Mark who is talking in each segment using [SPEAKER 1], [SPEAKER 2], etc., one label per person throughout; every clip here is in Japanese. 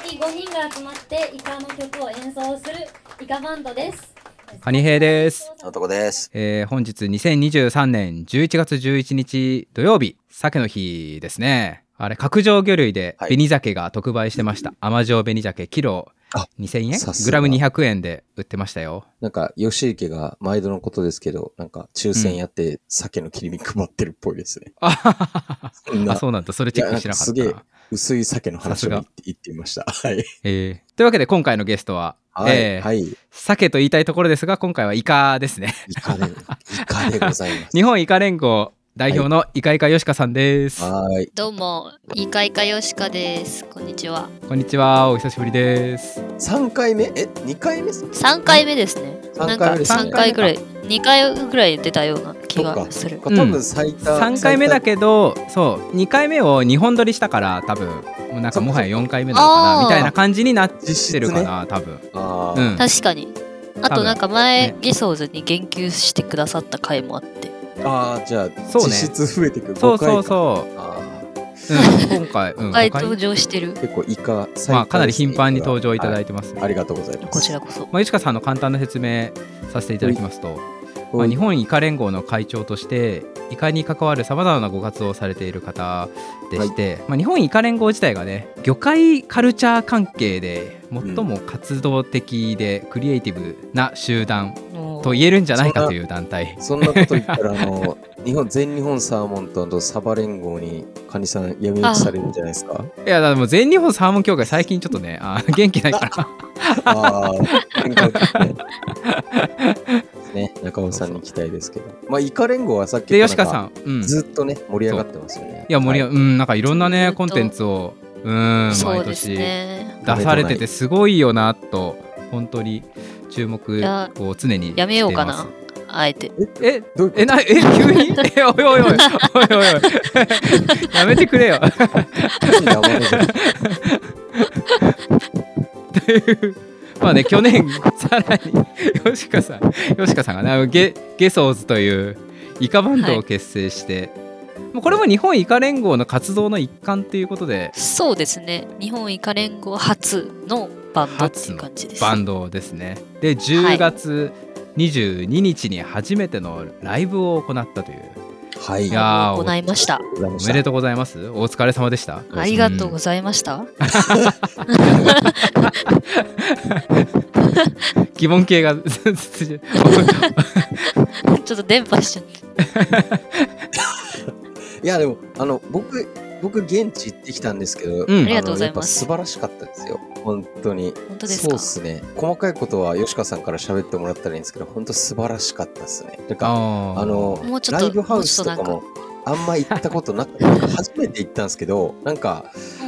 [SPEAKER 1] が集まってイカの曲を演奏するイカバンドです。
[SPEAKER 2] カニ兵です。
[SPEAKER 3] 男です。
[SPEAKER 2] えー本日2023年11月11日土曜日、鮭の日ですね。あれ、角上魚類で
[SPEAKER 3] はい
[SPEAKER 2] 紅鮭が特売してました。甘塩紅鮭キロ
[SPEAKER 3] あ
[SPEAKER 2] 2000
[SPEAKER 3] さす
[SPEAKER 2] 円
[SPEAKER 3] が
[SPEAKER 2] グラム200円で売ってましたよ。
[SPEAKER 3] なんか、吉池が毎度のことですけど、なんか、抽選やって、鮭の切り身配ってるっぽいですね。
[SPEAKER 2] あはは
[SPEAKER 3] そん
[SPEAKER 2] は
[SPEAKER 3] な
[SPEAKER 2] あ、そうなんだ。それチェックしなか
[SPEAKER 3] いや
[SPEAKER 2] っ
[SPEAKER 3] なん
[SPEAKER 2] た
[SPEAKER 3] か。薄い鮭の話を言っ
[SPEAKER 2] さ
[SPEAKER 3] て言ってみました。はい。
[SPEAKER 2] えーというわけで今回のゲストは、
[SPEAKER 3] はい。
[SPEAKER 2] えー
[SPEAKER 3] はい。イ
[SPEAKER 2] 鮭と言いたいところですが、今回はイカですね。
[SPEAKER 3] カで、イカでございます。
[SPEAKER 2] 日本イカ連合代表のイカイカヨシカさんです。
[SPEAKER 3] はい。
[SPEAKER 4] どうも、イカイカヨシカです。こんにちは。
[SPEAKER 2] こんにちは。お久しぶりです。
[SPEAKER 3] 3回目え ?2 回目そ
[SPEAKER 4] 3回目ですね。な
[SPEAKER 3] 3
[SPEAKER 4] んか
[SPEAKER 3] 回目ですね
[SPEAKER 4] 3回ぐらい、2回ぐらい出たような気がする
[SPEAKER 3] っ。か多分最多。
[SPEAKER 2] 3回目だけどそう2回目を2本撮りしたから多分もうなんかもはや4回目なのか
[SPEAKER 4] あ
[SPEAKER 2] な
[SPEAKER 4] ー
[SPEAKER 2] みたいな感じになっ
[SPEAKER 3] 実
[SPEAKER 2] て
[SPEAKER 3] 質
[SPEAKER 2] る
[SPEAKER 3] ね
[SPEAKER 2] かな多分
[SPEAKER 3] あ
[SPEAKER 2] う
[SPEAKER 3] ー
[SPEAKER 2] ん
[SPEAKER 4] 確かに。あ
[SPEAKER 2] 多分
[SPEAKER 4] となんか前、
[SPEAKER 2] ね
[SPEAKER 4] ゲソーズに言及してくださった回もあって。
[SPEAKER 3] あー、じゃあ、
[SPEAKER 2] そうね
[SPEAKER 3] 実質増えてくる。
[SPEAKER 2] そう
[SPEAKER 3] 5回
[SPEAKER 2] そう
[SPEAKER 3] か
[SPEAKER 2] そ
[SPEAKER 3] あ
[SPEAKER 2] う、
[SPEAKER 3] ー
[SPEAKER 2] うん、今回、うん、
[SPEAKER 4] 5回
[SPEAKER 2] 五回
[SPEAKER 4] 登場してる。
[SPEAKER 3] 結構イカ、最
[SPEAKER 2] まあかなり頻繁に登場いただ
[SPEAKER 3] い
[SPEAKER 2] いてます、
[SPEAKER 3] て。ありがとうございます。
[SPEAKER 4] こちらこそ。
[SPEAKER 2] まあ、ゆしかさんの簡単な説明させていただきますと、まあ、日本イカ連合の会長としてイカに関わるさまざまなご活動をされている方でして、まあ、日本イカ連合自体がね魚介カルチャー関係で最も活動的でクリエイティブな集団
[SPEAKER 4] もう
[SPEAKER 2] と言えるんじゃないかという団体
[SPEAKER 3] そんなこと言ったら、あの、 日本、全日本サーモンとあとサバ連合に、カニさん闇落ちされるんじゃないです か
[SPEAKER 2] いやでもう全日本サーモン協会最近ちょっとね あー元気ないから
[SPEAKER 3] ああ、喧嘩を聞いてね。ね、中尾さんに期待ですけど。まあ、イカ連合はさっき
[SPEAKER 2] で
[SPEAKER 3] から
[SPEAKER 2] 吉川さん、うん、い
[SPEAKER 3] ずっとね、盛り上がってますよね。
[SPEAKER 2] や森
[SPEAKER 3] は
[SPEAKER 2] 山、うんなんかいろんな
[SPEAKER 4] ず
[SPEAKER 2] ね
[SPEAKER 4] っと
[SPEAKER 2] コンテンツをうん
[SPEAKER 4] そ
[SPEAKER 2] 毎
[SPEAKER 4] うです
[SPEAKER 2] 年
[SPEAKER 4] ね。
[SPEAKER 2] 出されててすごいよなと本当に注目を常に
[SPEAKER 4] やめようかな
[SPEAKER 2] していま。
[SPEAKER 4] あえて。
[SPEAKER 2] すえ
[SPEAKER 3] いどういうこと
[SPEAKER 2] えなえ急に えおいおいおいおいおいおいやめてくれよ
[SPEAKER 3] なんで甘いの
[SPEAKER 2] というまあね去年 さらに吉川さん吉川さんがねあのゲゲソーズというイカバンドを結成して、もうこれも日本イカ連合の活動の一環ということで
[SPEAKER 4] そうですね。日本イカ連合初のバンドっていう感じです。
[SPEAKER 2] バンドですねで10月22日に初めてのライブを行ったという、
[SPEAKER 3] はい。
[SPEAKER 2] いやー
[SPEAKER 4] 行いました。
[SPEAKER 3] お
[SPEAKER 2] おめでとうございますお疲れ様でした
[SPEAKER 4] ありがとうございました。
[SPEAKER 2] 疑問系が
[SPEAKER 4] ちょっと電波しちゃって。
[SPEAKER 3] いや、でも、あの、僕、僕、現地行ってきたんですけ
[SPEAKER 2] う
[SPEAKER 3] ど、
[SPEAKER 2] ん
[SPEAKER 4] ありがとうござ
[SPEAKER 3] あの
[SPEAKER 4] い
[SPEAKER 3] やっぱ
[SPEAKER 4] ます
[SPEAKER 3] 素晴らしかったですよ。本当に。
[SPEAKER 4] 本当です
[SPEAKER 3] そう
[SPEAKER 4] か
[SPEAKER 3] っすね。細かいことは吉川さんから喋ってもらったらいいんですけど、本当素晴らしかったですね。なん か、
[SPEAKER 2] あー
[SPEAKER 3] あの
[SPEAKER 4] もう、ちょ
[SPEAKER 3] ラ
[SPEAKER 4] っと
[SPEAKER 3] イブハウスとか
[SPEAKER 4] もう
[SPEAKER 3] も、あんま行ったことなくて、初めて行ったんですけど、なんか、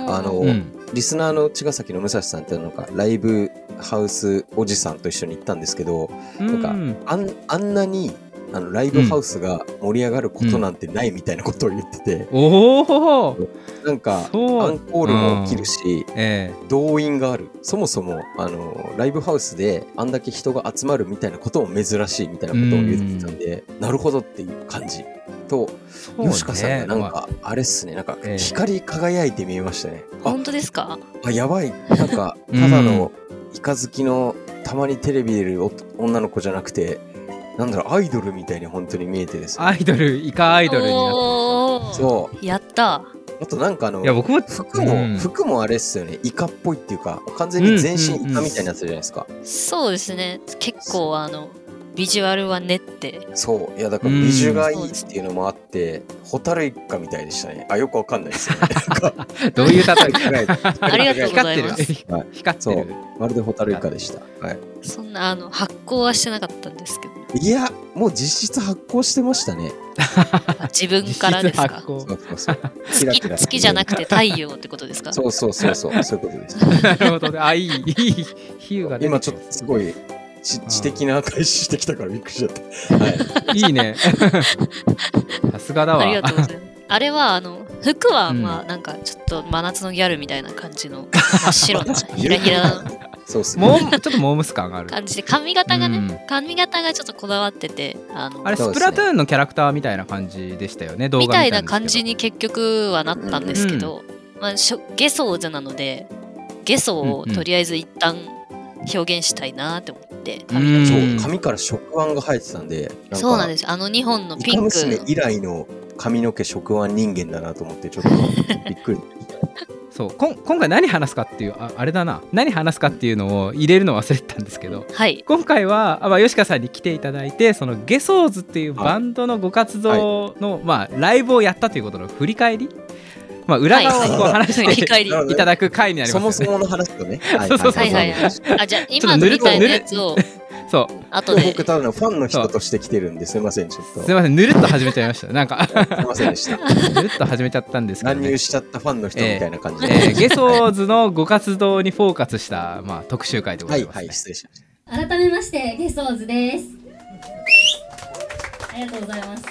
[SPEAKER 3] あの
[SPEAKER 2] うん
[SPEAKER 3] リスナーの茅ヶ崎の武蔵さんってなんか、ライブハウスおじさんと一緒に行ったんですけど、なんか
[SPEAKER 2] うん
[SPEAKER 3] あんあんなに、あのライブハウスが盛り上がることなんてないみたいなことを言ってて、
[SPEAKER 2] おお
[SPEAKER 3] なんか
[SPEAKER 2] そう
[SPEAKER 3] アンコールも起きるし、
[SPEAKER 2] え
[SPEAKER 3] 動員があるそもそもあのライブハウスであんだけ人が集まるみたいなことも珍しいみたいなことを言ってたんでなるほどっていう感じと
[SPEAKER 2] えそうね
[SPEAKER 3] 吉川さんがなん
[SPEAKER 2] まあ
[SPEAKER 3] かあれっすねなんか
[SPEAKER 2] ええ
[SPEAKER 3] 光り輝いて見えましたね、あ
[SPEAKER 4] 本当ですか
[SPEAKER 3] あ やばいなんかただのイカ好きのたまにテレビ出るお女の子じゃなくてなんだろうアイドルみたいに本当に見えてですね
[SPEAKER 2] アイドルイカアイドルになって
[SPEAKER 4] おー
[SPEAKER 3] そう
[SPEAKER 4] やった
[SPEAKER 3] あとなんかあの
[SPEAKER 2] いや僕も
[SPEAKER 3] 服も、
[SPEAKER 2] うん
[SPEAKER 3] 服もあれっすよねイカっぽいっていうか完全に
[SPEAKER 2] う
[SPEAKER 3] 全
[SPEAKER 2] んうんう
[SPEAKER 3] 身
[SPEAKER 2] ん
[SPEAKER 3] イカみたいになってるじゃないですか、
[SPEAKER 4] そうですね結構あのビジュアルは練って
[SPEAKER 3] そういやだから
[SPEAKER 2] うん
[SPEAKER 3] 美女がいいっていうのもあってホタルイカみたいでしたねあよくわかんないですよね
[SPEAKER 2] どういう例 え
[SPEAKER 4] あ
[SPEAKER 3] あ
[SPEAKER 4] りがとうござい
[SPEAKER 2] 光
[SPEAKER 4] ま
[SPEAKER 2] って
[SPEAKER 4] す
[SPEAKER 2] る
[SPEAKER 3] はい
[SPEAKER 2] 光って
[SPEAKER 3] そう
[SPEAKER 2] る
[SPEAKER 3] まるでホタルイカでした、はい、
[SPEAKER 4] そんなあの発行はしてなかったんですけ ど
[SPEAKER 3] いやもう実質発行してましたね
[SPEAKER 4] あ自分からです
[SPEAKER 2] 実質
[SPEAKER 4] か
[SPEAKER 2] 発
[SPEAKER 4] 好
[SPEAKER 2] 行
[SPEAKER 3] そうそうそう
[SPEAKER 4] き好きじゃなく
[SPEAKER 3] て
[SPEAKER 4] て太陽ってことですか
[SPEAKER 3] そうそうそうそうそういうことです
[SPEAKER 2] なるほどねあいいいい比喩が出てきま
[SPEAKER 3] 今
[SPEAKER 2] す
[SPEAKER 3] ちょっとすごい知知的な開始してきたからびっくりしちゃった、はい、
[SPEAKER 2] いいね さすがだわ
[SPEAKER 4] ありがとうございますあれはあの服は
[SPEAKER 2] うん
[SPEAKER 4] まあなんかちょっと真夏のギャルみたいな感じ の真っ白なひらひらな
[SPEAKER 3] そうっすね
[SPEAKER 2] モームちょっとモームス感がある
[SPEAKER 4] 感じで髪型が
[SPEAKER 2] う
[SPEAKER 4] ね
[SPEAKER 2] ん
[SPEAKER 4] 髪型がちょっとこだわっててあの
[SPEAKER 2] あれ
[SPEAKER 3] そう
[SPEAKER 2] スプ
[SPEAKER 3] ですね
[SPEAKER 2] ラトゥーンのキャラクターみたいな感じでしたよね動画
[SPEAKER 4] み
[SPEAKER 2] 見た
[SPEAKER 4] た
[SPEAKER 2] ん
[SPEAKER 4] い
[SPEAKER 2] ですけ
[SPEAKER 4] な
[SPEAKER 2] ど
[SPEAKER 4] 感じに結局はなったんですけど、まあ、しょゲソーズなのでゲソをとりあえず一旦表現したいなって思っ
[SPEAKER 2] うん
[SPEAKER 4] て、
[SPEAKER 3] そう髪から食腕が生えてたんで
[SPEAKER 4] そうなんですすよあの2本の
[SPEAKER 3] イ
[SPEAKER 4] ピ
[SPEAKER 3] カ
[SPEAKER 4] ンク
[SPEAKER 3] 娘以来の髪の毛食腕人間だなと思ってちょっとびっくり
[SPEAKER 2] そうこん今回何話すかっていうああれだな何話すかっていうのを入れるの忘れてたんですけど
[SPEAKER 4] はい
[SPEAKER 2] 今回は、あまあ、吉川さんに来ていただいてそのゲソーズっていうバンドのご活動の、まあ、ライブをやったということの振り返り、まあ、裏側をこう
[SPEAKER 3] はい
[SPEAKER 2] 話
[SPEAKER 4] 振り
[SPEAKER 2] して
[SPEAKER 4] 返り
[SPEAKER 3] なるほど
[SPEAKER 2] いただく回になり
[SPEAKER 3] そ
[SPEAKER 2] ま
[SPEAKER 3] も
[SPEAKER 2] す
[SPEAKER 3] そ
[SPEAKER 2] よね。
[SPEAKER 3] もの話 とね
[SPEAKER 2] そうそうそう
[SPEAKER 4] はいはいはいあじゃあ今の
[SPEAKER 2] ぬる
[SPEAKER 4] み
[SPEAKER 2] っと
[SPEAKER 4] たいなやつを
[SPEAKER 2] そう
[SPEAKER 4] 後で
[SPEAKER 3] 僕ただのファンの人として来てるんですいませんちょっと
[SPEAKER 2] すいませんぬるっと始めちゃいましたなんか
[SPEAKER 3] すいません でした
[SPEAKER 2] ぬるっと始めちゃったんですけど、
[SPEAKER 3] 乱入
[SPEAKER 2] ね
[SPEAKER 3] しちゃったファンの人みたいな感じ
[SPEAKER 2] え
[SPEAKER 3] で、
[SPEAKER 2] ーゲソーズのご活動にフォーカスした、まあ、特集会でご
[SPEAKER 3] は
[SPEAKER 2] ざ
[SPEAKER 3] い
[SPEAKER 2] います、
[SPEAKER 3] は
[SPEAKER 2] ね
[SPEAKER 3] い失礼しまし
[SPEAKER 1] 改めましてゲソーズですありがとうございます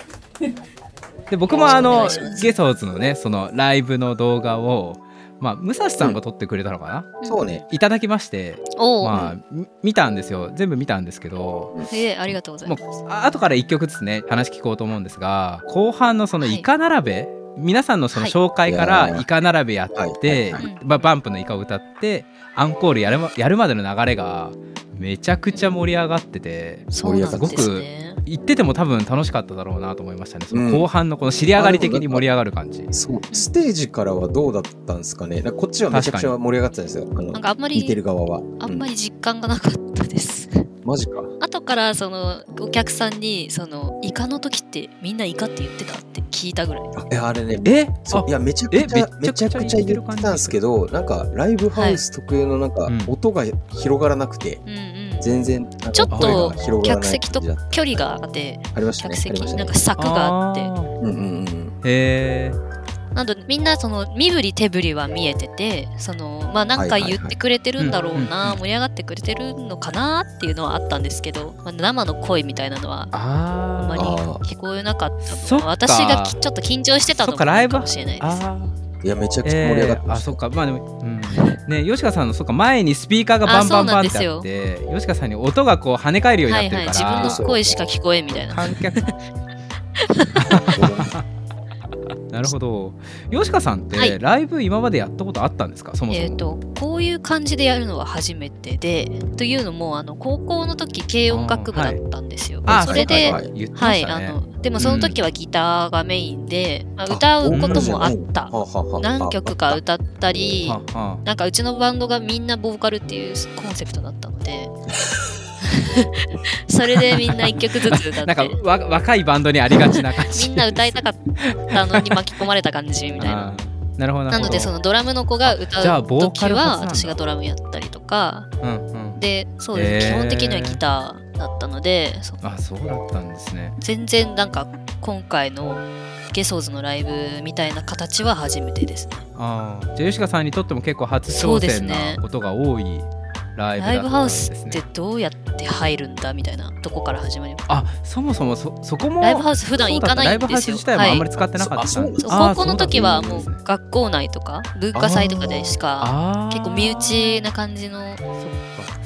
[SPEAKER 2] で僕もあ
[SPEAKER 4] お願
[SPEAKER 2] の
[SPEAKER 4] いします
[SPEAKER 2] ゲソーズのねそのライブの動画を、まあ、武蔵さんが撮ってくれたのかな、
[SPEAKER 3] たそうね
[SPEAKER 2] いただきまして
[SPEAKER 4] おお、
[SPEAKER 2] まあ、み見たんですよ全部見たんですけど
[SPEAKER 4] えーありがとうござい
[SPEAKER 2] も
[SPEAKER 4] ま
[SPEAKER 2] う
[SPEAKER 4] す
[SPEAKER 2] あ後から1曲ずつね話聞こうと思うんですが後半のその
[SPEAKER 4] はい
[SPEAKER 2] イカ並べ、皆さんのその
[SPEAKER 4] はい
[SPEAKER 2] 紹介か
[SPEAKER 3] いや
[SPEAKER 2] ら
[SPEAKER 3] ー
[SPEAKER 2] イカ並べやって、
[SPEAKER 3] はい
[SPEAKER 4] はいはい
[SPEAKER 2] まあバンプのイカを歌ってアンコールやるまやるまでの流れがめちゃくちゃ盛り上がってて
[SPEAKER 4] そうなんですね
[SPEAKER 2] 行ってても多分楽しかっただろうなと思いましたねそ
[SPEAKER 3] うん
[SPEAKER 2] の後半のこの尻上がり的に盛り上がる感じ、
[SPEAKER 3] そうステージからはどうだったんですかねなんかこっちはめちゃくちゃ盛り上がってたんですよあの
[SPEAKER 4] なんかあんま
[SPEAKER 3] 見て
[SPEAKER 4] り
[SPEAKER 3] る側は
[SPEAKER 4] あんま
[SPEAKER 3] り、
[SPEAKER 4] り実感がなかったです
[SPEAKER 3] うんマジか
[SPEAKER 4] 後からそのお客さんにそのイカの時ってみんなイカって言ってたって聞いたぐらい
[SPEAKER 3] あいやあれね
[SPEAKER 2] え
[SPEAKER 3] そういやめちゃくち
[SPEAKER 2] え
[SPEAKER 3] ゃめ
[SPEAKER 2] め
[SPEAKER 3] ち
[SPEAKER 2] ち
[SPEAKER 3] ゃ
[SPEAKER 2] ゃ
[SPEAKER 3] く
[SPEAKER 2] く
[SPEAKER 3] ち
[SPEAKER 2] ち
[SPEAKER 3] ゃ
[SPEAKER 2] ゃ言ってて
[SPEAKER 3] 言った
[SPEAKER 2] る
[SPEAKER 3] ん
[SPEAKER 2] 感じ
[SPEAKER 3] ですけどなんかライブハウス特有のなんか
[SPEAKER 2] うん
[SPEAKER 3] 音が広がらなくて、
[SPEAKER 4] うんうん
[SPEAKER 3] 全然なんか
[SPEAKER 4] ちょっ
[SPEAKER 3] 声
[SPEAKER 4] と
[SPEAKER 3] が広がら
[SPEAKER 4] 客
[SPEAKER 3] ない
[SPEAKER 4] 席と
[SPEAKER 3] 感じだ
[SPEAKER 4] 距離があって
[SPEAKER 3] ありましたね
[SPEAKER 4] 客
[SPEAKER 3] あり
[SPEAKER 4] 席
[SPEAKER 3] まし
[SPEAKER 4] に
[SPEAKER 3] た
[SPEAKER 4] なん
[SPEAKER 3] ね
[SPEAKER 4] か柵があって
[SPEAKER 2] ー
[SPEAKER 3] うんうんうん
[SPEAKER 2] へえ
[SPEAKER 4] なんでみんなその身振り手振りは見えててそのまあなんか
[SPEAKER 3] はいはいはい
[SPEAKER 4] 言ってくれてるんだろう
[SPEAKER 2] う
[SPEAKER 4] な、
[SPEAKER 2] んうんうん
[SPEAKER 4] 盛り上がってくれてるのかなっていうのはあったんですけど、まあ、生の声みたいなのはあんま
[SPEAKER 2] あ
[SPEAKER 4] り
[SPEAKER 2] ー
[SPEAKER 3] あ
[SPEAKER 4] 聞こえなかった
[SPEAKER 2] そっか
[SPEAKER 4] 私がきちょっと緊張してた
[SPEAKER 2] そ
[SPEAKER 4] の
[SPEAKER 2] っ
[SPEAKER 4] も
[SPEAKER 2] か
[SPEAKER 4] あ
[SPEAKER 2] ライ
[SPEAKER 4] る
[SPEAKER 2] ブ
[SPEAKER 4] かもしれないです
[SPEAKER 2] あー
[SPEAKER 3] いやめちゃくちゃ盛り上がって
[SPEAKER 2] えー
[SPEAKER 3] ま
[SPEAKER 2] あ
[SPEAKER 3] し、
[SPEAKER 2] そったかまあでも、うん、ね吉川さんのそうか前にスピーカーがバンバンバンってあって吉川さんに音がこう跳ね返るように
[SPEAKER 4] は
[SPEAKER 2] なっ
[SPEAKER 4] い
[SPEAKER 2] て
[SPEAKER 4] はい
[SPEAKER 2] るか
[SPEAKER 4] 自
[SPEAKER 2] ら、
[SPEAKER 4] 分の声しか聞こえんみたいな
[SPEAKER 2] 観 客なるほど吉川さんっ
[SPEAKER 4] は
[SPEAKER 2] て
[SPEAKER 4] い
[SPEAKER 2] ライブ今までやったことあったんですかそもそも、
[SPEAKER 4] えー、とこういう感じでやるのは初めてでというのもあの高校の時軽音楽部だったんですよ。
[SPEAKER 2] あー
[SPEAKER 4] それで、
[SPEAKER 3] はい
[SPEAKER 2] 言ってま
[SPEAKER 4] は
[SPEAKER 2] し
[SPEAKER 4] い、
[SPEAKER 2] た
[SPEAKER 4] あ
[SPEAKER 2] ね、
[SPEAKER 4] のでもその時はギターがメインで、まあ歌うこともあった
[SPEAKER 3] はあはあはあ
[SPEAKER 4] 何曲か歌ったり
[SPEAKER 2] はあは
[SPEAKER 4] なんかうちのバンドがみんなボーカルっていうコンセプトだったので それでみんな1曲ずつ歌
[SPEAKER 2] あ
[SPEAKER 4] っ
[SPEAKER 2] なんか
[SPEAKER 4] て
[SPEAKER 2] わ若いバンドにありがちな感じ
[SPEAKER 4] みんな歌いたかったのに巻き込まれた感じみたいな
[SPEAKER 2] あーなるほどる
[SPEAKER 4] な
[SPEAKER 2] ほど
[SPEAKER 4] のでそのドラムの子が歌
[SPEAKER 2] あじゃあ
[SPEAKER 4] う
[SPEAKER 2] ボーカ
[SPEAKER 4] 時
[SPEAKER 2] ル初な
[SPEAKER 4] は
[SPEAKER 2] んだ
[SPEAKER 4] 私がドラムやったりとか
[SPEAKER 2] うんうん
[SPEAKER 4] でそうです、
[SPEAKER 2] へー
[SPEAKER 4] 基本的にはギターだったのでそう
[SPEAKER 2] あそうだったんですね
[SPEAKER 4] 全然なんか今回のゲソーズのライブみたいな形は初めてですね
[SPEAKER 2] あーじゃあ吉川さんにとっても結構初
[SPEAKER 4] そう
[SPEAKER 2] 挑
[SPEAKER 4] です
[SPEAKER 2] 戦
[SPEAKER 4] ね
[SPEAKER 2] なことが多いライブだったんですね
[SPEAKER 4] ライブハウスってどうやって入るんだみたいなとこから始まります
[SPEAKER 2] あそもそもそそこも
[SPEAKER 4] ライブハウス普段行かないんですよ
[SPEAKER 2] そうだったライブハウス自体もあんまり
[SPEAKER 4] はい
[SPEAKER 2] 使ってなかった、
[SPEAKER 3] はい
[SPEAKER 4] そう高校の時はも
[SPEAKER 2] あーそうだったんですね
[SPEAKER 4] 学校内とか文化祭とかでしか
[SPEAKER 2] あー
[SPEAKER 4] 結構身内な感じの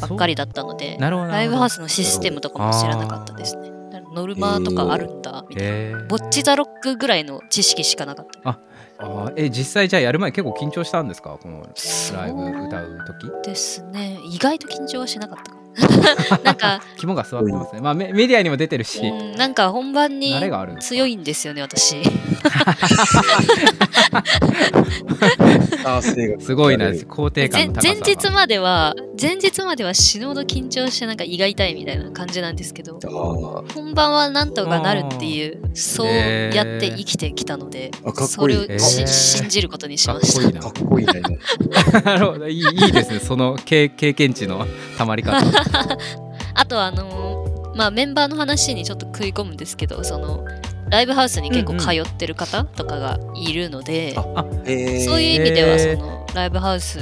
[SPEAKER 4] ばっかりだったので
[SPEAKER 2] なるほど
[SPEAKER 4] ライブハウスのシステムとかも知らなかったですねノルマとかあるんだみたいな
[SPEAKER 2] えー、
[SPEAKER 4] ボッチザロックぐらいの知識しかなかった
[SPEAKER 2] あーえ実際じゃあやる前結構緊張したんですかこのライブ歌
[SPEAKER 4] そう
[SPEAKER 2] う時
[SPEAKER 4] ですね意外と緊張はしなかった かもなんか、
[SPEAKER 2] 肝が座ってますね、まあ、メメディアにも出てるし、
[SPEAKER 4] うん、なんか本番に
[SPEAKER 2] 慣れがある
[SPEAKER 4] 強いんですよね私
[SPEAKER 3] あー
[SPEAKER 2] すごいな
[SPEAKER 3] 慣れる
[SPEAKER 2] 肯定
[SPEAKER 4] 前
[SPEAKER 2] 感の高さ
[SPEAKER 4] 前
[SPEAKER 2] が
[SPEAKER 4] 日までは前日までは死ぬほど緊張してなんか胃が痛いみたいな感じなんですけど
[SPEAKER 3] あー
[SPEAKER 4] 本番はなんとかなるっていうそう
[SPEAKER 2] へー
[SPEAKER 4] やって生きてきたので、
[SPEAKER 3] あかっ
[SPEAKER 4] そ
[SPEAKER 3] こい
[SPEAKER 4] れ
[SPEAKER 3] い
[SPEAKER 4] をし、
[SPEAKER 2] えー
[SPEAKER 4] 信じることにし
[SPEAKER 2] かっ
[SPEAKER 4] まし
[SPEAKER 2] こ
[SPEAKER 4] た
[SPEAKER 2] いいな
[SPEAKER 3] かっこいい ね今
[SPEAKER 2] なるほどいいいいですねその経経験値のたまり 方
[SPEAKER 4] あとはあのーまあ、メンバーの話にちょっと食い込むんですけどそのライブハウスに結構通ってる方とかがいるので、
[SPEAKER 3] あえー
[SPEAKER 4] そういう意味では
[SPEAKER 2] へ
[SPEAKER 4] そ
[SPEAKER 2] ー
[SPEAKER 4] のライブハウス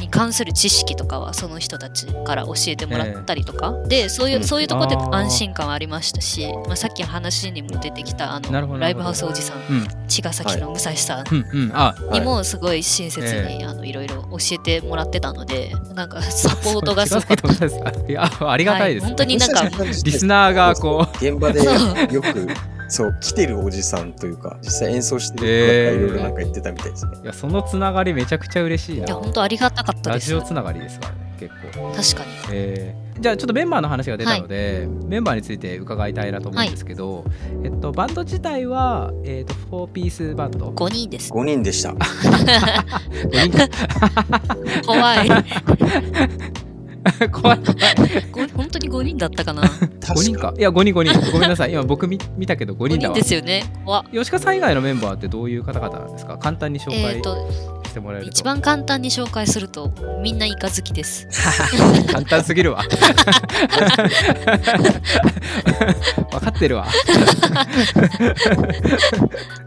[SPEAKER 4] に関する知識とかはその人たちから教えてもらったりとか、でそういううんそういうところで
[SPEAKER 2] あー
[SPEAKER 4] 安心感はありましたし、まあ、さっきの話にも出てきたあ
[SPEAKER 2] なるほ
[SPEAKER 4] の
[SPEAKER 2] ど
[SPEAKER 4] ライブハウスおじさん
[SPEAKER 2] うん
[SPEAKER 4] 茅ヶ崎の武蔵さん
[SPEAKER 2] うんうんあ
[SPEAKER 4] にもすごい親切
[SPEAKER 2] は
[SPEAKER 4] にあのいろいろ教えてもらってたのでなんかサポートがすごかった。
[SPEAKER 2] そう気がついてもらえますかいやありがたいです、
[SPEAKER 4] はい本当になんか
[SPEAKER 3] リ
[SPEAKER 2] リスナーがこう
[SPEAKER 3] 現場でよくそう、来てるおじさんというか、実際演奏してる方がいろいろなんか言ってたみたいですね。
[SPEAKER 2] いやそのつながりめちゃくちゃ嬉しいない
[SPEAKER 4] や本当ありがたかった
[SPEAKER 2] ラ
[SPEAKER 4] です
[SPEAKER 2] ジオつ
[SPEAKER 4] 確
[SPEAKER 2] ながりですからね結構、
[SPEAKER 4] かに
[SPEAKER 2] えーじゃあちょっとメンバーの話が出たので、メンバーについて伺いたいなと思うんですけど、えっと、バンド自体は、えっと4ピースバンド
[SPEAKER 4] 5人です
[SPEAKER 3] 5人でした。
[SPEAKER 2] 5人
[SPEAKER 4] 怖い
[SPEAKER 2] 怖い
[SPEAKER 4] ご本当に5人だったかな
[SPEAKER 2] 5人かいや5人5人ごめんなさい今僕見見たけど5
[SPEAKER 4] 5
[SPEAKER 2] 人だ
[SPEAKER 4] 人
[SPEAKER 2] わ
[SPEAKER 4] ですよね怖っ
[SPEAKER 2] 吉川さん以外のメンバーってどういう方々なんですか簡単に紹
[SPEAKER 4] え
[SPEAKER 2] 介
[SPEAKER 4] っと
[SPEAKER 2] してもらえると,、
[SPEAKER 4] 一番簡単に紹介するとみんなイカ好きです
[SPEAKER 2] 簡単すぎ るわ分かってるわ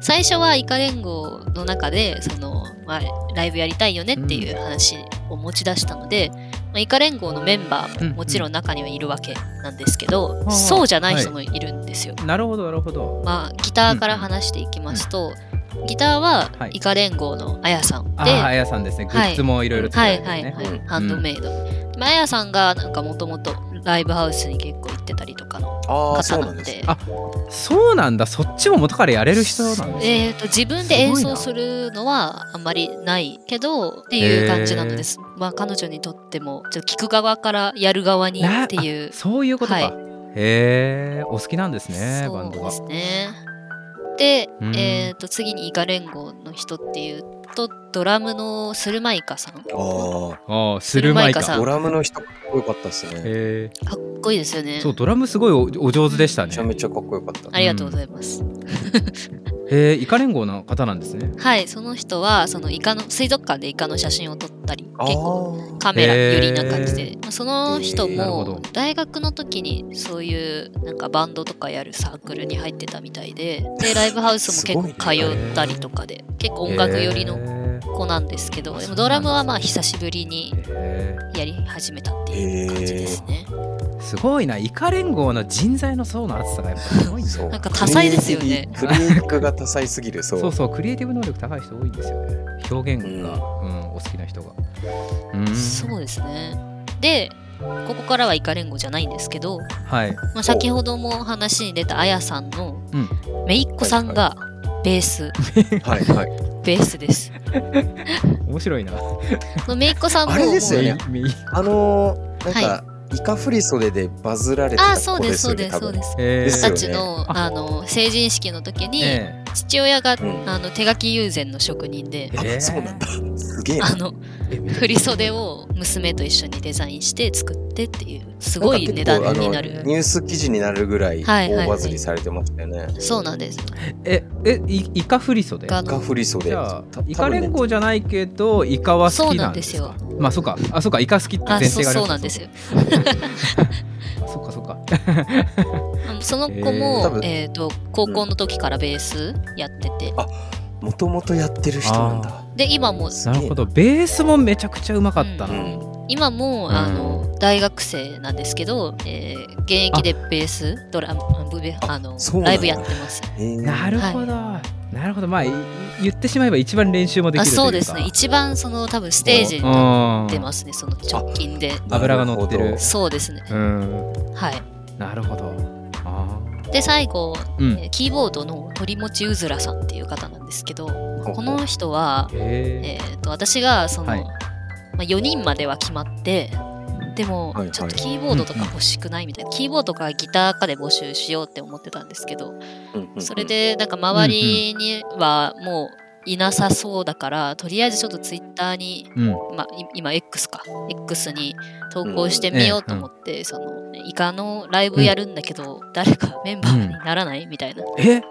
[SPEAKER 4] 最初はイカ連合の中でその、まあ、ライブやりたいよねっていう話を持ち出したので、まあ、イカ連合のメンバーももちろん中にはいるわけなんですけど、
[SPEAKER 2] ん
[SPEAKER 4] そうじゃない人もいるんですよ。
[SPEAKER 2] なるほどなるほど
[SPEAKER 4] まあ、ギターから話していきますと、ギター
[SPEAKER 2] は
[SPEAKER 4] はいイカ連合のあやさんで、
[SPEAKER 2] あああやさんですねグッズもいろいろ作ら
[SPEAKER 4] は
[SPEAKER 2] れ
[SPEAKER 4] い
[SPEAKER 2] て
[SPEAKER 4] はい
[SPEAKER 2] ね
[SPEAKER 4] はい、ハンドメイド。まああやさんがなんかもともとライブハウスに結構行ってたりとかの
[SPEAKER 3] ああ、そ
[SPEAKER 4] 方
[SPEAKER 3] う
[SPEAKER 4] な
[SPEAKER 3] なん
[SPEAKER 4] の
[SPEAKER 3] ですね。
[SPEAKER 4] で
[SPEAKER 2] あ。そうなんだそっちも元からやれる人なんですね
[SPEAKER 4] えー、と自分で演奏するのはあんまりないけどっていう感じなのです、まあ、彼女にとってもちょっと聞く側からやる側にっていう
[SPEAKER 2] そういうことか、
[SPEAKER 4] はい
[SPEAKER 2] へえお好きなんですねバ
[SPEAKER 4] そ
[SPEAKER 2] ン
[SPEAKER 4] う
[SPEAKER 2] ド
[SPEAKER 4] で
[SPEAKER 2] が
[SPEAKER 4] すねで、
[SPEAKER 2] うん
[SPEAKER 4] えー、と次にイカ連合の人っていうとドラムのスルマイカさんか
[SPEAKER 3] あ
[SPEAKER 2] ああスルマイカ
[SPEAKER 4] スルマイカさ
[SPEAKER 3] あ、
[SPEAKER 4] ん
[SPEAKER 3] ドラムの人かっこよかったですね。
[SPEAKER 2] へ
[SPEAKER 4] っこいいですよね
[SPEAKER 2] えそうドラムすごいおお上手でした
[SPEAKER 3] め
[SPEAKER 2] ね
[SPEAKER 3] ちゃめちゃかっこよかった。
[SPEAKER 4] ありがとうございます、
[SPEAKER 2] へえイカ連合の方なんですね
[SPEAKER 4] はいその人はそのイカの水族館でイカの写真を撮ったり
[SPEAKER 3] あ
[SPEAKER 4] 結構
[SPEAKER 3] ー
[SPEAKER 4] カメラ寄りな感じで、まあその人
[SPEAKER 3] な
[SPEAKER 2] るほど
[SPEAKER 4] も大学の時にそういうなんかバンドとかやるサークルに入ってたみたいででライブハウスも結構
[SPEAKER 3] す
[SPEAKER 2] ごいね
[SPEAKER 4] 通ったりとか で結構音楽寄りの子なんですけど
[SPEAKER 2] へー
[SPEAKER 4] でもドラムはまあ久しぶりに
[SPEAKER 2] へ
[SPEAKER 4] やり始めたっていう感じですね
[SPEAKER 2] えすごいなイカ連合の人材の層の厚さがやっぱすごいんだ
[SPEAKER 3] そう
[SPEAKER 4] なんか多彩ですよね
[SPEAKER 3] クリエイティブクリエイティブが多彩すぎる、そう。
[SPEAKER 2] そうそうクリエイティブ能力高い人多いんですよね表現が、うんお好きな人がうん
[SPEAKER 4] そうですねでここからはイカ連合じゃないんですけど、
[SPEAKER 2] はい
[SPEAKER 4] まあ、先ほども話に出たあやさんの
[SPEAKER 2] うん
[SPEAKER 4] めいっ子さんがベース、
[SPEAKER 3] はいはい。
[SPEAKER 4] ベースです
[SPEAKER 2] 面白いな
[SPEAKER 4] そのめいっ子さんも
[SPEAKER 3] あれですよね
[SPEAKER 2] みみ
[SPEAKER 3] あのー、なんか、
[SPEAKER 4] は
[SPEAKER 3] イカ振り袖でバズられて
[SPEAKER 4] あ
[SPEAKER 3] た
[SPEAKER 4] あそう
[SPEAKER 3] 子
[SPEAKER 4] で
[SPEAKER 3] ですす
[SPEAKER 4] そう
[SPEAKER 3] よ
[SPEAKER 4] で
[SPEAKER 3] ね、
[SPEAKER 4] す
[SPEAKER 3] 多
[SPEAKER 4] そう
[SPEAKER 3] 分。
[SPEAKER 4] です
[SPEAKER 2] え
[SPEAKER 3] ですよ
[SPEAKER 4] 僕た
[SPEAKER 3] ね
[SPEAKER 4] ちの
[SPEAKER 2] あ
[SPEAKER 4] あの成人式の時に、
[SPEAKER 2] え
[SPEAKER 4] 父親が、
[SPEAKER 3] ん
[SPEAKER 4] あの手書き友禅の職人で
[SPEAKER 2] え、
[SPEAKER 3] あ、そうなんだ。すげえな。
[SPEAKER 4] あの
[SPEAKER 2] え
[SPEAKER 4] 振袖を娘と一緒にデザインして作ってっていうすごい値段
[SPEAKER 3] んか結
[SPEAKER 4] に
[SPEAKER 3] 構
[SPEAKER 4] な
[SPEAKER 3] あの
[SPEAKER 4] る
[SPEAKER 3] ニュース記事になるぐらい
[SPEAKER 4] はいはいは
[SPEAKER 3] 大
[SPEAKER 4] い
[SPEAKER 3] バズりされてましたよね。
[SPEAKER 4] そうなんです
[SPEAKER 2] ええいイカ振り袖
[SPEAKER 4] があ
[SPEAKER 3] イカ
[SPEAKER 4] の
[SPEAKER 3] 振り袖。
[SPEAKER 2] じゃあ
[SPEAKER 3] た多分ね
[SPEAKER 2] イカ連合じゃないけどイカは好きなんですか
[SPEAKER 4] そうなんで
[SPEAKER 2] まあそうかあそうかイカ好きって
[SPEAKER 4] あ
[SPEAKER 2] 前
[SPEAKER 4] そう
[SPEAKER 2] 提がある
[SPEAKER 4] そうなんですよ
[SPEAKER 2] そっかそっか
[SPEAKER 4] あのその子も
[SPEAKER 3] 多、分
[SPEAKER 4] えーと高校の時からベースやってて
[SPEAKER 3] もともとやってる人なんだ。
[SPEAKER 4] で今も
[SPEAKER 3] す
[SPEAKER 2] な
[SPEAKER 3] げえ
[SPEAKER 2] るほどベースもめちゃくちゃうまかった
[SPEAKER 4] う
[SPEAKER 2] な、
[SPEAKER 3] ん
[SPEAKER 4] 今も、
[SPEAKER 2] うん
[SPEAKER 4] あの大学生なんですけど、えー現役でベースドラムあブベあの
[SPEAKER 3] そうなんだ
[SPEAKER 4] ライブやってます
[SPEAKER 3] えー
[SPEAKER 2] なるほど、なるほどまあい言ってしまえば一番練習もできる
[SPEAKER 4] あ
[SPEAKER 2] というか
[SPEAKER 4] そうですね一番その多分ステージに立っ
[SPEAKER 2] す
[SPEAKER 4] てますねその直近で
[SPEAKER 2] 油が乗ってる
[SPEAKER 3] なほど
[SPEAKER 4] そうですね
[SPEAKER 2] うん
[SPEAKER 4] はい
[SPEAKER 2] なるほどあ
[SPEAKER 4] で最後、
[SPEAKER 2] ーうん
[SPEAKER 4] えーキーボードの鳥持ちうずらさんっていう方なんですけどこ
[SPEAKER 3] ほ
[SPEAKER 4] の人は、
[SPEAKER 2] へ
[SPEAKER 4] えー、と私がその、
[SPEAKER 2] はい
[SPEAKER 4] まあ、4人までは決まってでも
[SPEAKER 3] はいはい
[SPEAKER 4] ちょっとキーボードとか欲しくないみたいな、キーボードかギターかで募集しようって思ってたんですけど
[SPEAKER 3] うんうんうん
[SPEAKER 4] それでなんか周りにはもういなさそうだからとりあえずちょっとツイッターに
[SPEAKER 2] えうん
[SPEAKER 4] まあ、い今 X か X に投稿してみようと思って、そのイカのライブやるんだけど、誰かメンバーにならないみたいな
[SPEAKER 2] え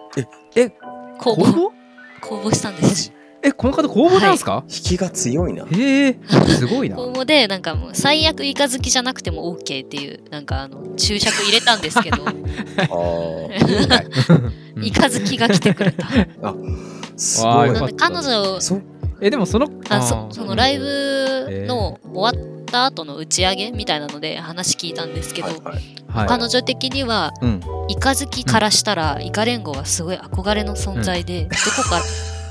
[SPEAKER 4] 公
[SPEAKER 2] 公
[SPEAKER 4] 募
[SPEAKER 2] 募
[SPEAKER 4] 公募したんです
[SPEAKER 2] えこの方公募なんですか、
[SPEAKER 3] 引きが強 いな。
[SPEAKER 2] へえすごいな
[SPEAKER 4] 公募でなんかもう最悪イカ好きじゃなくても OK っていうなんかあの注釈入れたんですけど
[SPEAKER 3] あー
[SPEAKER 2] うん
[SPEAKER 4] イカ好きが来てくれた
[SPEAKER 3] す
[SPEAKER 2] わあ
[SPEAKER 3] ごい
[SPEAKER 2] よ。か
[SPEAKER 4] な
[SPEAKER 2] っ
[SPEAKER 4] ん
[SPEAKER 2] た
[SPEAKER 4] で彼女
[SPEAKER 3] そ
[SPEAKER 2] えでもその
[SPEAKER 4] あ
[SPEAKER 2] あ
[SPEAKER 4] そ
[SPEAKER 2] ー
[SPEAKER 4] そのライブの終わった後の打ち上げみたいなので話聞いたんですけど、
[SPEAKER 3] はいはい
[SPEAKER 2] はい
[SPEAKER 4] 彼女的には
[SPEAKER 2] うん
[SPEAKER 4] イカ好きからしたら、イカ連合はすごい憧れの存在で、どこ か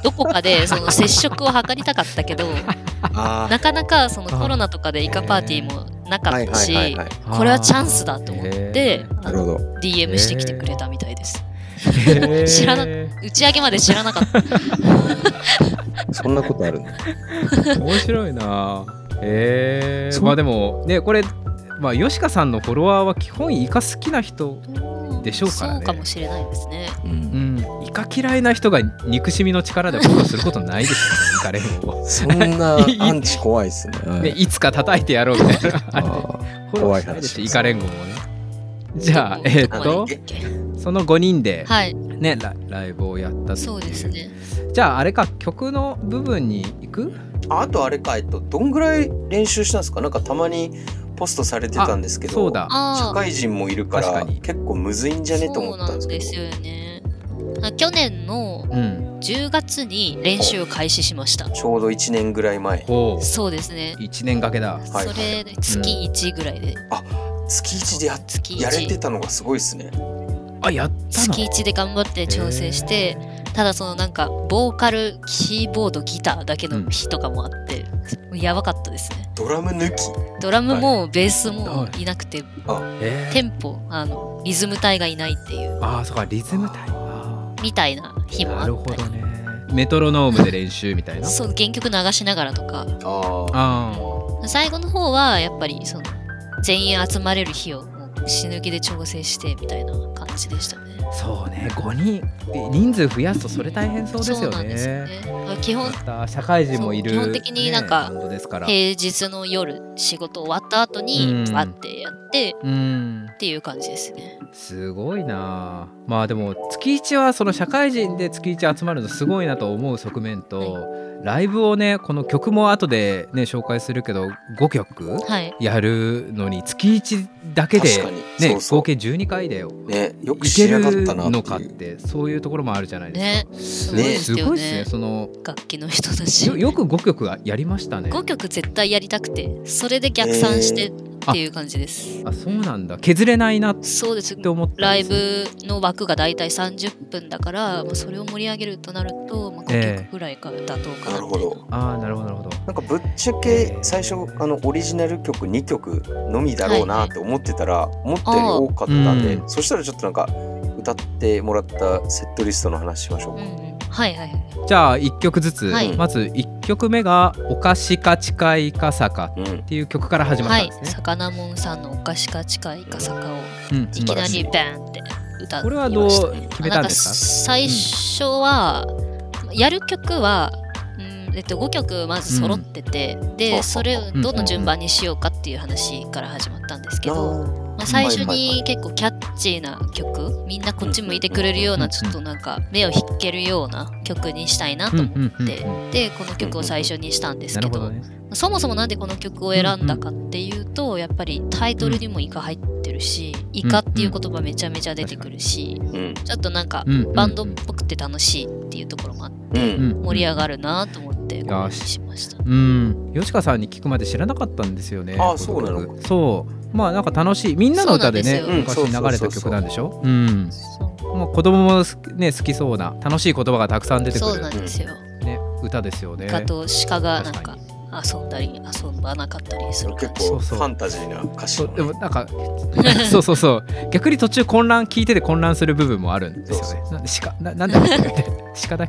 [SPEAKER 4] どこかでその接触を図りたかったけど
[SPEAKER 3] あー
[SPEAKER 4] なかなかそのコロナとかでイカパーティーもなか
[SPEAKER 3] は
[SPEAKER 4] っ
[SPEAKER 3] いはいは
[SPEAKER 4] た
[SPEAKER 3] い
[SPEAKER 4] し
[SPEAKER 3] はい。
[SPEAKER 4] これはチャンスだと思って
[SPEAKER 2] へー
[SPEAKER 4] あ
[SPEAKER 3] なるほ
[SPEAKER 4] の
[SPEAKER 3] ど。
[SPEAKER 4] DM してきてくれたみたいです。
[SPEAKER 2] へー
[SPEAKER 4] 知らな打ち上げまで知らなかった
[SPEAKER 3] そんなことあるんだ。
[SPEAKER 2] 面白いなえー、
[SPEAKER 3] そう
[SPEAKER 2] まあでもねこれまあ吉香さんのフォロワーは基本イカ好きな人でしょうからね
[SPEAKER 4] そうかもしれないですね
[SPEAKER 2] うんイカ嫌いな人が憎しみの力でフォローすることないですよイカ連 合を
[SPEAKER 3] そんなアンチ怖いっすね。
[SPEAKER 2] ねいつか叩いてやろうみたいなあれフ
[SPEAKER 3] あー
[SPEAKER 2] ォローしないでしょイカ連合もねじゃあ
[SPEAKER 4] どこ
[SPEAKER 2] えっ、
[SPEAKER 4] ど
[SPEAKER 2] と
[SPEAKER 4] こまで行ったっけ
[SPEAKER 2] その5人で
[SPEAKER 4] はい
[SPEAKER 2] ねラライブをやったってい
[SPEAKER 4] そうですね
[SPEAKER 2] じゃああれか曲の部分に行く
[SPEAKER 3] ああとあれか、えっと、どんぐらい練習したんですかなんかたまにポストされてたんですけど、
[SPEAKER 2] そうだ
[SPEAKER 4] あ
[SPEAKER 3] 社
[SPEAKER 4] あ
[SPEAKER 3] 会人もいるか
[SPEAKER 2] 確
[SPEAKER 3] ら
[SPEAKER 2] かに
[SPEAKER 3] 結構むずいんじゃねと
[SPEAKER 4] そ
[SPEAKER 3] 思
[SPEAKER 4] う
[SPEAKER 3] った
[SPEAKER 4] な
[SPEAKER 3] で
[SPEAKER 4] んん
[SPEAKER 3] すけ
[SPEAKER 4] で
[SPEAKER 3] ど
[SPEAKER 4] すよねあ去年の
[SPEAKER 2] うん
[SPEAKER 4] 10月に練習を開始しました
[SPEAKER 3] ちょうど1年ぐらい前
[SPEAKER 2] ほう
[SPEAKER 4] そうですね
[SPEAKER 2] 1年がけだ
[SPEAKER 3] はい
[SPEAKER 4] それで月1ぐらいで、
[SPEAKER 3] 月1でやっ
[SPEAKER 4] 月
[SPEAKER 3] やれて
[SPEAKER 4] 1
[SPEAKER 3] たのがすごいですね。
[SPEAKER 2] あやったの
[SPEAKER 4] 月1で頑張って調整してただそのなんかボーカルキーボードギターだけの日とかもあって、やばかったですね
[SPEAKER 3] ドラム抜き。
[SPEAKER 4] ドラムもベースもいなくて、
[SPEAKER 2] えー
[SPEAKER 4] テンポあのリズム隊がいないっていう
[SPEAKER 2] ああそうかリズム体あ
[SPEAKER 4] みたいな日
[SPEAKER 2] ー
[SPEAKER 4] も
[SPEAKER 2] な
[SPEAKER 4] あ
[SPEAKER 2] る
[SPEAKER 4] っ
[SPEAKER 2] ほ
[SPEAKER 4] た
[SPEAKER 2] ど
[SPEAKER 4] り、
[SPEAKER 2] ねメトロノームで練習みたいな
[SPEAKER 4] そう原曲流しながらとか
[SPEAKER 3] ああ。
[SPEAKER 2] あー
[SPEAKER 4] 最後の方はやっぱりその全員集まれる日をもう死ぬ気で調整してみたいな感じでしたね。
[SPEAKER 2] そうね5人人数増やすとそれ大変そうですよね
[SPEAKER 4] そうなんですよね。基
[SPEAKER 2] ま
[SPEAKER 4] 本
[SPEAKER 2] た社会人もいる
[SPEAKER 4] そう基本的になんか
[SPEAKER 2] ねバンドですから
[SPEAKER 4] 平日の夜仕事終わった後に
[SPEAKER 2] うん
[SPEAKER 4] わってやって
[SPEAKER 2] うん
[SPEAKER 4] っていう感じですね。
[SPEAKER 2] すごいなあまあでも月一はその社会人で月一集まるのすごいなと思う側面と、ライブをねこの曲も後でね紹介するけど5曲
[SPEAKER 4] はい。
[SPEAKER 2] やるのに月一だけで
[SPEAKER 3] 確かに。
[SPEAKER 2] ね
[SPEAKER 3] そうそう
[SPEAKER 2] 合計12回で
[SPEAKER 3] ね、よく
[SPEAKER 2] い
[SPEAKER 3] 知
[SPEAKER 2] け
[SPEAKER 3] り上がっ
[SPEAKER 2] る
[SPEAKER 3] たなって
[SPEAKER 2] のかっ
[SPEAKER 3] いう。
[SPEAKER 2] てそういうところもあるじゃないですか。
[SPEAKER 4] ね。
[SPEAKER 2] す
[SPEAKER 4] す
[SPEAKER 2] ご
[SPEAKER 4] ご
[SPEAKER 2] い
[SPEAKER 4] いで
[SPEAKER 2] です
[SPEAKER 4] す
[SPEAKER 2] ご
[SPEAKER 4] よ
[SPEAKER 2] いですね。
[SPEAKER 4] ね。
[SPEAKER 2] その
[SPEAKER 4] 楽器の人たち。
[SPEAKER 2] よよく5曲はやりましたね。
[SPEAKER 4] 5曲絶対やりたくてそれで逆算してっていう感じです。
[SPEAKER 2] あそうなんだ削れないなっ
[SPEAKER 4] そうです。
[SPEAKER 2] て思った
[SPEAKER 4] ラ
[SPEAKER 2] んで
[SPEAKER 4] イ
[SPEAKER 2] すよ。
[SPEAKER 4] ブの枠がだいたい30分だから、まあ、それを盛り上げるとなると、まあ、
[SPEAKER 2] ええ
[SPEAKER 4] 5曲ぐらいが妥当かなみたい
[SPEAKER 3] なるほど。
[SPEAKER 2] ああなるほどなるほど。
[SPEAKER 3] なんかぶっちゃけ最初あのオリジナル曲2曲のみだろうなって思ってたら思ったより多かったんで、
[SPEAKER 2] うん
[SPEAKER 3] そしたらちょっとなんか歌ってもらったセットリストの話しましょう
[SPEAKER 4] う
[SPEAKER 3] か。
[SPEAKER 4] んうん、はいはいはい。
[SPEAKER 2] じゃあ1曲ずつ、
[SPEAKER 4] はい
[SPEAKER 2] まず1曲目が「おかしか近いかさか」
[SPEAKER 3] うん、
[SPEAKER 2] っていう曲から始まっ
[SPEAKER 4] は
[SPEAKER 2] たん
[SPEAKER 4] い
[SPEAKER 2] です、ね。
[SPEAKER 4] 魚もんさんのお菓子か近いか坂を
[SPEAKER 2] うん
[SPEAKER 4] いきなりバーンって歌って
[SPEAKER 2] これはどう決めたんですか
[SPEAKER 4] 最初は、やる曲は、うんえっと、5曲まず揃ってて、でそれをどの順番にしようかっていう話から始まったんですけど、
[SPEAKER 3] あ
[SPEAKER 4] まあ、最初
[SPEAKER 3] はいはいは
[SPEAKER 4] に結構キャッチーな曲みんなこっち向いてくれるよう
[SPEAKER 2] う
[SPEAKER 4] なんちょっとなんか目を引けるような曲にしたいなと
[SPEAKER 2] うんう
[SPEAKER 4] 思
[SPEAKER 2] んうんうん
[SPEAKER 4] って、でこの曲を最初にしたんです
[SPEAKER 2] な
[SPEAKER 4] け
[SPEAKER 2] る
[SPEAKER 4] ど
[SPEAKER 2] ほどね。
[SPEAKER 4] そもそもなんでこの曲を選んだかっていうとやっぱりタイトルにもイカ入ってるし、イカっていう言葉めちゃめちゃ出てくるし、
[SPEAKER 3] うん
[SPEAKER 4] ちょっとなんか
[SPEAKER 2] うんうんうん
[SPEAKER 4] バンドっぽくて楽しいっていうところもあって
[SPEAKER 3] うん
[SPEAKER 2] うんうん
[SPEAKER 4] 盛り上がるなと思って
[SPEAKER 2] ん
[SPEAKER 4] これにしました。
[SPEAKER 2] うん、吉川さんに聞くまで知らなかったんですよね。
[SPEAKER 3] あ
[SPEAKER 2] こ
[SPEAKER 3] そうなの
[SPEAKER 2] 曲そう、まあなんか楽しい、みんなの歌でね、
[SPEAKER 4] そう
[SPEAKER 3] なんですよ
[SPEAKER 2] 昔流れた曲なんでしょ。うん、
[SPEAKER 4] そう
[SPEAKER 2] もう子供も好きね好きそうな楽しい言葉がたくさん出てく
[SPEAKER 4] そう
[SPEAKER 2] る
[SPEAKER 4] なんですよ。
[SPEAKER 2] ね歌ですよね
[SPEAKER 4] イ。カと鹿がなん
[SPEAKER 2] 確か
[SPEAKER 4] か遊んだり遊ばなかったりする
[SPEAKER 3] 結
[SPEAKER 4] 感じ。
[SPEAKER 3] 構
[SPEAKER 2] そうそう
[SPEAKER 3] ファンタジーな歌詞
[SPEAKER 2] そ
[SPEAKER 3] の
[SPEAKER 2] う
[SPEAKER 3] ね
[SPEAKER 2] でもなんかそうそうそう逆に途中混乱聞いてて混乱する部分もあるんですよね。なんで鹿ななんだっけみたいな鹿だっ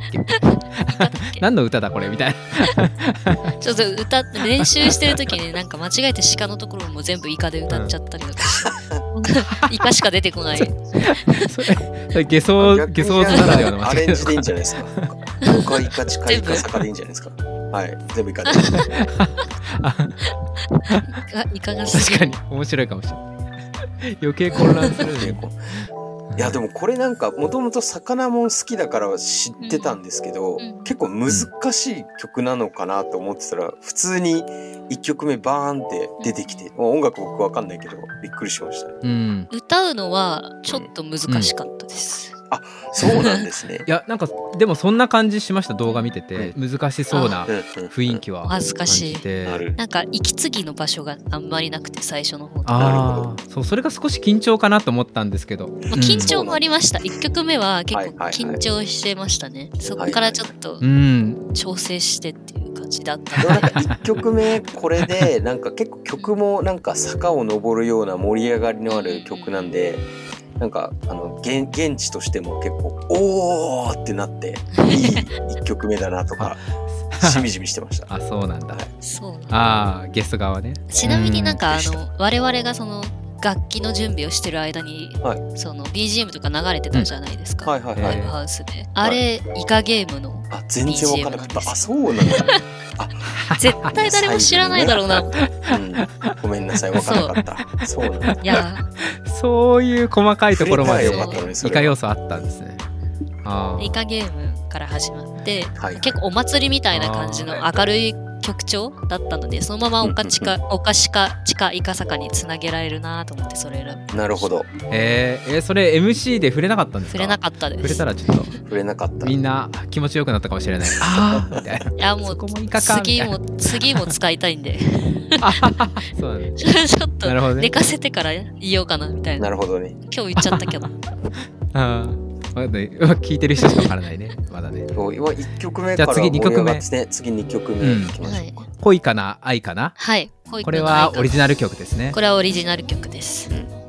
[SPEAKER 2] け何の歌だこれみたいな。
[SPEAKER 4] ちょっと歌って練習してる時になんか間違えて鹿のところも全部イカで歌っちゃったりとかして、イカしか出てこない。
[SPEAKER 2] それそれ下層
[SPEAKER 3] 逆
[SPEAKER 2] 下
[SPEAKER 3] に
[SPEAKER 2] 層図ならではの
[SPEAKER 3] ア
[SPEAKER 2] 間違
[SPEAKER 3] レ
[SPEAKER 2] い
[SPEAKER 3] ン
[SPEAKER 2] で
[SPEAKER 3] ジ
[SPEAKER 2] す
[SPEAKER 3] で
[SPEAKER 2] か
[SPEAKER 3] いいんじゃない ですか。僕はイカ近いイ
[SPEAKER 4] 全部
[SPEAKER 3] カ坂でいいんじゃないですか。はい、全部イカで。
[SPEAKER 4] あイカが好き
[SPEAKER 2] 確かに面白いかもしれない。余計混乱するね。
[SPEAKER 3] いやでもこれなんかもともと魚もん好きだからは知ってたんですけど、
[SPEAKER 4] うんうん
[SPEAKER 3] 結構難しい曲なのかなと思ってたら普通に1曲目バーンって出てきて、もう音楽僕わかんないけどびっくりしましたね
[SPEAKER 2] うん。
[SPEAKER 4] 歌うのはちょっと難しかったです。
[SPEAKER 3] そうなんですね
[SPEAKER 2] いやなんかでもそんな感じしました動画見てて難しそうな
[SPEAKER 3] うんうん
[SPEAKER 2] 雰囲気は
[SPEAKER 4] お恥ずかしい
[SPEAKER 2] 感じて
[SPEAKER 3] なる
[SPEAKER 4] なんか息継ぎの場所があんまりなくて最初の方とかまあ、
[SPEAKER 2] ああそうそれが少し緊張かなと思ったんですけど、うん
[SPEAKER 4] 緊張もありました1曲目は結構
[SPEAKER 3] はいはいはい
[SPEAKER 4] 緊張してましたね、そこからちょっと
[SPEAKER 2] うん
[SPEAKER 4] 調整してっていう感じだった
[SPEAKER 3] でもなんか1曲目これでなんか結構曲もなんか坂を登るような盛り上がりのある曲なんでなんかあの現現地としても結構おーってなっていい1曲目だなとかしみじみしてました。
[SPEAKER 2] あそうなんだ
[SPEAKER 4] そうなんだ
[SPEAKER 2] ああゲスト側ね
[SPEAKER 4] ちなみになんか
[SPEAKER 3] うん
[SPEAKER 4] あの我々がその楽器の準備をしてる間に、
[SPEAKER 3] は
[SPEAKER 4] その BGM とか流れてたじゃないですか、
[SPEAKER 3] はいはい
[SPEAKER 2] は
[SPEAKER 4] ラ
[SPEAKER 2] い
[SPEAKER 4] イブハウスで、あれイカゲームの
[SPEAKER 3] あ全然わからなかった。あそうなんだ。
[SPEAKER 4] 絶対誰も知らないだろうな、
[SPEAKER 3] うん、 ごめんなさいわからなかった。そうなんだ。
[SPEAKER 4] いや
[SPEAKER 2] そういう細かいところまで
[SPEAKER 4] 触れたらよかった
[SPEAKER 3] のにそれ
[SPEAKER 2] イ
[SPEAKER 3] は
[SPEAKER 2] カ要素あったんですねあー
[SPEAKER 4] イカゲームから始まって
[SPEAKER 3] はい、
[SPEAKER 4] 結構お祭りみたいな感じの明るい曲調だったのでそのままおかちかおかしかちかイカサカにつなげられるなと思ってそれ選ぶ
[SPEAKER 3] なるほど
[SPEAKER 2] えーえーそれ MC で触れなかったんですか
[SPEAKER 4] 触れなかったです
[SPEAKER 2] 触れたらちょっと
[SPEAKER 3] 触れなかった。
[SPEAKER 2] みんな気持ちよくなったかもしれ ないああみたいない
[SPEAKER 4] やも
[SPEAKER 2] そうこもイカかみ
[SPEAKER 4] 次
[SPEAKER 2] たいな
[SPEAKER 4] も次も使いた いんで
[SPEAKER 2] そうなんだ
[SPEAKER 4] ちょっ
[SPEAKER 2] なるほど
[SPEAKER 4] と
[SPEAKER 2] ね
[SPEAKER 4] 寝かせてから言おうかなみたいな
[SPEAKER 3] なるほどね。
[SPEAKER 4] 今日言っちゃっ たけど
[SPEAKER 2] あーわかんない聞いてる人しかわからないねまだね
[SPEAKER 3] そう今1曲目
[SPEAKER 2] じゃ
[SPEAKER 3] か
[SPEAKER 2] あ
[SPEAKER 3] ら
[SPEAKER 2] 次二
[SPEAKER 3] 盛り
[SPEAKER 2] 曲目
[SPEAKER 3] 上がってね次2曲目いきましょうか。
[SPEAKER 2] 恋かな愛かな
[SPEAKER 4] はい恋
[SPEAKER 2] こ
[SPEAKER 4] か
[SPEAKER 2] れ
[SPEAKER 4] な
[SPEAKER 2] はオリ
[SPEAKER 4] ジ
[SPEAKER 2] ジナル曲ですね
[SPEAKER 4] これはオリジナル曲です、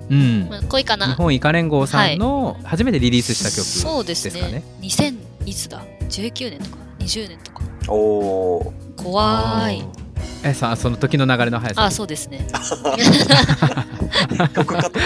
[SPEAKER 2] うん
[SPEAKER 4] まあ、恋か
[SPEAKER 2] 日
[SPEAKER 4] な
[SPEAKER 2] 本イカ連合さんの初めてリリースした曲ですかね,、
[SPEAKER 4] そうですね2000いつだ19年とか20年とか
[SPEAKER 3] おー
[SPEAKER 4] 怖い
[SPEAKER 2] えさその時の流れの速さ
[SPEAKER 4] あそうですね
[SPEAKER 3] 曲 かと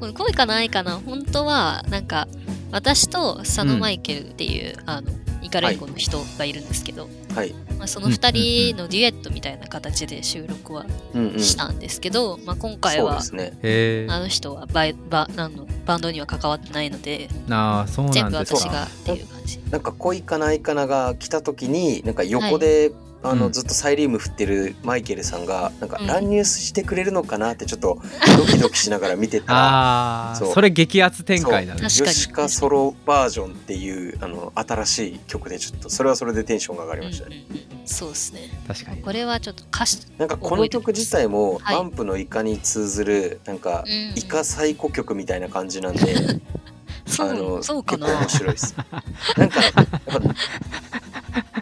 [SPEAKER 4] この恋かな愛かな本当はなんか私と佐野マイケルっていう、あのイカ連合の人がいるんですけど、
[SPEAKER 3] はい。
[SPEAKER 4] まあ、その2人のデュエットみたいな形で収録は
[SPEAKER 3] うんうん。
[SPEAKER 4] したんですけど、まあ、今回
[SPEAKER 3] そう
[SPEAKER 4] は
[SPEAKER 3] ですね。
[SPEAKER 2] へえ
[SPEAKER 4] あの人はバイバなんのバンドには関わってないので
[SPEAKER 2] なあそうな
[SPEAKER 4] 全
[SPEAKER 2] ん
[SPEAKER 4] 部
[SPEAKER 2] です
[SPEAKER 4] 私
[SPEAKER 2] か
[SPEAKER 4] がっていう感じ
[SPEAKER 3] なんか恋かな愛かなが来た時になんか横で、あ
[SPEAKER 2] う
[SPEAKER 3] の
[SPEAKER 2] ん
[SPEAKER 3] ずっとサイリウム振ってるマイケルさんがなんか
[SPEAKER 4] うん
[SPEAKER 3] 乱入してくれるのかなってちょっとドキドキしながら見てたら。
[SPEAKER 2] ああ
[SPEAKER 3] そう
[SPEAKER 2] それ激アツ展開だ
[SPEAKER 4] そ
[SPEAKER 2] ね
[SPEAKER 4] う
[SPEAKER 3] ヨ
[SPEAKER 4] 確かに
[SPEAKER 3] シカソロバージョンっていうあの新しい曲でちょっとそれはそれでテンションが上がりましたね。
[SPEAKER 4] うんうんうんそうですね
[SPEAKER 2] 確かに
[SPEAKER 4] これはちょっと歌詞
[SPEAKER 3] なんかこの曲自体も
[SPEAKER 4] はい
[SPEAKER 3] バンプのイカに通ずるなんか
[SPEAKER 4] うん
[SPEAKER 3] イカ最古曲みたいな感じなんで、
[SPEAKER 4] そ
[SPEAKER 3] あ
[SPEAKER 4] う
[SPEAKER 3] の
[SPEAKER 4] そうか
[SPEAKER 3] 結構
[SPEAKER 4] な
[SPEAKER 3] 面白いです。なんかやっぱ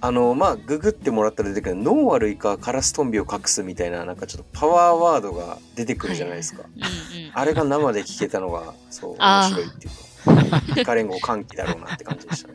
[SPEAKER 3] あのまあググってもらったら出てくる脳悪いかカラストンビを隠すみたいななんかちょっとパワーワードが出てくるじゃないですか。
[SPEAKER 4] うんうん
[SPEAKER 3] あれが生で聞けたのがそう面
[SPEAKER 4] あー
[SPEAKER 3] 白いっていうか、イカ連合歓喜だろうなって感じでしたね。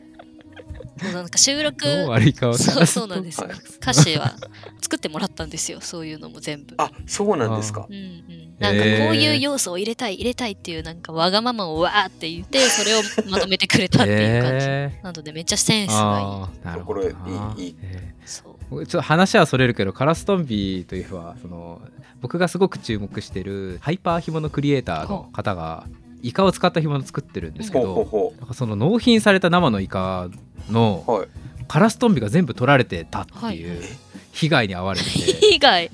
[SPEAKER 4] そうなんか収録
[SPEAKER 2] どう悪いか分から
[SPEAKER 4] そうそうなんです
[SPEAKER 3] はい
[SPEAKER 4] 歌詞は作ってもらったんですよそういうのも全部
[SPEAKER 3] あ、そうなんですか
[SPEAKER 4] う。んうん、なんかこういう要素を入れたい入れたいっていうなんかわがままをわーって言ってそれをまとめてくれたっていう感じ、
[SPEAKER 2] え
[SPEAKER 4] なのでめっちゃセ
[SPEAKER 2] ー、
[SPEAKER 4] ンスが
[SPEAKER 2] ああなるほ
[SPEAKER 3] こ
[SPEAKER 2] ど
[SPEAKER 3] れ
[SPEAKER 2] ない
[SPEAKER 3] いいいい
[SPEAKER 2] え
[SPEAKER 4] いいそう
[SPEAKER 2] ー僕ちょっと話はそれるけどカラストンビというはその僕がすごく注目してるハイパー紐のクリエイターの方がイカを使った紐の作ってるんですけ
[SPEAKER 3] ほう
[SPEAKER 2] ど、
[SPEAKER 3] ほうほ
[SPEAKER 2] なんかその納品された生のイカの
[SPEAKER 3] う。はい。
[SPEAKER 2] カラストンビが全部取られてたってい
[SPEAKER 4] は
[SPEAKER 2] う
[SPEAKER 4] い
[SPEAKER 2] 被害に遭われて て
[SPEAKER 4] 以外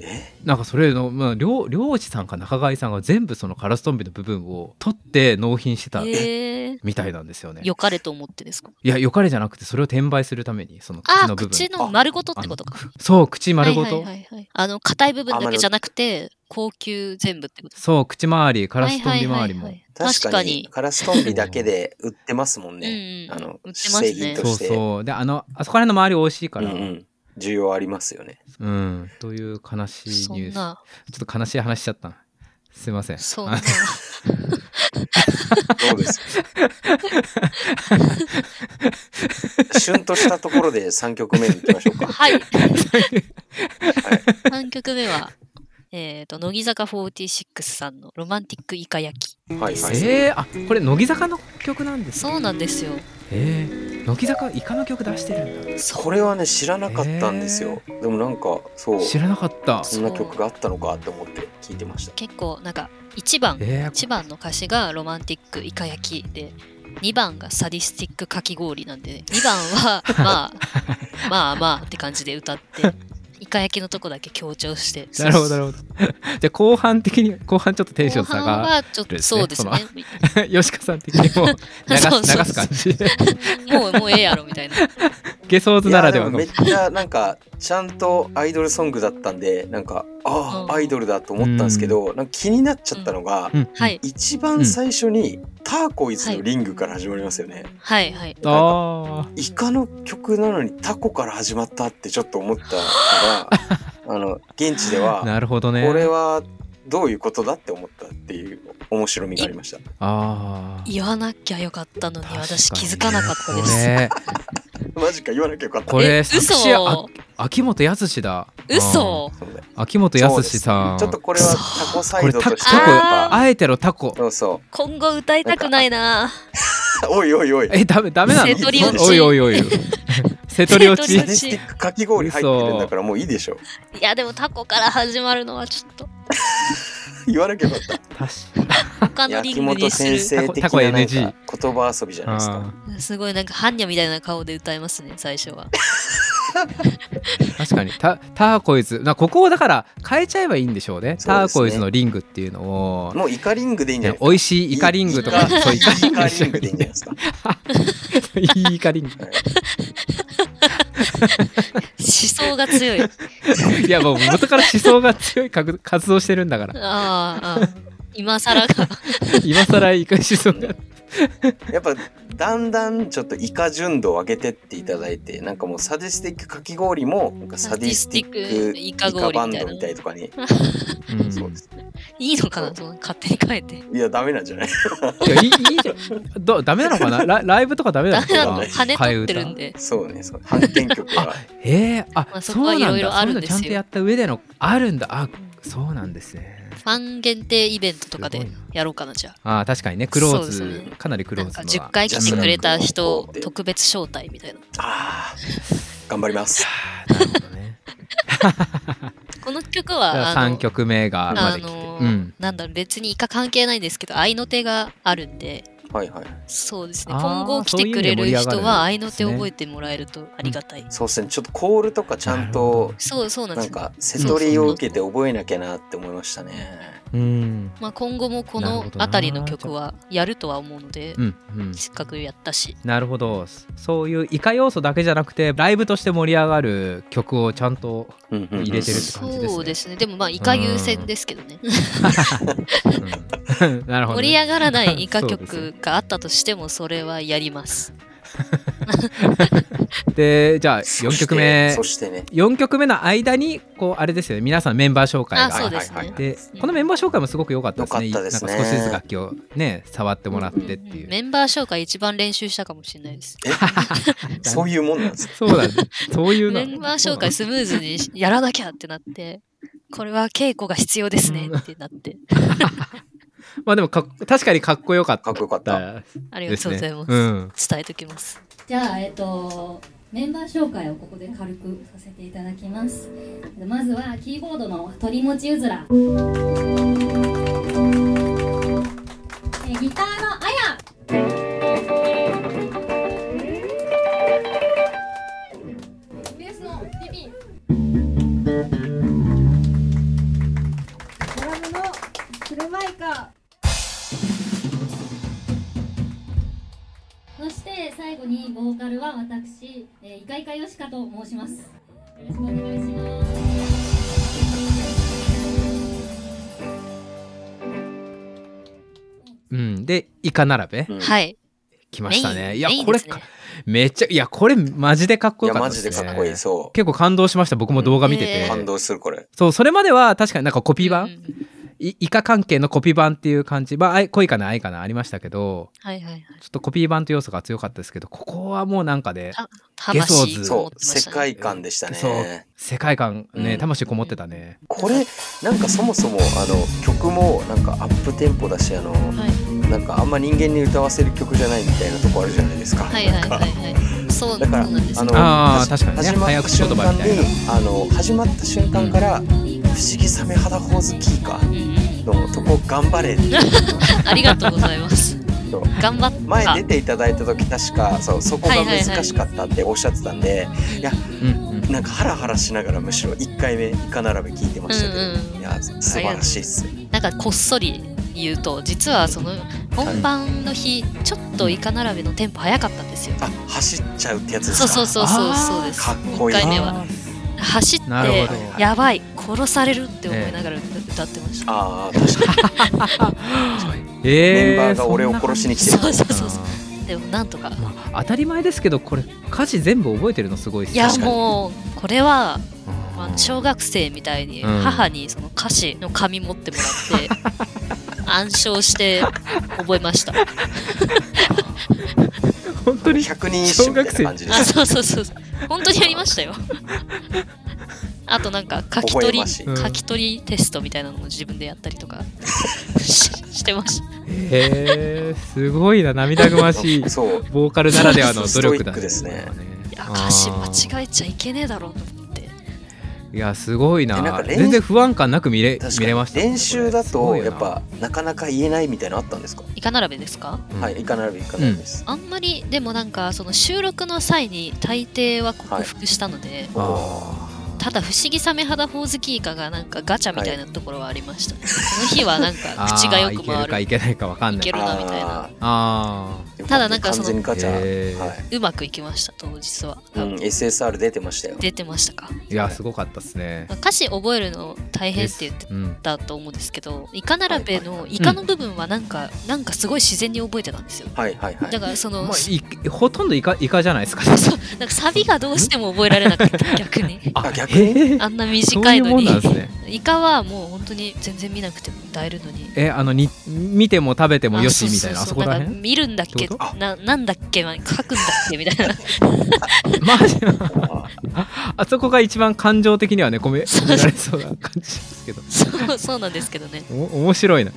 [SPEAKER 3] え、
[SPEAKER 2] なんかそれの、まあ、漁漁師さんか仲買さんが全部そのカラストンビの部分を取って納品してた
[SPEAKER 4] えー、
[SPEAKER 2] みたいなんですよね。
[SPEAKER 4] よかれと思ってですか
[SPEAKER 2] いやよかれじゃなくてそれを転売するためにその口
[SPEAKER 4] あ
[SPEAKER 2] の
[SPEAKER 4] あ
[SPEAKER 2] 部分
[SPEAKER 4] 口の丸ごとってことか
[SPEAKER 2] そう口丸ごと、
[SPEAKER 4] はいはいはいはい、あの硬い部分だけじゃなくて高級全部ってこと
[SPEAKER 2] そう口周りカラストンビ周りも、
[SPEAKER 4] はいはいはいはい
[SPEAKER 3] 確
[SPEAKER 4] 確
[SPEAKER 3] か
[SPEAKER 4] か
[SPEAKER 3] に
[SPEAKER 4] に
[SPEAKER 3] カラストンビだけで売ってますもんね。
[SPEAKER 4] うんうん
[SPEAKER 3] あの
[SPEAKER 4] 売ってます
[SPEAKER 3] 製品
[SPEAKER 4] ね
[SPEAKER 3] と
[SPEAKER 2] そう
[SPEAKER 3] して
[SPEAKER 2] そうであのあそこら辺の周り美味しいか
[SPEAKER 3] うんう
[SPEAKER 2] ら、
[SPEAKER 3] ん。需要ありますよ ね。
[SPEAKER 2] うんという悲しい
[SPEAKER 4] そ
[SPEAKER 2] ニュー
[SPEAKER 4] ん
[SPEAKER 2] ス
[SPEAKER 4] な
[SPEAKER 2] ちょっと悲しい話しちゃったすいません
[SPEAKER 4] そん な
[SPEAKER 3] どうですかシュンとしたところで3曲目に行きましょ うか。
[SPEAKER 4] はい3曲目は えっと乃木坂46さんの「ロマンティックイカ焼き
[SPEAKER 3] はいはい。
[SPEAKER 2] えー、あこれ乃木坂の曲なんで」す
[SPEAKER 4] そうなんですよ
[SPEAKER 2] えー、乃木坂イカの曲出してるん
[SPEAKER 3] これはね知らなかったんですよ。でもなんかそう
[SPEAKER 2] だ知らなかった
[SPEAKER 3] そんな曲があったのかって思って聞いてました。
[SPEAKER 4] 結構なんか1番
[SPEAKER 2] えー、
[SPEAKER 4] 1番の歌詞が「ロマンティックイカ焼き」で2番が「サディスティックかき氷」なんで2 番はまあまあまあって感じで歌ってイカ焼きのとこだけ強調して
[SPEAKER 2] なるほどなるほど じゃあ後半的に後半ちょっとテンション
[SPEAKER 4] 後
[SPEAKER 2] 下
[SPEAKER 4] 半
[SPEAKER 2] が
[SPEAKER 4] はちょっとそうですね
[SPEAKER 2] る吉川さん的にも流す
[SPEAKER 4] そうそうそう
[SPEAKER 2] 流す感じ で
[SPEAKER 4] もうもうええやろみた いな
[SPEAKER 2] ゲソーズ
[SPEAKER 3] い
[SPEAKER 2] な
[SPEAKER 3] や
[SPEAKER 2] らで
[SPEAKER 3] で
[SPEAKER 2] は
[SPEAKER 3] も
[SPEAKER 2] の
[SPEAKER 3] めっちゃなんかちゃんとアイドルソングだったんでなんかあ
[SPEAKER 4] うん
[SPEAKER 3] あアイドルだと思ったんですけどなんか気になっちゃったのが
[SPEAKER 2] うん
[SPEAKER 4] はい
[SPEAKER 3] 一番最初にターコイズのリングから始まりますよね。
[SPEAKER 4] はいはい
[SPEAKER 2] あ
[SPEAKER 3] イカの曲なのにタコから始 まったってちょっと思ったのがあの現地で
[SPEAKER 2] あ
[SPEAKER 3] は
[SPEAKER 2] なるほどね
[SPEAKER 3] これはどういうことだって思ったっていう面白みがありました。
[SPEAKER 2] ああ
[SPEAKER 4] 言わなきゃよかったのに私気づ
[SPEAKER 2] 確
[SPEAKER 4] かなかっ
[SPEAKER 2] こ
[SPEAKER 4] たです。
[SPEAKER 2] れ
[SPEAKER 3] マジか言わなきゃよかった。
[SPEAKER 2] これ
[SPEAKER 4] え
[SPEAKER 2] 作詞
[SPEAKER 4] 嘘
[SPEAKER 2] あ秋元康だ
[SPEAKER 4] 嘘
[SPEAKER 3] そうだよ
[SPEAKER 2] あ秋元
[SPEAKER 3] そうで
[SPEAKER 2] 康
[SPEAKER 3] す
[SPEAKER 2] さん
[SPEAKER 3] ちょっとこれはタコサイドとして
[SPEAKER 4] これタ
[SPEAKER 3] やっぱ
[SPEAKER 4] あ
[SPEAKER 2] あえてのタコ
[SPEAKER 3] そうそ
[SPEAKER 4] 今後歌いたくないな。
[SPEAKER 3] う。おいおいおい。
[SPEAKER 2] えダメダメなの
[SPEAKER 4] 瀬戸利落ち
[SPEAKER 2] おいおいお い瀬戸り落
[SPEAKER 4] 瀬
[SPEAKER 2] ち
[SPEAKER 4] 戸
[SPEAKER 3] サデ
[SPEAKER 4] 利落ち
[SPEAKER 3] ィスティックかき氷入ってるんだからもういいでしょ。
[SPEAKER 4] いやでもタコから始まるのはちょっと
[SPEAKER 3] 言わなきゃよかった。
[SPEAKER 2] 確か
[SPEAKER 4] 他のリ
[SPEAKER 3] 秋
[SPEAKER 4] ング
[SPEAKER 3] 元
[SPEAKER 4] にす
[SPEAKER 3] 先
[SPEAKER 4] る。
[SPEAKER 3] 生的
[SPEAKER 2] タ
[SPEAKER 3] な
[SPEAKER 2] コ
[SPEAKER 3] なん
[SPEAKER 2] NG
[SPEAKER 3] か言葉遊びじゃないですか。
[SPEAKER 4] すごいなんか般若みたいな顔で歌いますね最 初は。
[SPEAKER 2] 確かにタターコイズなここをだから変えちゃえばいいんでしょうね
[SPEAKER 3] そうですね
[SPEAKER 2] ターコイズのリングっていうのを
[SPEAKER 3] もうイカリングでいいんじゃない
[SPEAKER 2] 美味しいイカリングとか
[SPEAKER 4] イカ
[SPEAKER 2] そう
[SPEAKER 3] イ
[SPEAKER 2] イカリ
[SPEAKER 3] カ
[SPEAKER 2] ングにして
[SPEAKER 3] リングでいいんじゃないですか。
[SPEAKER 2] いいイカリング
[SPEAKER 4] 思想が強い。あ
[SPEAKER 2] いやもう元から思想が強い活活動してるんだから
[SPEAKER 4] あああ今更が。
[SPEAKER 2] 今更イカ思想が
[SPEAKER 3] やっぱだんだんちょっとイカ純度を上げてっていただいてなんかもうサディスティックかき氷もなんかサディスティックイ
[SPEAKER 4] イ
[SPEAKER 3] カ
[SPEAKER 4] カ
[SPEAKER 3] バ
[SPEAKER 4] 氷
[SPEAKER 3] ン
[SPEAKER 4] みた
[SPEAKER 3] ドみた
[SPEAKER 4] いな
[SPEAKER 3] いとかに、
[SPEAKER 2] うん
[SPEAKER 3] そうですね
[SPEAKER 4] いいのかなと勝手に変えて。
[SPEAKER 3] いやダメなんじゃない
[SPEAKER 2] い やいいいいじゃんどダメなのかなラライブとかダメな
[SPEAKER 4] だ
[SPEAKER 2] の
[SPEAKER 4] んだ
[SPEAKER 2] か
[SPEAKER 4] ん
[SPEAKER 2] な
[SPEAKER 4] 跳ね
[SPEAKER 2] 替え
[SPEAKER 4] 取って
[SPEAKER 2] 歌
[SPEAKER 4] るんで。
[SPEAKER 3] そうねそう反転曲 は
[SPEAKER 2] えー、あ、
[SPEAKER 4] まあそ
[SPEAKER 2] そ
[SPEAKER 4] こ
[SPEAKER 2] う
[SPEAKER 4] は
[SPEAKER 2] なんだ
[SPEAKER 4] いろいろあるんですよ
[SPEAKER 2] そういうのちゃんとやった上でのあるんだあそうなんですね
[SPEAKER 4] ファン限定イベントとか
[SPEAKER 2] す
[SPEAKER 4] で
[SPEAKER 2] ごいな
[SPEAKER 4] やろうかなじゃあ。
[SPEAKER 2] あー確かにねクロー
[SPEAKER 4] そ
[SPEAKER 2] ズ
[SPEAKER 4] うですね
[SPEAKER 2] かなりクロ
[SPEAKER 4] な
[SPEAKER 2] ー
[SPEAKER 4] ん
[SPEAKER 2] ズ
[SPEAKER 4] か
[SPEAKER 2] のは
[SPEAKER 4] 10回来てくれた人
[SPEAKER 3] うん
[SPEAKER 4] 特別招待みたいな。
[SPEAKER 3] あー頑張ります
[SPEAKER 2] あーなるほどね
[SPEAKER 4] この曲
[SPEAKER 2] じ
[SPEAKER 4] は
[SPEAKER 2] ゃあ
[SPEAKER 4] あ
[SPEAKER 2] 三
[SPEAKER 4] の
[SPEAKER 2] 曲目がま
[SPEAKER 4] あ
[SPEAKER 2] で来て、
[SPEAKER 4] の
[SPEAKER 2] うん
[SPEAKER 4] なんだろう別にイカ関係ないんですけど合いの手があるんで
[SPEAKER 3] はいはい
[SPEAKER 4] そうですね
[SPEAKER 2] あー
[SPEAKER 4] 今後来てくれ
[SPEAKER 2] そういう意味で盛り
[SPEAKER 4] る
[SPEAKER 2] 上がる
[SPEAKER 4] 人は合いの
[SPEAKER 2] で
[SPEAKER 4] 手
[SPEAKER 2] すね
[SPEAKER 4] 覚えてもらえるとありがたい、
[SPEAKER 3] そうですねちょっとコールとかちゃんと
[SPEAKER 4] そうそうなんで
[SPEAKER 3] な
[SPEAKER 4] す
[SPEAKER 3] ん
[SPEAKER 4] よ、
[SPEAKER 3] か瀬取りを受けて覚えなきゃなって思いましたね
[SPEAKER 2] うん
[SPEAKER 4] まあ、今後もこ
[SPEAKER 2] なる
[SPEAKER 4] の
[SPEAKER 2] ほどな
[SPEAKER 4] 辺りの曲はやるとは思うので
[SPEAKER 2] うんうん
[SPEAKER 4] せっかくやったし
[SPEAKER 2] なるほどそういうイカ要素だけじゃなくてライブとして盛り上がる曲をちゃんと
[SPEAKER 3] うんうんうん
[SPEAKER 2] 入れてるって感じですね
[SPEAKER 4] そうですねでもまあイカ優先ですけどね
[SPEAKER 2] うん なるほどね、
[SPEAKER 4] 盛り上がらないイカ
[SPEAKER 2] そうですね
[SPEAKER 4] 曲があったとしてもそれはやります
[SPEAKER 2] でじゃあ4曲目
[SPEAKER 3] そしてそしてね
[SPEAKER 2] 4曲目の間にこうあれですよね皆さんメンバー紹介が
[SPEAKER 4] あそうですね
[SPEAKER 2] はいはいはいでこのメンバー紹介もすごく良かったですね
[SPEAKER 3] 良かったですね
[SPEAKER 2] なんか少しずつ楽器をね触ってもらってっていう、
[SPEAKER 4] メンバー紹介一番練習したかもしれないです
[SPEAKER 3] そういうもんなんですね
[SPEAKER 2] そうだねそういう
[SPEAKER 4] メンバー紹介スムーズにやらなきゃってなって、これは稽古が必要ですねってなって、
[SPEAKER 2] まあでもかっ確かにかっこよかった
[SPEAKER 3] かっこよかった
[SPEAKER 4] ありが
[SPEAKER 2] で
[SPEAKER 4] と
[SPEAKER 2] す
[SPEAKER 4] う
[SPEAKER 2] ね
[SPEAKER 4] ございます。
[SPEAKER 2] うん
[SPEAKER 4] 伝えときます。
[SPEAKER 1] じゃあ、えっと、メンバー紹介をここで軽くさせていただきます。まずはキーボードの鳥持ちうずら。えーギターのあや。ベースのピピン。
[SPEAKER 5] ドラムの車いか
[SPEAKER 1] そして最後にボーカルは私、えー、イカイカヨシカと申します。よろしくお願いします。
[SPEAKER 2] うん、でイカ並べ、
[SPEAKER 3] うん
[SPEAKER 4] はい。
[SPEAKER 2] 来ましたねいや
[SPEAKER 4] メイン
[SPEAKER 2] これ
[SPEAKER 4] メインですね
[SPEAKER 2] めっちゃいやこれマジでかっこ
[SPEAKER 3] い
[SPEAKER 2] よ
[SPEAKER 3] や
[SPEAKER 2] かった
[SPEAKER 3] マ
[SPEAKER 2] で
[SPEAKER 3] ジ
[SPEAKER 2] すね
[SPEAKER 3] でかっこいいそ
[SPEAKER 2] 結構感動しました僕も動画見てて、
[SPEAKER 4] うん
[SPEAKER 3] 感動するこれ
[SPEAKER 2] そうそれまでは確かになんかコピー版、
[SPEAKER 4] うんうん
[SPEAKER 2] いイカ関係のコピー版っていう感じまああい恋かな愛かなありましたけど
[SPEAKER 4] はいはいはい。
[SPEAKER 2] ちょっとコピー版という要素が強かったですけどここはもうなんかで、ゲソー
[SPEAKER 4] 魂
[SPEAKER 2] ズ
[SPEAKER 3] そ
[SPEAKER 4] を持ってま
[SPEAKER 3] う
[SPEAKER 4] し
[SPEAKER 3] 世
[SPEAKER 4] たね。
[SPEAKER 3] 界観でしたね
[SPEAKER 2] そう世界観ね、
[SPEAKER 3] うん
[SPEAKER 2] 魂こもってたね
[SPEAKER 3] これなんかそもそもあの曲もなんかアップテンポだしあの、
[SPEAKER 4] はい
[SPEAKER 3] なんかあんま人間に歌わせる曲じゃないみたいなとこあるじゃないですか。
[SPEAKER 4] はいはい
[SPEAKER 3] なん
[SPEAKER 4] は
[SPEAKER 3] か
[SPEAKER 4] いはい。そう
[SPEAKER 3] だ
[SPEAKER 4] そう
[SPEAKER 3] から
[SPEAKER 4] なんです
[SPEAKER 3] あ
[SPEAKER 4] よ。
[SPEAKER 3] の
[SPEAKER 2] あー
[SPEAKER 3] は
[SPEAKER 2] 確
[SPEAKER 3] じ
[SPEAKER 2] かにね
[SPEAKER 3] 始ま
[SPEAKER 2] 早
[SPEAKER 3] った
[SPEAKER 2] 口言
[SPEAKER 3] 瞬
[SPEAKER 2] 葉
[SPEAKER 3] 間
[SPEAKER 2] みたいな
[SPEAKER 3] にあの始まった瞬間から「不思議サメ肌ホーズキーカ
[SPEAKER 4] うんうん
[SPEAKER 3] のとこ頑張れっていう
[SPEAKER 4] ありがとうございます。
[SPEAKER 3] そう
[SPEAKER 4] 頑張った。
[SPEAKER 3] 前出ていただいた時確かそうそこが
[SPEAKER 4] はいはいはい
[SPEAKER 3] 難しかったっておっしゃってたんで、いや
[SPEAKER 2] うんうん
[SPEAKER 3] なんかハラハラしながらむしろ1回目イカ並べ聞いてましたけど、
[SPEAKER 4] うんうん
[SPEAKER 3] いや素晴らしいっす。
[SPEAKER 4] なんかこっそり言うと、実はその本番の日、ちょっとイカ並べのテンポ早かったんですよ。
[SPEAKER 3] あ走っちゃうってやつです
[SPEAKER 4] そ
[SPEAKER 3] か
[SPEAKER 4] うそうそうそう
[SPEAKER 2] あー
[SPEAKER 4] そうです。
[SPEAKER 3] かっこいい
[SPEAKER 4] 一回目は
[SPEAKER 2] あ
[SPEAKER 4] 走っ
[SPEAKER 2] なるほ
[SPEAKER 4] て
[SPEAKER 2] ど
[SPEAKER 4] やばい殺されるって思いながら歌ってました、
[SPEAKER 3] ああ確かに
[SPEAKER 2] ーえ
[SPEAKER 3] メンバーが俺を殺しに来てる
[SPEAKER 4] そうそうそうそ
[SPEAKER 2] あー
[SPEAKER 4] でもなんとか
[SPEAKER 2] まあ、当たり前ですけどこれ歌詞全部覚えてるのすごいっす
[SPEAKER 4] いや
[SPEAKER 3] 確かに
[SPEAKER 4] もうこれは、まあの小学生みたいに
[SPEAKER 2] うん
[SPEAKER 4] 母にその歌詞の紙持ってもらって、暗唱して覚えました。
[SPEAKER 2] 本 当に
[SPEAKER 3] 100人一首みたいな感じで
[SPEAKER 4] あ
[SPEAKER 3] す。
[SPEAKER 4] そうそうそうそう本当にやりましたよ あとなんか書き取
[SPEAKER 3] 覚え
[SPEAKER 4] り
[SPEAKER 3] まし
[SPEAKER 2] うん
[SPEAKER 4] 書き取りテストみたいなのも自分でやったりとかししてまし
[SPEAKER 2] へ
[SPEAKER 4] た
[SPEAKER 2] えすごいな涙ぐまし い
[SPEAKER 3] そう。
[SPEAKER 2] ボーカルならではの努力だ
[SPEAKER 3] ストイックですね
[SPEAKER 4] いや歌詞
[SPEAKER 2] 違
[SPEAKER 4] 間違えちゃいけねえだろうと思って
[SPEAKER 2] いやすごいな
[SPEAKER 3] えなんか練習
[SPEAKER 2] 全然不安感なく見れ
[SPEAKER 3] 確
[SPEAKER 2] 見れ
[SPEAKER 3] か
[SPEAKER 2] ま
[SPEAKER 3] に
[SPEAKER 2] したね
[SPEAKER 3] 練習だ
[SPEAKER 2] すご
[SPEAKER 3] と
[SPEAKER 2] いよな
[SPEAKER 3] やっぱなかなか言えないみたいなのあったんですか、
[SPEAKER 4] イカ並べですか
[SPEAKER 2] うん
[SPEAKER 3] はい、いかなるいかなるです。
[SPEAKER 4] あんまりでもなんかその収録の際に大抵は克服したので、
[SPEAKER 2] あ
[SPEAKER 4] ただ不思議サメ肌ホオズキイカがなんかガチャみたいなところはありましたね、その日はなん
[SPEAKER 2] ー
[SPEAKER 4] か口がよ
[SPEAKER 2] あーい
[SPEAKER 4] く
[SPEAKER 2] け
[SPEAKER 4] 回
[SPEAKER 2] るか
[SPEAKER 4] る
[SPEAKER 2] いけないかわかん
[SPEAKER 4] い
[SPEAKER 2] な
[SPEAKER 4] け
[SPEAKER 2] い
[SPEAKER 4] るなみた
[SPEAKER 3] あ
[SPEAKER 4] いな
[SPEAKER 2] ああ
[SPEAKER 3] ー
[SPEAKER 4] ただなんかその
[SPEAKER 3] 完全にガチャ、
[SPEAKER 2] へー
[SPEAKER 3] はい
[SPEAKER 4] るうまくいきました当日は、
[SPEAKER 3] うん、SSR 出てましたよ。
[SPEAKER 4] 出てましたか
[SPEAKER 2] いやすごかったですね
[SPEAKER 4] 歌詞覚えるの大変って言って
[SPEAKER 2] うん
[SPEAKER 4] たと思うんですけどイカ並べのイカの部分はなんか、なんかすごい自然に覚えてたんですよ
[SPEAKER 3] はいはいはい
[SPEAKER 4] だ。からその、
[SPEAKER 2] まあ、いほとんどイカイカじゃない ですか
[SPEAKER 4] なんかサビがどうしても覚えられなか った逆に
[SPEAKER 3] あ逆
[SPEAKER 2] に
[SPEAKER 4] あんな
[SPEAKER 2] そう
[SPEAKER 4] 短
[SPEAKER 2] い
[SPEAKER 4] いうの
[SPEAKER 2] もん
[SPEAKER 4] に
[SPEAKER 2] なんですね
[SPEAKER 4] イカはもう本当に全然見なくても歌えるのに
[SPEAKER 2] えあのに見ても食べてもよしみたいなあそこら
[SPEAKER 4] んか
[SPEAKER 2] 辺
[SPEAKER 4] 見るんだっけ
[SPEAKER 2] ってこ
[SPEAKER 4] ななんだっけま書くんだっけみたい な
[SPEAKER 2] マジ なあそこが一番感情的にはね込め込められそうな感じですけど
[SPEAKER 4] そうそうなんですけどね
[SPEAKER 2] お面白いな
[SPEAKER 4] ち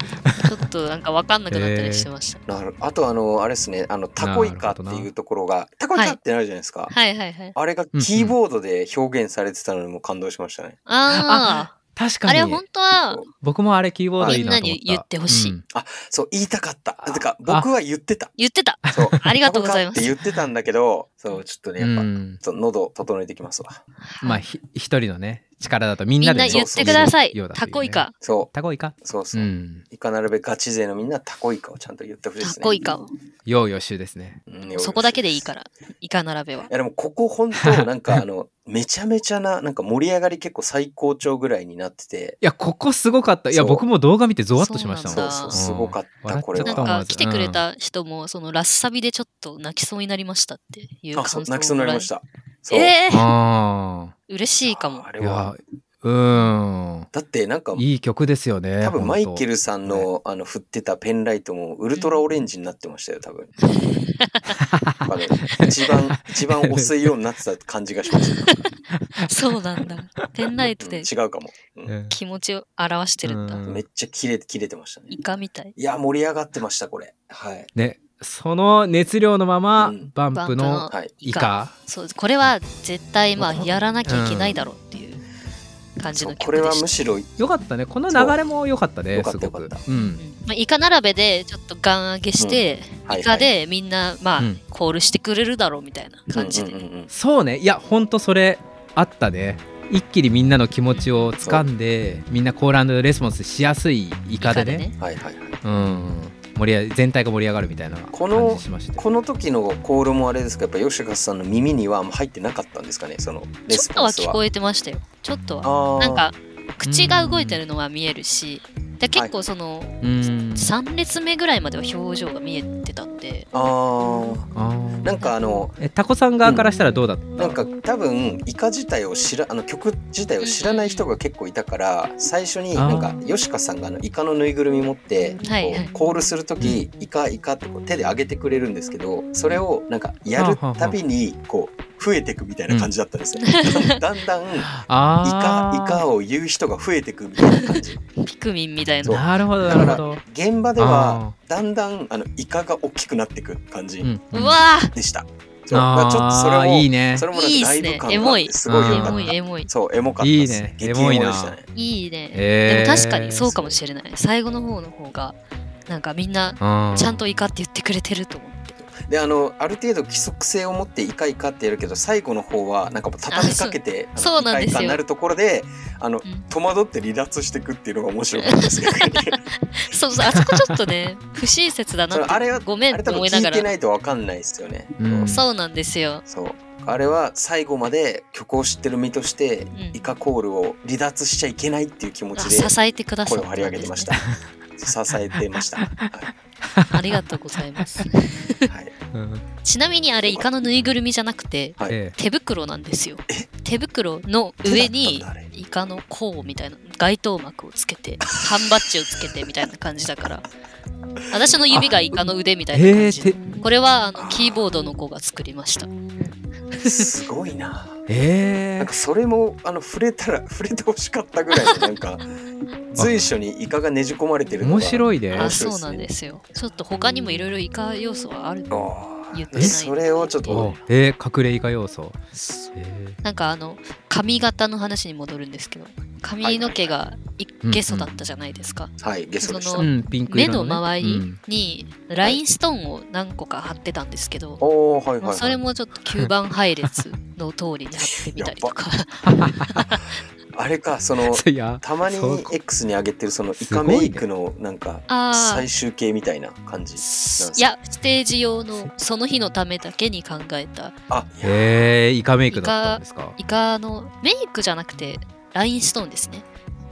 [SPEAKER 4] ょっとなんか分かんなくなったりして ました、
[SPEAKER 3] なるあとあのあれですねあのタコイカっていうところがタコイカってなるじゃないですか、
[SPEAKER 4] はいはいはい
[SPEAKER 3] あれがキーボードで表現されてたのにも感動しましたね、
[SPEAKER 4] あ
[SPEAKER 2] 確
[SPEAKER 4] ああ
[SPEAKER 2] か
[SPEAKER 4] れ
[SPEAKER 2] に
[SPEAKER 4] 本当は
[SPEAKER 2] 僕もあれキーボードいいなと思った
[SPEAKER 4] みんなに言ってほしい
[SPEAKER 2] うん
[SPEAKER 3] そう言いたかったてか僕は言ってた
[SPEAKER 4] 言ってた
[SPEAKER 3] そう
[SPEAKER 4] ありがとうございます
[SPEAKER 3] タコイカって言ってたんだけどそうちょっとねやっぱ、
[SPEAKER 2] うん
[SPEAKER 3] そう喉整えてきますわ
[SPEAKER 2] まあひ一人のね力だとみん
[SPEAKER 4] み
[SPEAKER 2] なんで
[SPEAKER 4] な
[SPEAKER 2] ね
[SPEAKER 4] 言ってください
[SPEAKER 2] そうそう
[SPEAKER 4] タコイカ
[SPEAKER 3] そ
[SPEAKER 2] タコイカ
[SPEAKER 3] うそうそうう、
[SPEAKER 2] ん
[SPEAKER 3] いかなるべガチ勢のみんなタコイカをちゃんと言ってほしいです
[SPEAKER 4] タ
[SPEAKER 3] ね
[SPEAKER 4] コイカを
[SPEAKER 2] ようよしゅうですね
[SPEAKER 3] うんよろし
[SPEAKER 4] そこだけでいいからイカ並べはい
[SPEAKER 3] やでもここ本当なんかあの めちゃめちゃななんか盛り上がり結構最高潮ぐらいになってて
[SPEAKER 2] いやここすごかったいや
[SPEAKER 3] そう
[SPEAKER 2] 僕も動画見てゾワッとしましたもん
[SPEAKER 3] そう
[SPEAKER 4] あー
[SPEAKER 3] そうすごかっ
[SPEAKER 2] うん
[SPEAKER 3] たこれ
[SPEAKER 2] 笑
[SPEAKER 4] な
[SPEAKER 2] っちゃ
[SPEAKER 4] ん
[SPEAKER 2] った
[SPEAKER 3] は
[SPEAKER 2] わ
[SPEAKER 4] か来てくれた人もそのラッサビでちょっと泣きそうになりましたっていう
[SPEAKER 3] あ
[SPEAKER 4] 感
[SPEAKER 3] そ
[SPEAKER 4] 想
[SPEAKER 3] う
[SPEAKER 4] を
[SPEAKER 3] 泣きそうになりましたそう
[SPEAKER 4] ええー、
[SPEAKER 2] あ
[SPEAKER 4] 嬉しいか も
[SPEAKER 3] あ
[SPEAKER 2] あ
[SPEAKER 3] れ
[SPEAKER 2] い
[SPEAKER 3] は
[SPEAKER 2] やうーん
[SPEAKER 3] だってなんか
[SPEAKER 2] いい曲ですよね
[SPEAKER 3] 多分マイケ
[SPEAKER 2] ル
[SPEAKER 3] ルさんのあの振ってたペンライトもウルトラオレンジになってましたよ 多分あの一番一番押すようになってた感じがしまし
[SPEAKER 4] そうなんだ ペンライトで
[SPEAKER 3] た違うかも、うん
[SPEAKER 4] 気持ちを表してるんだ、
[SPEAKER 2] うん
[SPEAKER 3] めっちゃ切れ切れてましたね
[SPEAKER 4] イカみたい
[SPEAKER 3] いや盛り上がってましたこれはい
[SPEAKER 2] ねその熱量のまま
[SPEAKER 3] うん
[SPEAKER 2] バンプの
[SPEAKER 3] はい
[SPEAKER 2] イカ
[SPEAKER 4] そうこれは絶対まあやらなきゃいけないだろうっていう感じ
[SPEAKER 3] そ
[SPEAKER 4] の
[SPEAKER 3] うこ
[SPEAKER 4] 曲
[SPEAKER 3] れは
[SPEAKER 4] で
[SPEAKER 3] む
[SPEAKER 4] し
[SPEAKER 3] しろ
[SPEAKER 2] よかったねこの流れも良かった
[SPEAKER 3] よ
[SPEAKER 2] ね
[SPEAKER 3] かっ
[SPEAKER 2] す
[SPEAKER 3] た
[SPEAKER 2] ご
[SPEAKER 3] よ
[SPEAKER 2] く
[SPEAKER 3] かった
[SPEAKER 2] うん
[SPEAKER 4] た、うんまあ、イカ並べでちょっとガン上げして、
[SPEAKER 3] はい
[SPEAKER 4] イカでみんなまあ、
[SPEAKER 2] うん
[SPEAKER 4] コールしてくれるだろうみたいな感じで、
[SPEAKER 3] うんうんうんうん
[SPEAKER 2] そうねいやほんとそれあったね一気にみんなの気持ちを掴んでみんなコールレスポンスしやすいイカでね
[SPEAKER 3] はいはいはい
[SPEAKER 2] うん盛り上が全体が盛り上がるみたいな
[SPEAKER 3] この
[SPEAKER 2] 感じしましたよ
[SPEAKER 3] この時のコールもあれですかやっぱ吉川さんの耳にはもう入ってなかったんですかねそのレ
[SPEAKER 4] ちょ
[SPEAKER 3] ス
[SPEAKER 4] っと
[SPEAKER 3] ポ
[SPEAKER 4] は
[SPEAKER 3] ンス
[SPEAKER 4] 聞
[SPEAKER 3] は
[SPEAKER 4] こえてましたよちょっとは
[SPEAKER 3] あー
[SPEAKER 4] なんか口が動いてるのは見えるしで結構その
[SPEAKER 2] うん
[SPEAKER 4] 3列目ぐらいまでは表情が見えてたんで
[SPEAKER 3] あー
[SPEAKER 2] あー
[SPEAKER 3] なんかあの
[SPEAKER 2] えタコさん側からしたらどうだった、
[SPEAKER 3] なんか多分イカ自体を知らあの曲自体を知らない人が結構いたから最初にな
[SPEAKER 2] あ
[SPEAKER 3] んかヨシカさんがあのイカのぬいぐるみ持ってこう
[SPEAKER 4] はいはい
[SPEAKER 3] コールする時イカイカってこう手で上げてくれるんですけどそれをなんかやるたびにこう増えてくみたいな感じだったんですよ。 だんだんイ
[SPEAKER 2] あ
[SPEAKER 3] カ
[SPEAKER 2] ー
[SPEAKER 3] イカを言う人が増えてくみたいな感じ。
[SPEAKER 4] ピクミンみたい
[SPEAKER 3] そう
[SPEAKER 4] な
[SPEAKER 2] なるほどなるほど
[SPEAKER 3] 現場で
[SPEAKER 2] あ
[SPEAKER 3] はだんだんあのイカが大きくなってく感じ
[SPEAKER 2] ん
[SPEAKER 4] うわ
[SPEAKER 3] でした。そうだから
[SPEAKER 2] あ
[SPEAKER 3] ちょっとそれも
[SPEAKER 2] あーいいね
[SPEAKER 3] それもなん
[SPEAKER 4] いい
[SPEAKER 3] かラ
[SPEAKER 4] っす
[SPEAKER 3] イブ
[SPEAKER 4] ね
[SPEAKER 3] 感
[SPEAKER 4] エ
[SPEAKER 3] があ
[SPEAKER 4] モ
[SPEAKER 3] っ
[SPEAKER 4] い
[SPEAKER 3] てすごい
[SPEAKER 2] うん
[SPEAKER 3] 良
[SPEAKER 4] エ
[SPEAKER 3] か
[SPEAKER 4] モ
[SPEAKER 3] っ
[SPEAKER 4] いエモい
[SPEAKER 3] た。そうエモかったですね。
[SPEAKER 2] いいね
[SPEAKER 3] 激エ
[SPEAKER 2] エモい
[SPEAKER 3] モ
[SPEAKER 2] な
[SPEAKER 3] でしたね。
[SPEAKER 4] いいね、
[SPEAKER 2] えー
[SPEAKER 4] でも確かにそうかもしれない最後の方の方がなんかみんな
[SPEAKER 2] う
[SPEAKER 4] ちゃんとイカって言ってくれてると思って
[SPEAKER 3] であのある程度規則性を持ってイカイカってやるけど最後の方はなんかもう畳みかけて
[SPEAKER 4] あそう
[SPEAKER 3] あの
[SPEAKER 4] そうなんで
[SPEAKER 3] イ
[SPEAKER 4] すよ
[SPEAKER 3] カイカになるところであの、
[SPEAKER 4] ん
[SPEAKER 3] 戸惑って離脱していくっていうのが面白かったです よ
[SPEAKER 4] そうそうあそこちょっと ね不親切だな
[SPEAKER 3] そ
[SPEAKER 4] っ
[SPEAKER 3] うあれ
[SPEAKER 4] て
[SPEAKER 3] は
[SPEAKER 4] ごめん
[SPEAKER 3] あ
[SPEAKER 4] っ
[SPEAKER 3] れ
[SPEAKER 4] て
[SPEAKER 3] 多分
[SPEAKER 4] 思いな
[SPEAKER 3] 聞
[SPEAKER 4] が
[SPEAKER 3] いて
[SPEAKER 4] ら
[SPEAKER 3] ないとわかんないですよね。
[SPEAKER 2] うん
[SPEAKER 4] そうなんですよ
[SPEAKER 3] そうあれは最後まで曲を知ってる身として、
[SPEAKER 4] ん
[SPEAKER 3] イカコールを離脱しちゃいけないっていう気持
[SPEAKER 4] あ
[SPEAKER 3] ちで
[SPEAKER 4] 支えてくださ
[SPEAKER 3] 声
[SPEAKER 4] っ
[SPEAKER 3] を張り上げ てました。支えてました。は
[SPEAKER 4] ありがとうございます
[SPEAKER 3] いはい
[SPEAKER 2] うん
[SPEAKER 4] ちなみにあれイカのぬいぐるみじゃなくて
[SPEAKER 3] はい
[SPEAKER 2] え
[SPEAKER 4] 手袋なんですよ手袋の上に
[SPEAKER 3] 手だったんだあれ
[SPEAKER 4] イカの甲みたいな街頭幕をつけて缶バッジをつけてみたいな感じだから私の指がイカの腕みたいな
[SPEAKER 2] え
[SPEAKER 4] 感
[SPEAKER 2] え
[SPEAKER 4] じ
[SPEAKER 2] ー、
[SPEAKER 4] これはあのキーボードの子が作りました
[SPEAKER 3] すごいな。
[SPEAKER 2] てえ
[SPEAKER 3] なんかそれもあの触れたら 触れてほしかったぐらいのなん か随所にイカがねじ込まれて
[SPEAKER 2] ー、
[SPEAKER 3] るのが
[SPEAKER 2] 面白いね
[SPEAKER 4] あ
[SPEAKER 3] 面
[SPEAKER 4] そ
[SPEAKER 3] 白いですね
[SPEAKER 4] うなんですよちょっと他にもいろいろイカ要素はある
[SPEAKER 3] あ
[SPEAKER 4] 言って
[SPEAKER 3] ー
[SPEAKER 4] ない
[SPEAKER 3] それをちょっ
[SPEAKER 2] お
[SPEAKER 3] と
[SPEAKER 2] えー、隠れイカ要素え
[SPEAKER 4] なんかあの髪型の話に戻るんですけど髪の毛がい
[SPEAKER 2] い
[SPEAKER 4] ゲソだったじゃないですか、
[SPEAKER 3] はいゲストでし
[SPEAKER 2] ー
[SPEAKER 4] そ
[SPEAKER 3] た
[SPEAKER 2] う
[SPEAKER 4] の。
[SPEAKER 2] んピンク色
[SPEAKER 4] 目
[SPEAKER 2] の、
[SPEAKER 4] の
[SPEAKER 2] ね、
[SPEAKER 4] 周
[SPEAKER 2] う
[SPEAKER 4] り
[SPEAKER 2] ん
[SPEAKER 4] にラインストーンを何個か貼ってたんですけど、
[SPEAKER 3] おおはいはい、
[SPEAKER 4] も
[SPEAKER 3] は
[SPEAKER 4] う
[SPEAKER 3] い、
[SPEAKER 4] それもちょっと吸盤配列の通りに貼ってみたりとか
[SPEAKER 3] あれかその
[SPEAKER 2] そういや
[SPEAKER 3] たまに
[SPEAKER 2] そうこ
[SPEAKER 3] X に上げてるそのイ
[SPEAKER 2] すご
[SPEAKER 3] カ
[SPEAKER 2] いね
[SPEAKER 3] メイクのなんか
[SPEAKER 4] ああ
[SPEAKER 3] 最終形みたいな感じなんです
[SPEAKER 4] いやステージ用のその日のためだけに考えた
[SPEAKER 3] あ
[SPEAKER 2] えー、イカメイクだったんですか
[SPEAKER 4] イカのメイクじゃなくてラインストーンですね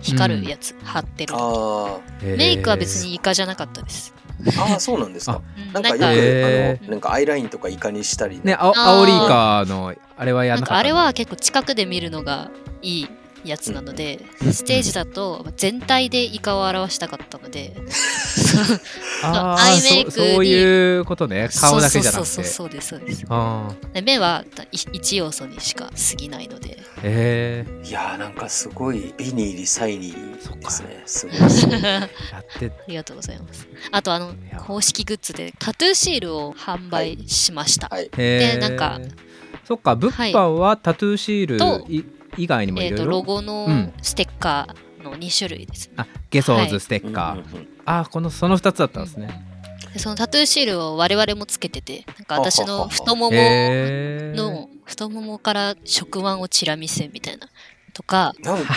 [SPEAKER 4] 光るやつ貼ってる、
[SPEAKER 3] あー
[SPEAKER 4] メイクは別、にイカじゃなかったです、
[SPEAKER 3] あーそうなんですか
[SPEAKER 4] うん
[SPEAKER 3] なんかよく、
[SPEAKER 2] へー
[SPEAKER 3] あのなんかアイラインとかイカにしたり
[SPEAKER 2] えー、ね
[SPEAKER 3] あ
[SPEAKER 2] あお
[SPEAKER 4] あー
[SPEAKER 2] アオリイカのあれはや
[SPEAKER 4] なんん
[SPEAKER 2] な
[SPEAKER 4] か
[SPEAKER 2] かった
[SPEAKER 4] あれは結構近くで見るのがいいやつなので、ステージだと全体でイカを表したかったのでそう
[SPEAKER 2] あ
[SPEAKER 4] ア
[SPEAKER 2] ー
[SPEAKER 4] イメイク
[SPEAKER 2] そ
[SPEAKER 4] に
[SPEAKER 2] そういうことね顔だけじゃなく
[SPEAKER 4] そうそう
[SPEAKER 2] て
[SPEAKER 4] そうそうですそうです
[SPEAKER 2] あー
[SPEAKER 4] で目はたい一要素にしか過ぎないので
[SPEAKER 2] え
[SPEAKER 3] いやーなんかすごいビニーリサイニーですねすごい
[SPEAKER 4] あ
[SPEAKER 2] ー、やって
[SPEAKER 4] りがとうございますあとあの
[SPEAKER 2] や
[SPEAKER 4] 公式グッズでタトゥーシールを販売しました、
[SPEAKER 3] はい
[SPEAKER 2] えー、
[SPEAKER 4] なんか
[SPEAKER 2] そっか物販はタトゥーシール
[SPEAKER 4] と
[SPEAKER 2] い以外にもい
[SPEAKER 4] えっ、
[SPEAKER 2] ろい
[SPEAKER 4] と
[SPEAKER 2] ろ、
[SPEAKER 4] ロゴの
[SPEAKER 2] うん
[SPEAKER 4] ステッカーの2種類ですね、
[SPEAKER 2] あゲソー
[SPEAKER 4] は
[SPEAKER 2] ズ
[SPEAKER 4] い
[SPEAKER 2] ステッカー、
[SPEAKER 3] うんうんうん
[SPEAKER 2] あーこのその2つだったんですね、
[SPEAKER 4] でそのタトゥーシールを我々もつけててなんか私の太もも
[SPEAKER 2] えー、
[SPEAKER 4] の太ももから食腕をチラ見せみたいなとか
[SPEAKER 3] なん か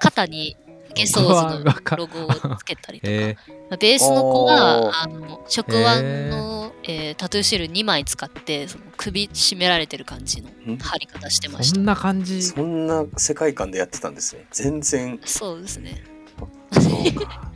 [SPEAKER 4] 肩にゲソーズ
[SPEAKER 2] わか
[SPEAKER 4] のロゴをつけたりとか、
[SPEAKER 2] え
[SPEAKER 4] まあベースの子
[SPEAKER 3] おー
[SPEAKER 4] があの食腕の、えータトゥーシール2枚使ってその首絞められてる感じの
[SPEAKER 3] ん
[SPEAKER 4] 貼り方してま
[SPEAKER 2] ー、
[SPEAKER 4] し
[SPEAKER 2] そ
[SPEAKER 4] た
[SPEAKER 2] んな感じ
[SPEAKER 3] そんな世界観でやってたんですね全然
[SPEAKER 4] そうですね
[SPEAKER 3] そうか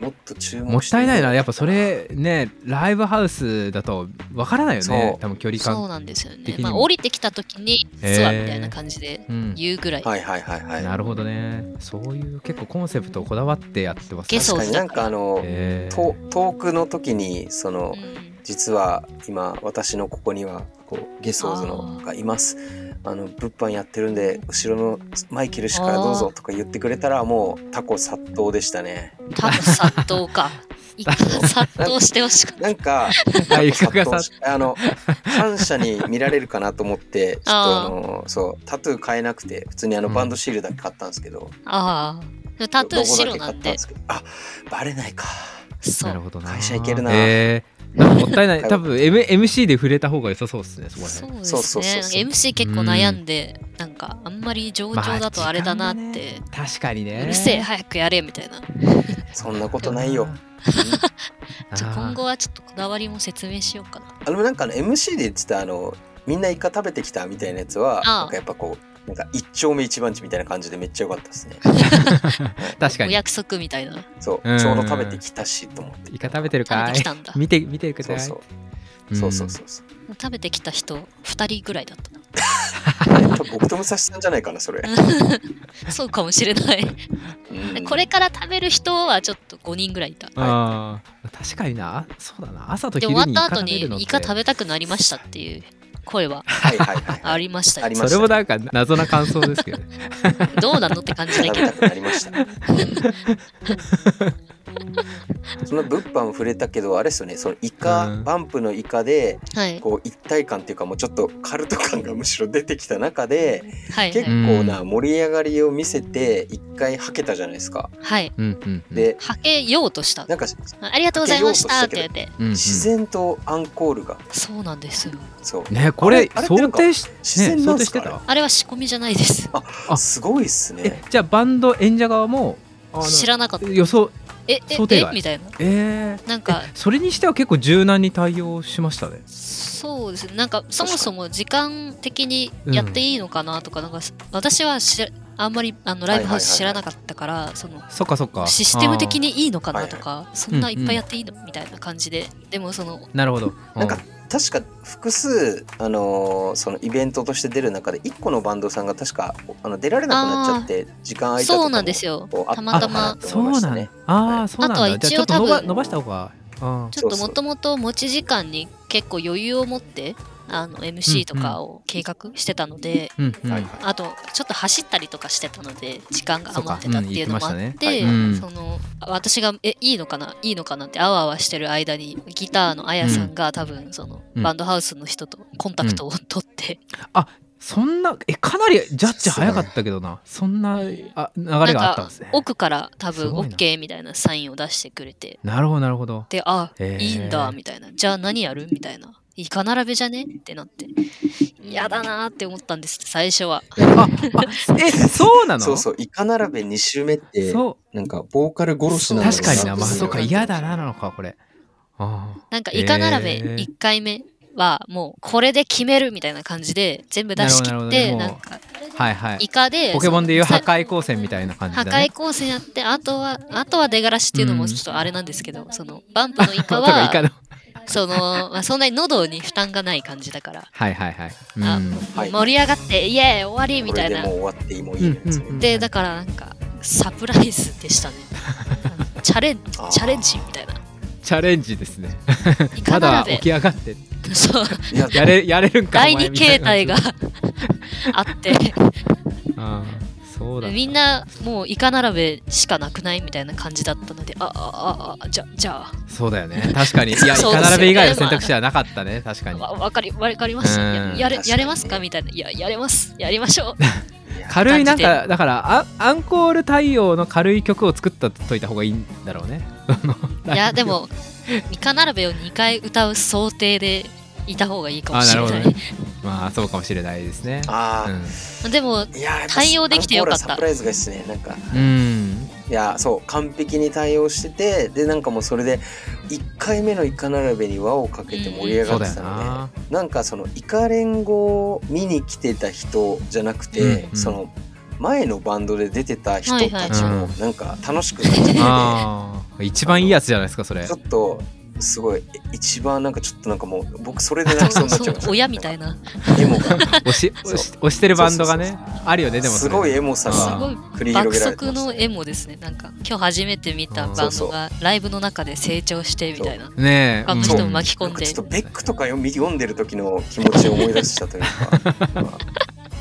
[SPEAKER 3] もっと注目
[SPEAKER 2] もっ
[SPEAKER 3] して
[SPEAKER 2] たいないなやっ
[SPEAKER 3] ぱ
[SPEAKER 2] ぱそれねライブハウスだとわからないよ
[SPEAKER 3] そ
[SPEAKER 2] ね
[SPEAKER 3] う
[SPEAKER 2] 多分距離
[SPEAKER 4] そう
[SPEAKER 2] 感
[SPEAKER 4] なんですよね
[SPEAKER 2] 的に
[SPEAKER 4] ま
[SPEAKER 2] も
[SPEAKER 4] あ降りてきた時に
[SPEAKER 2] へー
[SPEAKER 4] 実はみたいな感じで
[SPEAKER 2] うん
[SPEAKER 4] 言うぐらい、
[SPEAKER 3] はいはいはいはい
[SPEAKER 2] なるほどねそういう結構コンセプトをこだわってやってますね
[SPEAKER 4] ゲソ
[SPEAKER 3] 確か
[SPEAKER 4] ーズ
[SPEAKER 3] に
[SPEAKER 4] だ
[SPEAKER 3] なんかあの、
[SPEAKER 2] えー
[SPEAKER 3] とトークの時にその
[SPEAKER 4] うん
[SPEAKER 3] 実は今私のここにはこうゲソーズのがいますあの物販やってるんで後ろのマイケル氏からどうぞとか言ってくれたらもうタコ殺到でしたね
[SPEAKER 4] 多分殺到か一回殺到してほしかった
[SPEAKER 3] なんか
[SPEAKER 2] あイカ
[SPEAKER 3] 殺
[SPEAKER 2] が
[SPEAKER 3] 到
[SPEAKER 2] さ
[SPEAKER 3] しあの反社に見られるかなと思 ってちょっと
[SPEAKER 4] あー
[SPEAKER 3] あのそうタトゥー買えなくて普通にあのバンドシールだけ買ったんですけど、
[SPEAKER 4] ああでもタトゥー白なん
[SPEAKER 3] ロゴだけ買ったん
[SPEAKER 4] です
[SPEAKER 3] けどあバレないか
[SPEAKER 4] そ
[SPEAKER 2] なる
[SPEAKER 4] う
[SPEAKER 2] ほどな
[SPEAKER 3] 会社行けるな
[SPEAKER 2] えーなんかもったいない多分 M MC で触れた方が良さそうですねそこら
[SPEAKER 4] そう
[SPEAKER 2] 辺
[SPEAKER 4] で
[SPEAKER 3] そう
[SPEAKER 4] す
[SPEAKER 3] そうそう
[SPEAKER 4] ね
[SPEAKER 3] そう
[SPEAKER 4] なんか MC 結構悩んでなんかあんまり上々だとあれだなっ
[SPEAKER 2] まあ時
[SPEAKER 4] て
[SPEAKER 2] 間がね確かにね
[SPEAKER 4] うるせえ早くやれみたいな
[SPEAKER 3] そんなことないよ
[SPEAKER 4] じゃあ今後
[SPEAKER 2] は
[SPEAKER 4] はちょっとこだわりも説明しようかな
[SPEAKER 3] あのなんかあの MC で言ってたあのみんなイカ食べてきたみたいなやつは
[SPEAKER 4] ああ
[SPEAKER 3] なんかやっぱこうなんか一丁目一番地みたいな感じでめっちゃ良かったですね。
[SPEAKER 2] 確か
[SPEAKER 4] お
[SPEAKER 2] に
[SPEAKER 4] 約束みたいな
[SPEAKER 3] そう、
[SPEAKER 2] うん
[SPEAKER 3] ちょうど食べてきたしと思って。
[SPEAKER 2] イカ食べてる
[SPEAKER 4] 食
[SPEAKER 2] か
[SPEAKER 4] べて
[SPEAKER 2] い
[SPEAKER 4] きたんだ
[SPEAKER 2] 見て見てるか
[SPEAKER 3] そ
[SPEAKER 2] いう
[SPEAKER 3] そうう。
[SPEAKER 2] ん
[SPEAKER 3] そうそうそうそう。
[SPEAKER 4] 食べてきた人2人ぐらいだった
[SPEAKER 3] 多分僕と武蔵さんじゃないかなそれ。
[SPEAKER 4] なそうかもしれない
[SPEAKER 3] うん
[SPEAKER 4] これから食べる人はちょっと5人ぐらいいた
[SPEAKER 2] あー確かになそうだな朝と
[SPEAKER 4] で
[SPEAKER 2] 昼
[SPEAKER 4] 終
[SPEAKER 2] に
[SPEAKER 4] わっ
[SPEAKER 2] イ
[SPEAKER 4] た
[SPEAKER 2] カ
[SPEAKER 4] 後
[SPEAKER 2] 食べ
[SPEAKER 4] に
[SPEAKER 2] るのって
[SPEAKER 4] イカ食べたくなりましたっていう声は
[SPEAKER 3] はいはいはい
[SPEAKER 4] あ
[SPEAKER 3] はい。
[SPEAKER 4] りましたよ
[SPEAKER 3] ありま
[SPEAKER 2] そ
[SPEAKER 3] した
[SPEAKER 2] れもなんか謎な感想ですけどね
[SPEAKER 4] どうなのって感じだ
[SPEAKER 3] 食
[SPEAKER 4] け
[SPEAKER 3] べ
[SPEAKER 4] ど
[SPEAKER 3] たくなり ました。その物販触れたけどあれですよね。そのイカ、
[SPEAKER 2] うん
[SPEAKER 3] バンプのイカで
[SPEAKER 4] はい
[SPEAKER 3] こう一体感っていうかもうちょっとカルト感がむしろ出てきた中で
[SPEAKER 4] はい
[SPEAKER 3] 結
[SPEAKER 4] はい
[SPEAKER 3] 構な盛り上がりを見せて一回はけたじゃないですか。
[SPEAKER 4] はい
[SPEAKER 2] うんうんうん
[SPEAKER 3] で、
[SPEAKER 4] はけようとした
[SPEAKER 3] なんか
[SPEAKER 4] ありがとうございましたって言って。
[SPEAKER 2] うんうん
[SPEAKER 3] 自然とアンコールが、
[SPEAKER 4] そうなんですよ。
[SPEAKER 3] そう
[SPEAKER 2] ねこれ
[SPEAKER 3] あれってな
[SPEAKER 2] 想
[SPEAKER 3] んか
[SPEAKER 2] 定し
[SPEAKER 3] 自然なんす
[SPEAKER 2] 想定
[SPEAKER 3] か、
[SPEAKER 2] してた
[SPEAKER 4] あれは仕込みじゃないです。
[SPEAKER 3] あすごいっす
[SPEAKER 2] え
[SPEAKER 3] ね
[SPEAKER 2] じゃあバンド演者側もあの
[SPEAKER 4] 知らなかった。
[SPEAKER 2] 予想
[SPEAKER 4] え、え、
[SPEAKER 2] 想定
[SPEAKER 4] え
[SPEAKER 2] 外
[SPEAKER 4] みたいな。
[SPEAKER 2] えー
[SPEAKER 4] なんか
[SPEAKER 2] えそれにしては結構柔軟に対応しましたね
[SPEAKER 4] そうですね。なんか、そもそも時間的にやっていいのかなとか、なんか、私はしあんまりあのライブハウス知らなかったから、その
[SPEAKER 2] そっかそっか
[SPEAKER 4] システム的
[SPEAKER 2] に
[SPEAKER 4] にいいのかなとか、そんないっぱいやっていいの、みたいな感じででもその
[SPEAKER 2] なるほど
[SPEAKER 3] なんか確か複数、あのーそのイベントとして出る中で1個のバンドさんが確かあの出られなくなっちゃって時間空いたとかも
[SPEAKER 4] そうなんですよ
[SPEAKER 3] こうあったの
[SPEAKER 4] また
[SPEAKER 3] かな
[SPEAKER 4] ま
[SPEAKER 3] って
[SPEAKER 2] そ
[SPEAKER 3] 思いうました
[SPEAKER 2] なん
[SPEAKER 3] ね
[SPEAKER 2] ああ、
[SPEAKER 3] はい
[SPEAKER 2] そうなん
[SPEAKER 4] あとは
[SPEAKER 2] だ
[SPEAKER 4] 一応
[SPEAKER 2] じゃあちょっと伸ば
[SPEAKER 4] 多分
[SPEAKER 2] 伸ばした方がうん
[SPEAKER 4] ちょっと
[SPEAKER 3] そうそう
[SPEAKER 4] もともと持ち時間に結構余裕を持ってあの MC とかを計画してたので、
[SPEAKER 2] うんうん
[SPEAKER 3] はい
[SPEAKER 4] あとちょっと走ったりとかしてたので時間が余ってたっていうのもあって
[SPEAKER 2] そう
[SPEAKER 4] そ,、
[SPEAKER 2] かうん言ってましたね
[SPEAKER 4] の私が「えいいのかないいのかな」ってあわあわしてる間にギターのあやさんが多分その、
[SPEAKER 2] うん
[SPEAKER 4] バンドハウスの人とコンタクトを取って、
[SPEAKER 2] そんなえかなりジャッジ早かったけどなそんなあ流れがあったんですね
[SPEAKER 4] 奥から多分
[SPEAKER 2] すごいな
[SPEAKER 4] OK みたいなサインを出してくれて
[SPEAKER 2] なるほどなるほど
[SPEAKER 4] であ
[SPEAKER 2] へー
[SPEAKER 4] いいんだみたいなじゃあ何やるみたいなイカ並べじゃねってなって嫌だなーって思ったんです最初は
[SPEAKER 2] ああえそうなの
[SPEAKER 3] そうそうイカ並べ2周目って
[SPEAKER 2] そ
[SPEAKER 3] なんかボーカル殺し
[SPEAKER 2] う
[SPEAKER 3] なんだろう
[SPEAKER 2] 確か
[SPEAKER 3] な
[SPEAKER 2] に
[SPEAKER 3] って
[SPEAKER 2] な
[SPEAKER 3] 思
[SPEAKER 2] まあそうか
[SPEAKER 3] い
[SPEAKER 2] 嫌だななのかこれあ
[SPEAKER 4] なんか
[SPEAKER 2] へー
[SPEAKER 4] イカ並べ1回目はもうこれで決めるみたいな感じで全部出し切
[SPEAKER 2] なるほどなる
[SPEAKER 4] って
[SPEAKER 2] ほど
[SPEAKER 4] なんか
[SPEAKER 2] ーはいはい
[SPEAKER 4] イカで
[SPEAKER 2] ポケモンでいう破
[SPEAKER 4] さ
[SPEAKER 2] 壊光線みたいな感じ
[SPEAKER 4] 破
[SPEAKER 2] だね
[SPEAKER 4] 壊光線やってあとはあとは出がらしっていうのもちょっとあれなんですけど、そのバンプのイ カ
[SPEAKER 2] わ
[SPEAKER 4] は
[SPEAKER 2] かるイカの
[SPEAKER 4] その、まあ、そんなに喉に負担がない感じだから、
[SPEAKER 2] はいはいはいうん
[SPEAKER 4] あ
[SPEAKER 3] はい
[SPEAKER 4] 盛り上がってイエーイ終わりみ
[SPEAKER 3] こ
[SPEAKER 4] た
[SPEAKER 3] れ
[SPEAKER 4] い
[SPEAKER 3] で
[SPEAKER 4] な
[SPEAKER 3] もう終わってもいいですね
[SPEAKER 2] うんうんうん
[SPEAKER 4] でだからなんかサプライズ でしたねチャレンジ
[SPEAKER 3] あー
[SPEAKER 4] チャレンジみたいな
[SPEAKER 2] チャレンジですね
[SPEAKER 4] イカ
[SPEAKER 2] まだ
[SPEAKER 4] 並べ
[SPEAKER 2] 起き上がって
[SPEAKER 4] そう
[SPEAKER 3] いや
[SPEAKER 2] やれやれるんかお前
[SPEAKER 4] 第二
[SPEAKER 2] みた
[SPEAKER 4] 形
[SPEAKER 2] いな
[SPEAKER 4] 態があって
[SPEAKER 2] あーそうだ
[SPEAKER 4] みんなもうイカ並べしかなくないみたいな感じだったのでああああじゃじゃ
[SPEAKER 2] そうだよね確かにいやイ
[SPEAKER 4] そう
[SPEAKER 2] カ並べ以外の選択肢はなかったね確か
[SPEAKER 4] あ
[SPEAKER 2] に
[SPEAKER 4] わわかりわかりました
[SPEAKER 2] うん
[SPEAKER 4] やや
[SPEAKER 3] 確か
[SPEAKER 4] れ
[SPEAKER 3] にね
[SPEAKER 4] やれますかみたいないややれますやりましょう
[SPEAKER 2] 軽いなん
[SPEAKER 4] 感じ
[SPEAKER 2] かだからあアンコール対応の軽い曲を作ったといた方がいいんだろうね
[SPEAKER 4] いやでもイカ並べを2回歌う想定でいた方がいいかも
[SPEAKER 2] あな
[SPEAKER 4] し
[SPEAKER 2] る
[SPEAKER 4] れ
[SPEAKER 2] ほど
[SPEAKER 4] ない、
[SPEAKER 2] ねまあそうかもしれないですね
[SPEAKER 3] ああ、
[SPEAKER 4] でも
[SPEAKER 3] いややっぱ
[SPEAKER 4] 対応できてよかった
[SPEAKER 3] アンコールはサプライズがですねなんか
[SPEAKER 2] うん、うん
[SPEAKER 3] いやそう完璧に対応しててでなんかもうそれで1回目のイカ並べに輪をかけて盛り上
[SPEAKER 2] そ
[SPEAKER 3] が
[SPEAKER 2] う
[SPEAKER 3] っ
[SPEAKER 2] だ
[SPEAKER 3] て
[SPEAKER 2] よ
[SPEAKER 3] たので、
[SPEAKER 2] な
[SPEAKER 3] なんかそのイカ連合を見に来てた人じゃなくて、
[SPEAKER 2] うんうん
[SPEAKER 3] その前のバンドで出てた人たち
[SPEAKER 2] はいは
[SPEAKER 3] も
[SPEAKER 2] い
[SPEAKER 3] なんか楽しくなっちゃってて、
[SPEAKER 2] あー一番いいやつじゃないですかそれ
[SPEAKER 3] ちょっとすごい一番なんかちょっとなんかもう僕それで泣きそうになっちゃいました
[SPEAKER 4] 親みたいな
[SPEAKER 3] エモが
[SPEAKER 2] 押し押し押してるバンドがね
[SPEAKER 3] そう
[SPEAKER 2] あるよねでもそ
[SPEAKER 3] す
[SPEAKER 2] れ
[SPEAKER 3] ごいエモさ
[SPEAKER 2] あー
[SPEAKER 4] す
[SPEAKER 3] が
[SPEAKER 4] ごい
[SPEAKER 3] 繰り広
[SPEAKER 4] 爆
[SPEAKER 3] げられて
[SPEAKER 4] 速
[SPEAKER 3] ました
[SPEAKER 4] のエモですねなんか今日初めて見た
[SPEAKER 2] うん
[SPEAKER 4] バンドがライブの中で成長してみたいな
[SPEAKER 2] ねえ
[SPEAKER 4] 他の
[SPEAKER 3] そう
[SPEAKER 4] 人も巻き込
[SPEAKER 3] なんんか
[SPEAKER 4] で
[SPEAKER 3] ちょっとベックとか読み読んでる時の気持ちを思い出したというか、まあ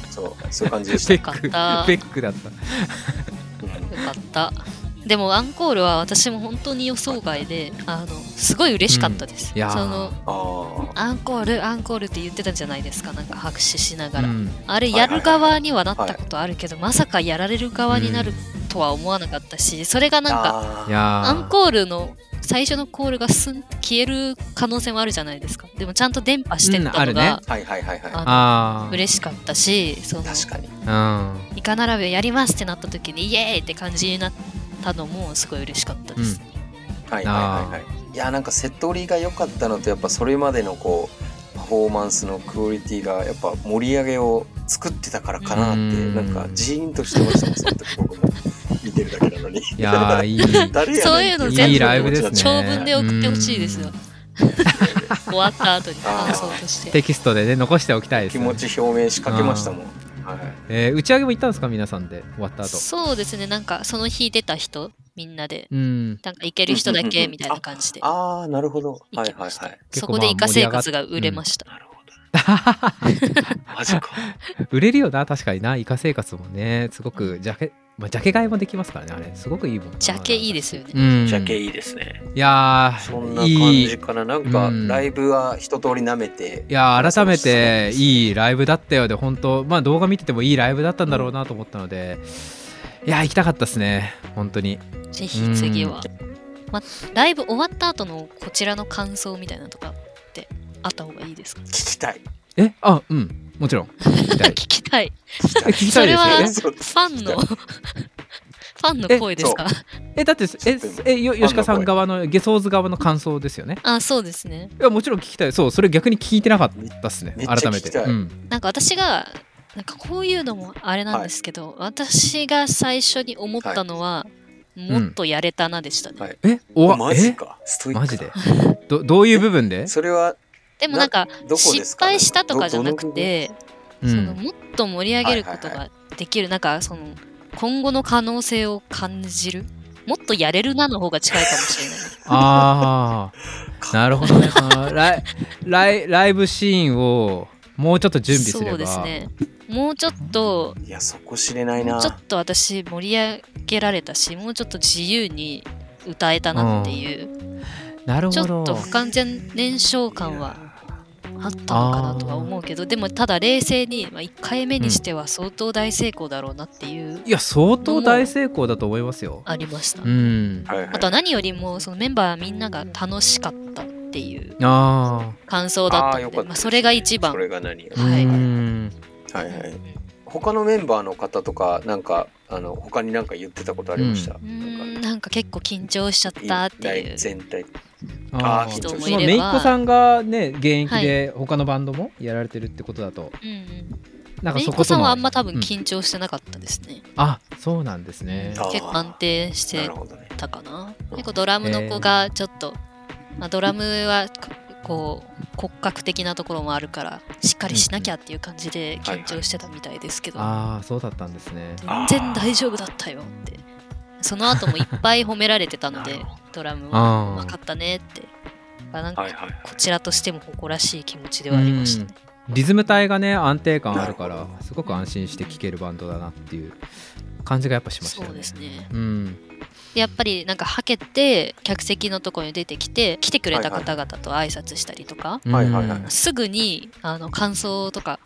[SPEAKER 3] そうそういう感じでした
[SPEAKER 2] ベ
[SPEAKER 4] よかっ
[SPEAKER 2] ック
[SPEAKER 4] た
[SPEAKER 2] ベックだった
[SPEAKER 3] うん
[SPEAKER 4] よかったでもアンコールは私も本当に予想外であのすごい嬉しかったです、
[SPEAKER 2] うんいやー
[SPEAKER 4] その
[SPEAKER 3] あ
[SPEAKER 4] アンコールアンコールって言ってたじゃないですかなんか拍手しながら、
[SPEAKER 2] うん
[SPEAKER 4] あれやる側にはなったことあるけど、まさかやられる側になるとは思わなかったしそれが
[SPEAKER 3] あ
[SPEAKER 4] なんか
[SPEAKER 2] い
[SPEAKER 3] あー
[SPEAKER 2] やー
[SPEAKER 4] アンコールの最初のコールがすん消える可能性もあるじゃないですかでもちゃんと伝播してったの
[SPEAKER 2] うんあ
[SPEAKER 4] が、
[SPEAKER 2] るね
[SPEAKER 3] はいはいはいは
[SPEAKER 2] あー
[SPEAKER 4] 嬉しかったしその
[SPEAKER 3] い確かに
[SPEAKER 2] うん
[SPEAKER 4] イカ並べやりますってなった時にイエーイって感じになったのもすごい嬉しかったです、
[SPEAKER 3] はいはいはいはいいやなんかセット売りが良かったのとやっぱそれまでのこうパフォーマンスのクオリティがやっぱ盛り上げを作ってたからかなっ
[SPEAKER 2] う
[SPEAKER 3] て
[SPEAKER 2] ん
[SPEAKER 3] なんかジーンとしてましたもんその時僕 も見てるだけなのに
[SPEAKER 2] いやーいい
[SPEAKER 3] 誰やねん
[SPEAKER 4] そういうの
[SPEAKER 3] って
[SPEAKER 2] いいライブですね
[SPEAKER 4] 長文で送ってほしいですよ 終わった後に感想として
[SPEAKER 2] テキストでね残しておきたいです
[SPEAKER 3] 気
[SPEAKER 2] よね
[SPEAKER 3] 持ち表明しかけましたもんはい
[SPEAKER 2] えー打ち上げも行ったんですか皆さんで終わった後
[SPEAKER 4] そうですねなんかその日出た人みんなで
[SPEAKER 2] うん
[SPEAKER 4] なんか行ける人だけみたいな感じで
[SPEAKER 3] ああなるほど
[SPEAKER 4] 行
[SPEAKER 3] は
[SPEAKER 4] き
[SPEAKER 3] いは
[SPEAKER 4] ま
[SPEAKER 3] い
[SPEAKER 4] した、
[SPEAKER 3] はい
[SPEAKER 2] 結
[SPEAKER 4] そ
[SPEAKER 2] 構ま
[SPEAKER 4] こ
[SPEAKER 2] あ
[SPEAKER 4] でイカ生活が売れました、
[SPEAKER 3] なるほどマジか
[SPEAKER 2] 売れるよな確かになイカ生活もねすごくジャケ、まあ、ジャケ買いもできますからねあれすごくいいもんな
[SPEAKER 4] ジャケいいですよね
[SPEAKER 2] うん
[SPEAKER 3] ジャケいいですね
[SPEAKER 2] いやー
[SPEAKER 3] そんな感
[SPEAKER 2] いい
[SPEAKER 3] じ
[SPEAKER 2] い
[SPEAKER 3] かななんか
[SPEAKER 2] うん
[SPEAKER 3] ライブは一通り舐めて
[SPEAKER 2] やー改めていいライブだったよで本当まあ動画見ててもいいライブだったんだろうなと思ったので、いやー行きたかったですね本当に
[SPEAKER 4] ぜひ次は、ま、ライブ終わった後のこちらの感想みたいなのとかってあった方がいいですか
[SPEAKER 3] 聞きたい
[SPEAKER 2] えあうんもちろん聞きたい
[SPEAKER 4] 聞きたい
[SPEAKER 3] 聞きた
[SPEAKER 2] 聞
[SPEAKER 3] い
[SPEAKER 2] きたいですよね
[SPEAKER 4] そ
[SPEAKER 3] そう
[SPEAKER 4] ファンの ファンの声ですか
[SPEAKER 2] えだってええよ吉川さ
[SPEAKER 3] ファ
[SPEAKER 2] ん
[SPEAKER 3] ンの声
[SPEAKER 2] 側のゲソーズ側の感想ですよね
[SPEAKER 4] あそうですね
[SPEAKER 2] いやもちろん聞きたいそうそれ逆に聞いてなかったっすね
[SPEAKER 3] めっちゃ
[SPEAKER 2] 改め
[SPEAKER 3] 聞
[SPEAKER 2] て
[SPEAKER 3] きたい
[SPEAKER 2] うん
[SPEAKER 4] なんか私がなんかこういうのもあれなんですけど、私が最初に思ったのは、
[SPEAKER 2] い
[SPEAKER 4] もっとやれたなでしたね、
[SPEAKER 3] はい
[SPEAKER 2] えおわ
[SPEAKER 3] マジか。ストイ
[SPEAKER 2] え
[SPEAKER 3] ックだ
[SPEAKER 2] マジでどどういう部分で、
[SPEAKER 3] それは
[SPEAKER 4] でもなんか
[SPEAKER 3] どこです
[SPEAKER 4] 失
[SPEAKER 3] か
[SPEAKER 4] 敗したとかじゃなくて、
[SPEAKER 2] う
[SPEAKER 4] その
[SPEAKER 2] ん、
[SPEAKER 4] もっと盛り上げること
[SPEAKER 3] はいは
[SPEAKER 4] ができる、なんかその今後の可能性を感じるもっとやれるなの方が近いかもしれない
[SPEAKER 2] ああなるほどねそのライライライブシーンをもうちょっと 準備すれば
[SPEAKER 4] そうですねもうちょっと
[SPEAKER 3] いや、そこ知れない
[SPEAKER 4] も
[SPEAKER 3] な
[SPEAKER 4] う。ちょっと私盛り上げられたしもうちょっと自由に歌えたなっていう、
[SPEAKER 2] なる
[SPEAKER 4] ち
[SPEAKER 2] ほ
[SPEAKER 4] ょっと
[SPEAKER 2] ど
[SPEAKER 4] 不完全燃焼感はあったのかなとは思うけどでもただ冷静に、まあ、1回目にしては相当大成功だろうなっていう、
[SPEAKER 2] いや相当大成功だと思いますよ
[SPEAKER 4] ありました、
[SPEAKER 2] うん
[SPEAKER 3] はいはい
[SPEAKER 4] あとは何よりもそのメンバーみんなが楽しかったっていう
[SPEAKER 2] あ
[SPEAKER 4] 感想だった
[SPEAKER 3] あーよ
[SPEAKER 4] の
[SPEAKER 3] か
[SPEAKER 4] で
[SPEAKER 3] った
[SPEAKER 4] まあ、それが一番
[SPEAKER 3] それが何よ
[SPEAKER 2] あ
[SPEAKER 3] り
[SPEAKER 4] はい
[SPEAKER 2] うん
[SPEAKER 3] はいはい。他のメンバーの方とか、なんか、あの、他になんか言ってたことありました。
[SPEAKER 4] うー
[SPEAKER 3] なん
[SPEAKER 4] ん
[SPEAKER 3] か
[SPEAKER 4] なんか結構緊張しちゃったっていう
[SPEAKER 3] 全体
[SPEAKER 2] あ
[SPEAKER 3] あー
[SPEAKER 2] ー
[SPEAKER 3] 人もいれば
[SPEAKER 2] そのめいっ子さんがね現役で他のバンドもやられてるってことだと、
[SPEAKER 4] うんうん
[SPEAKER 2] なんか
[SPEAKER 4] メイ
[SPEAKER 2] そ
[SPEAKER 4] コ
[SPEAKER 2] こと
[SPEAKER 4] さん
[SPEAKER 2] の
[SPEAKER 4] はあ
[SPEAKER 2] あ
[SPEAKER 4] んま多分緊張してなかったですね、
[SPEAKER 2] そうなんですね
[SPEAKER 3] あー
[SPEAKER 4] 結構安定して
[SPEAKER 3] なるほどね
[SPEAKER 4] たかな結構ドラムの子がちょっと、まあ、ドラムはここう骨格的なところもあるからしっかりしなきゃっていう感じで緊張してたみたいですけど、
[SPEAKER 2] ああそうだったんですね
[SPEAKER 4] 全然大丈夫だったよってその後もいっぱい褒められてたの
[SPEAKER 3] な
[SPEAKER 4] で
[SPEAKER 3] るほ
[SPEAKER 4] ドラムは
[SPEAKER 2] あ
[SPEAKER 4] 分か
[SPEAKER 2] あ
[SPEAKER 4] ったねってまあなん
[SPEAKER 3] は
[SPEAKER 4] か
[SPEAKER 3] いはい
[SPEAKER 4] こちらとしても誇らしい気持ちではありましたね
[SPEAKER 2] リズム体がね安定感あるから
[SPEAKER 3] なるほ
[SPEAKER 2] すごく安心して聴けるバンドだなっていう感じがやっぱしましたよ
[SPEAKER 4] そう
[SPEAKER 2] ね
[SPEAKER 4] ですね
[SPEAKER 2] うん
[SPEAKER 4] でやっぱりなんかはけて客席のところに出てきて来てくれた方々と挨拶したりとか、
[SPEAKER 3] はいはいはい
[SPEAKER 2] うん
[SPEAKER 4] すぐにあの感想とか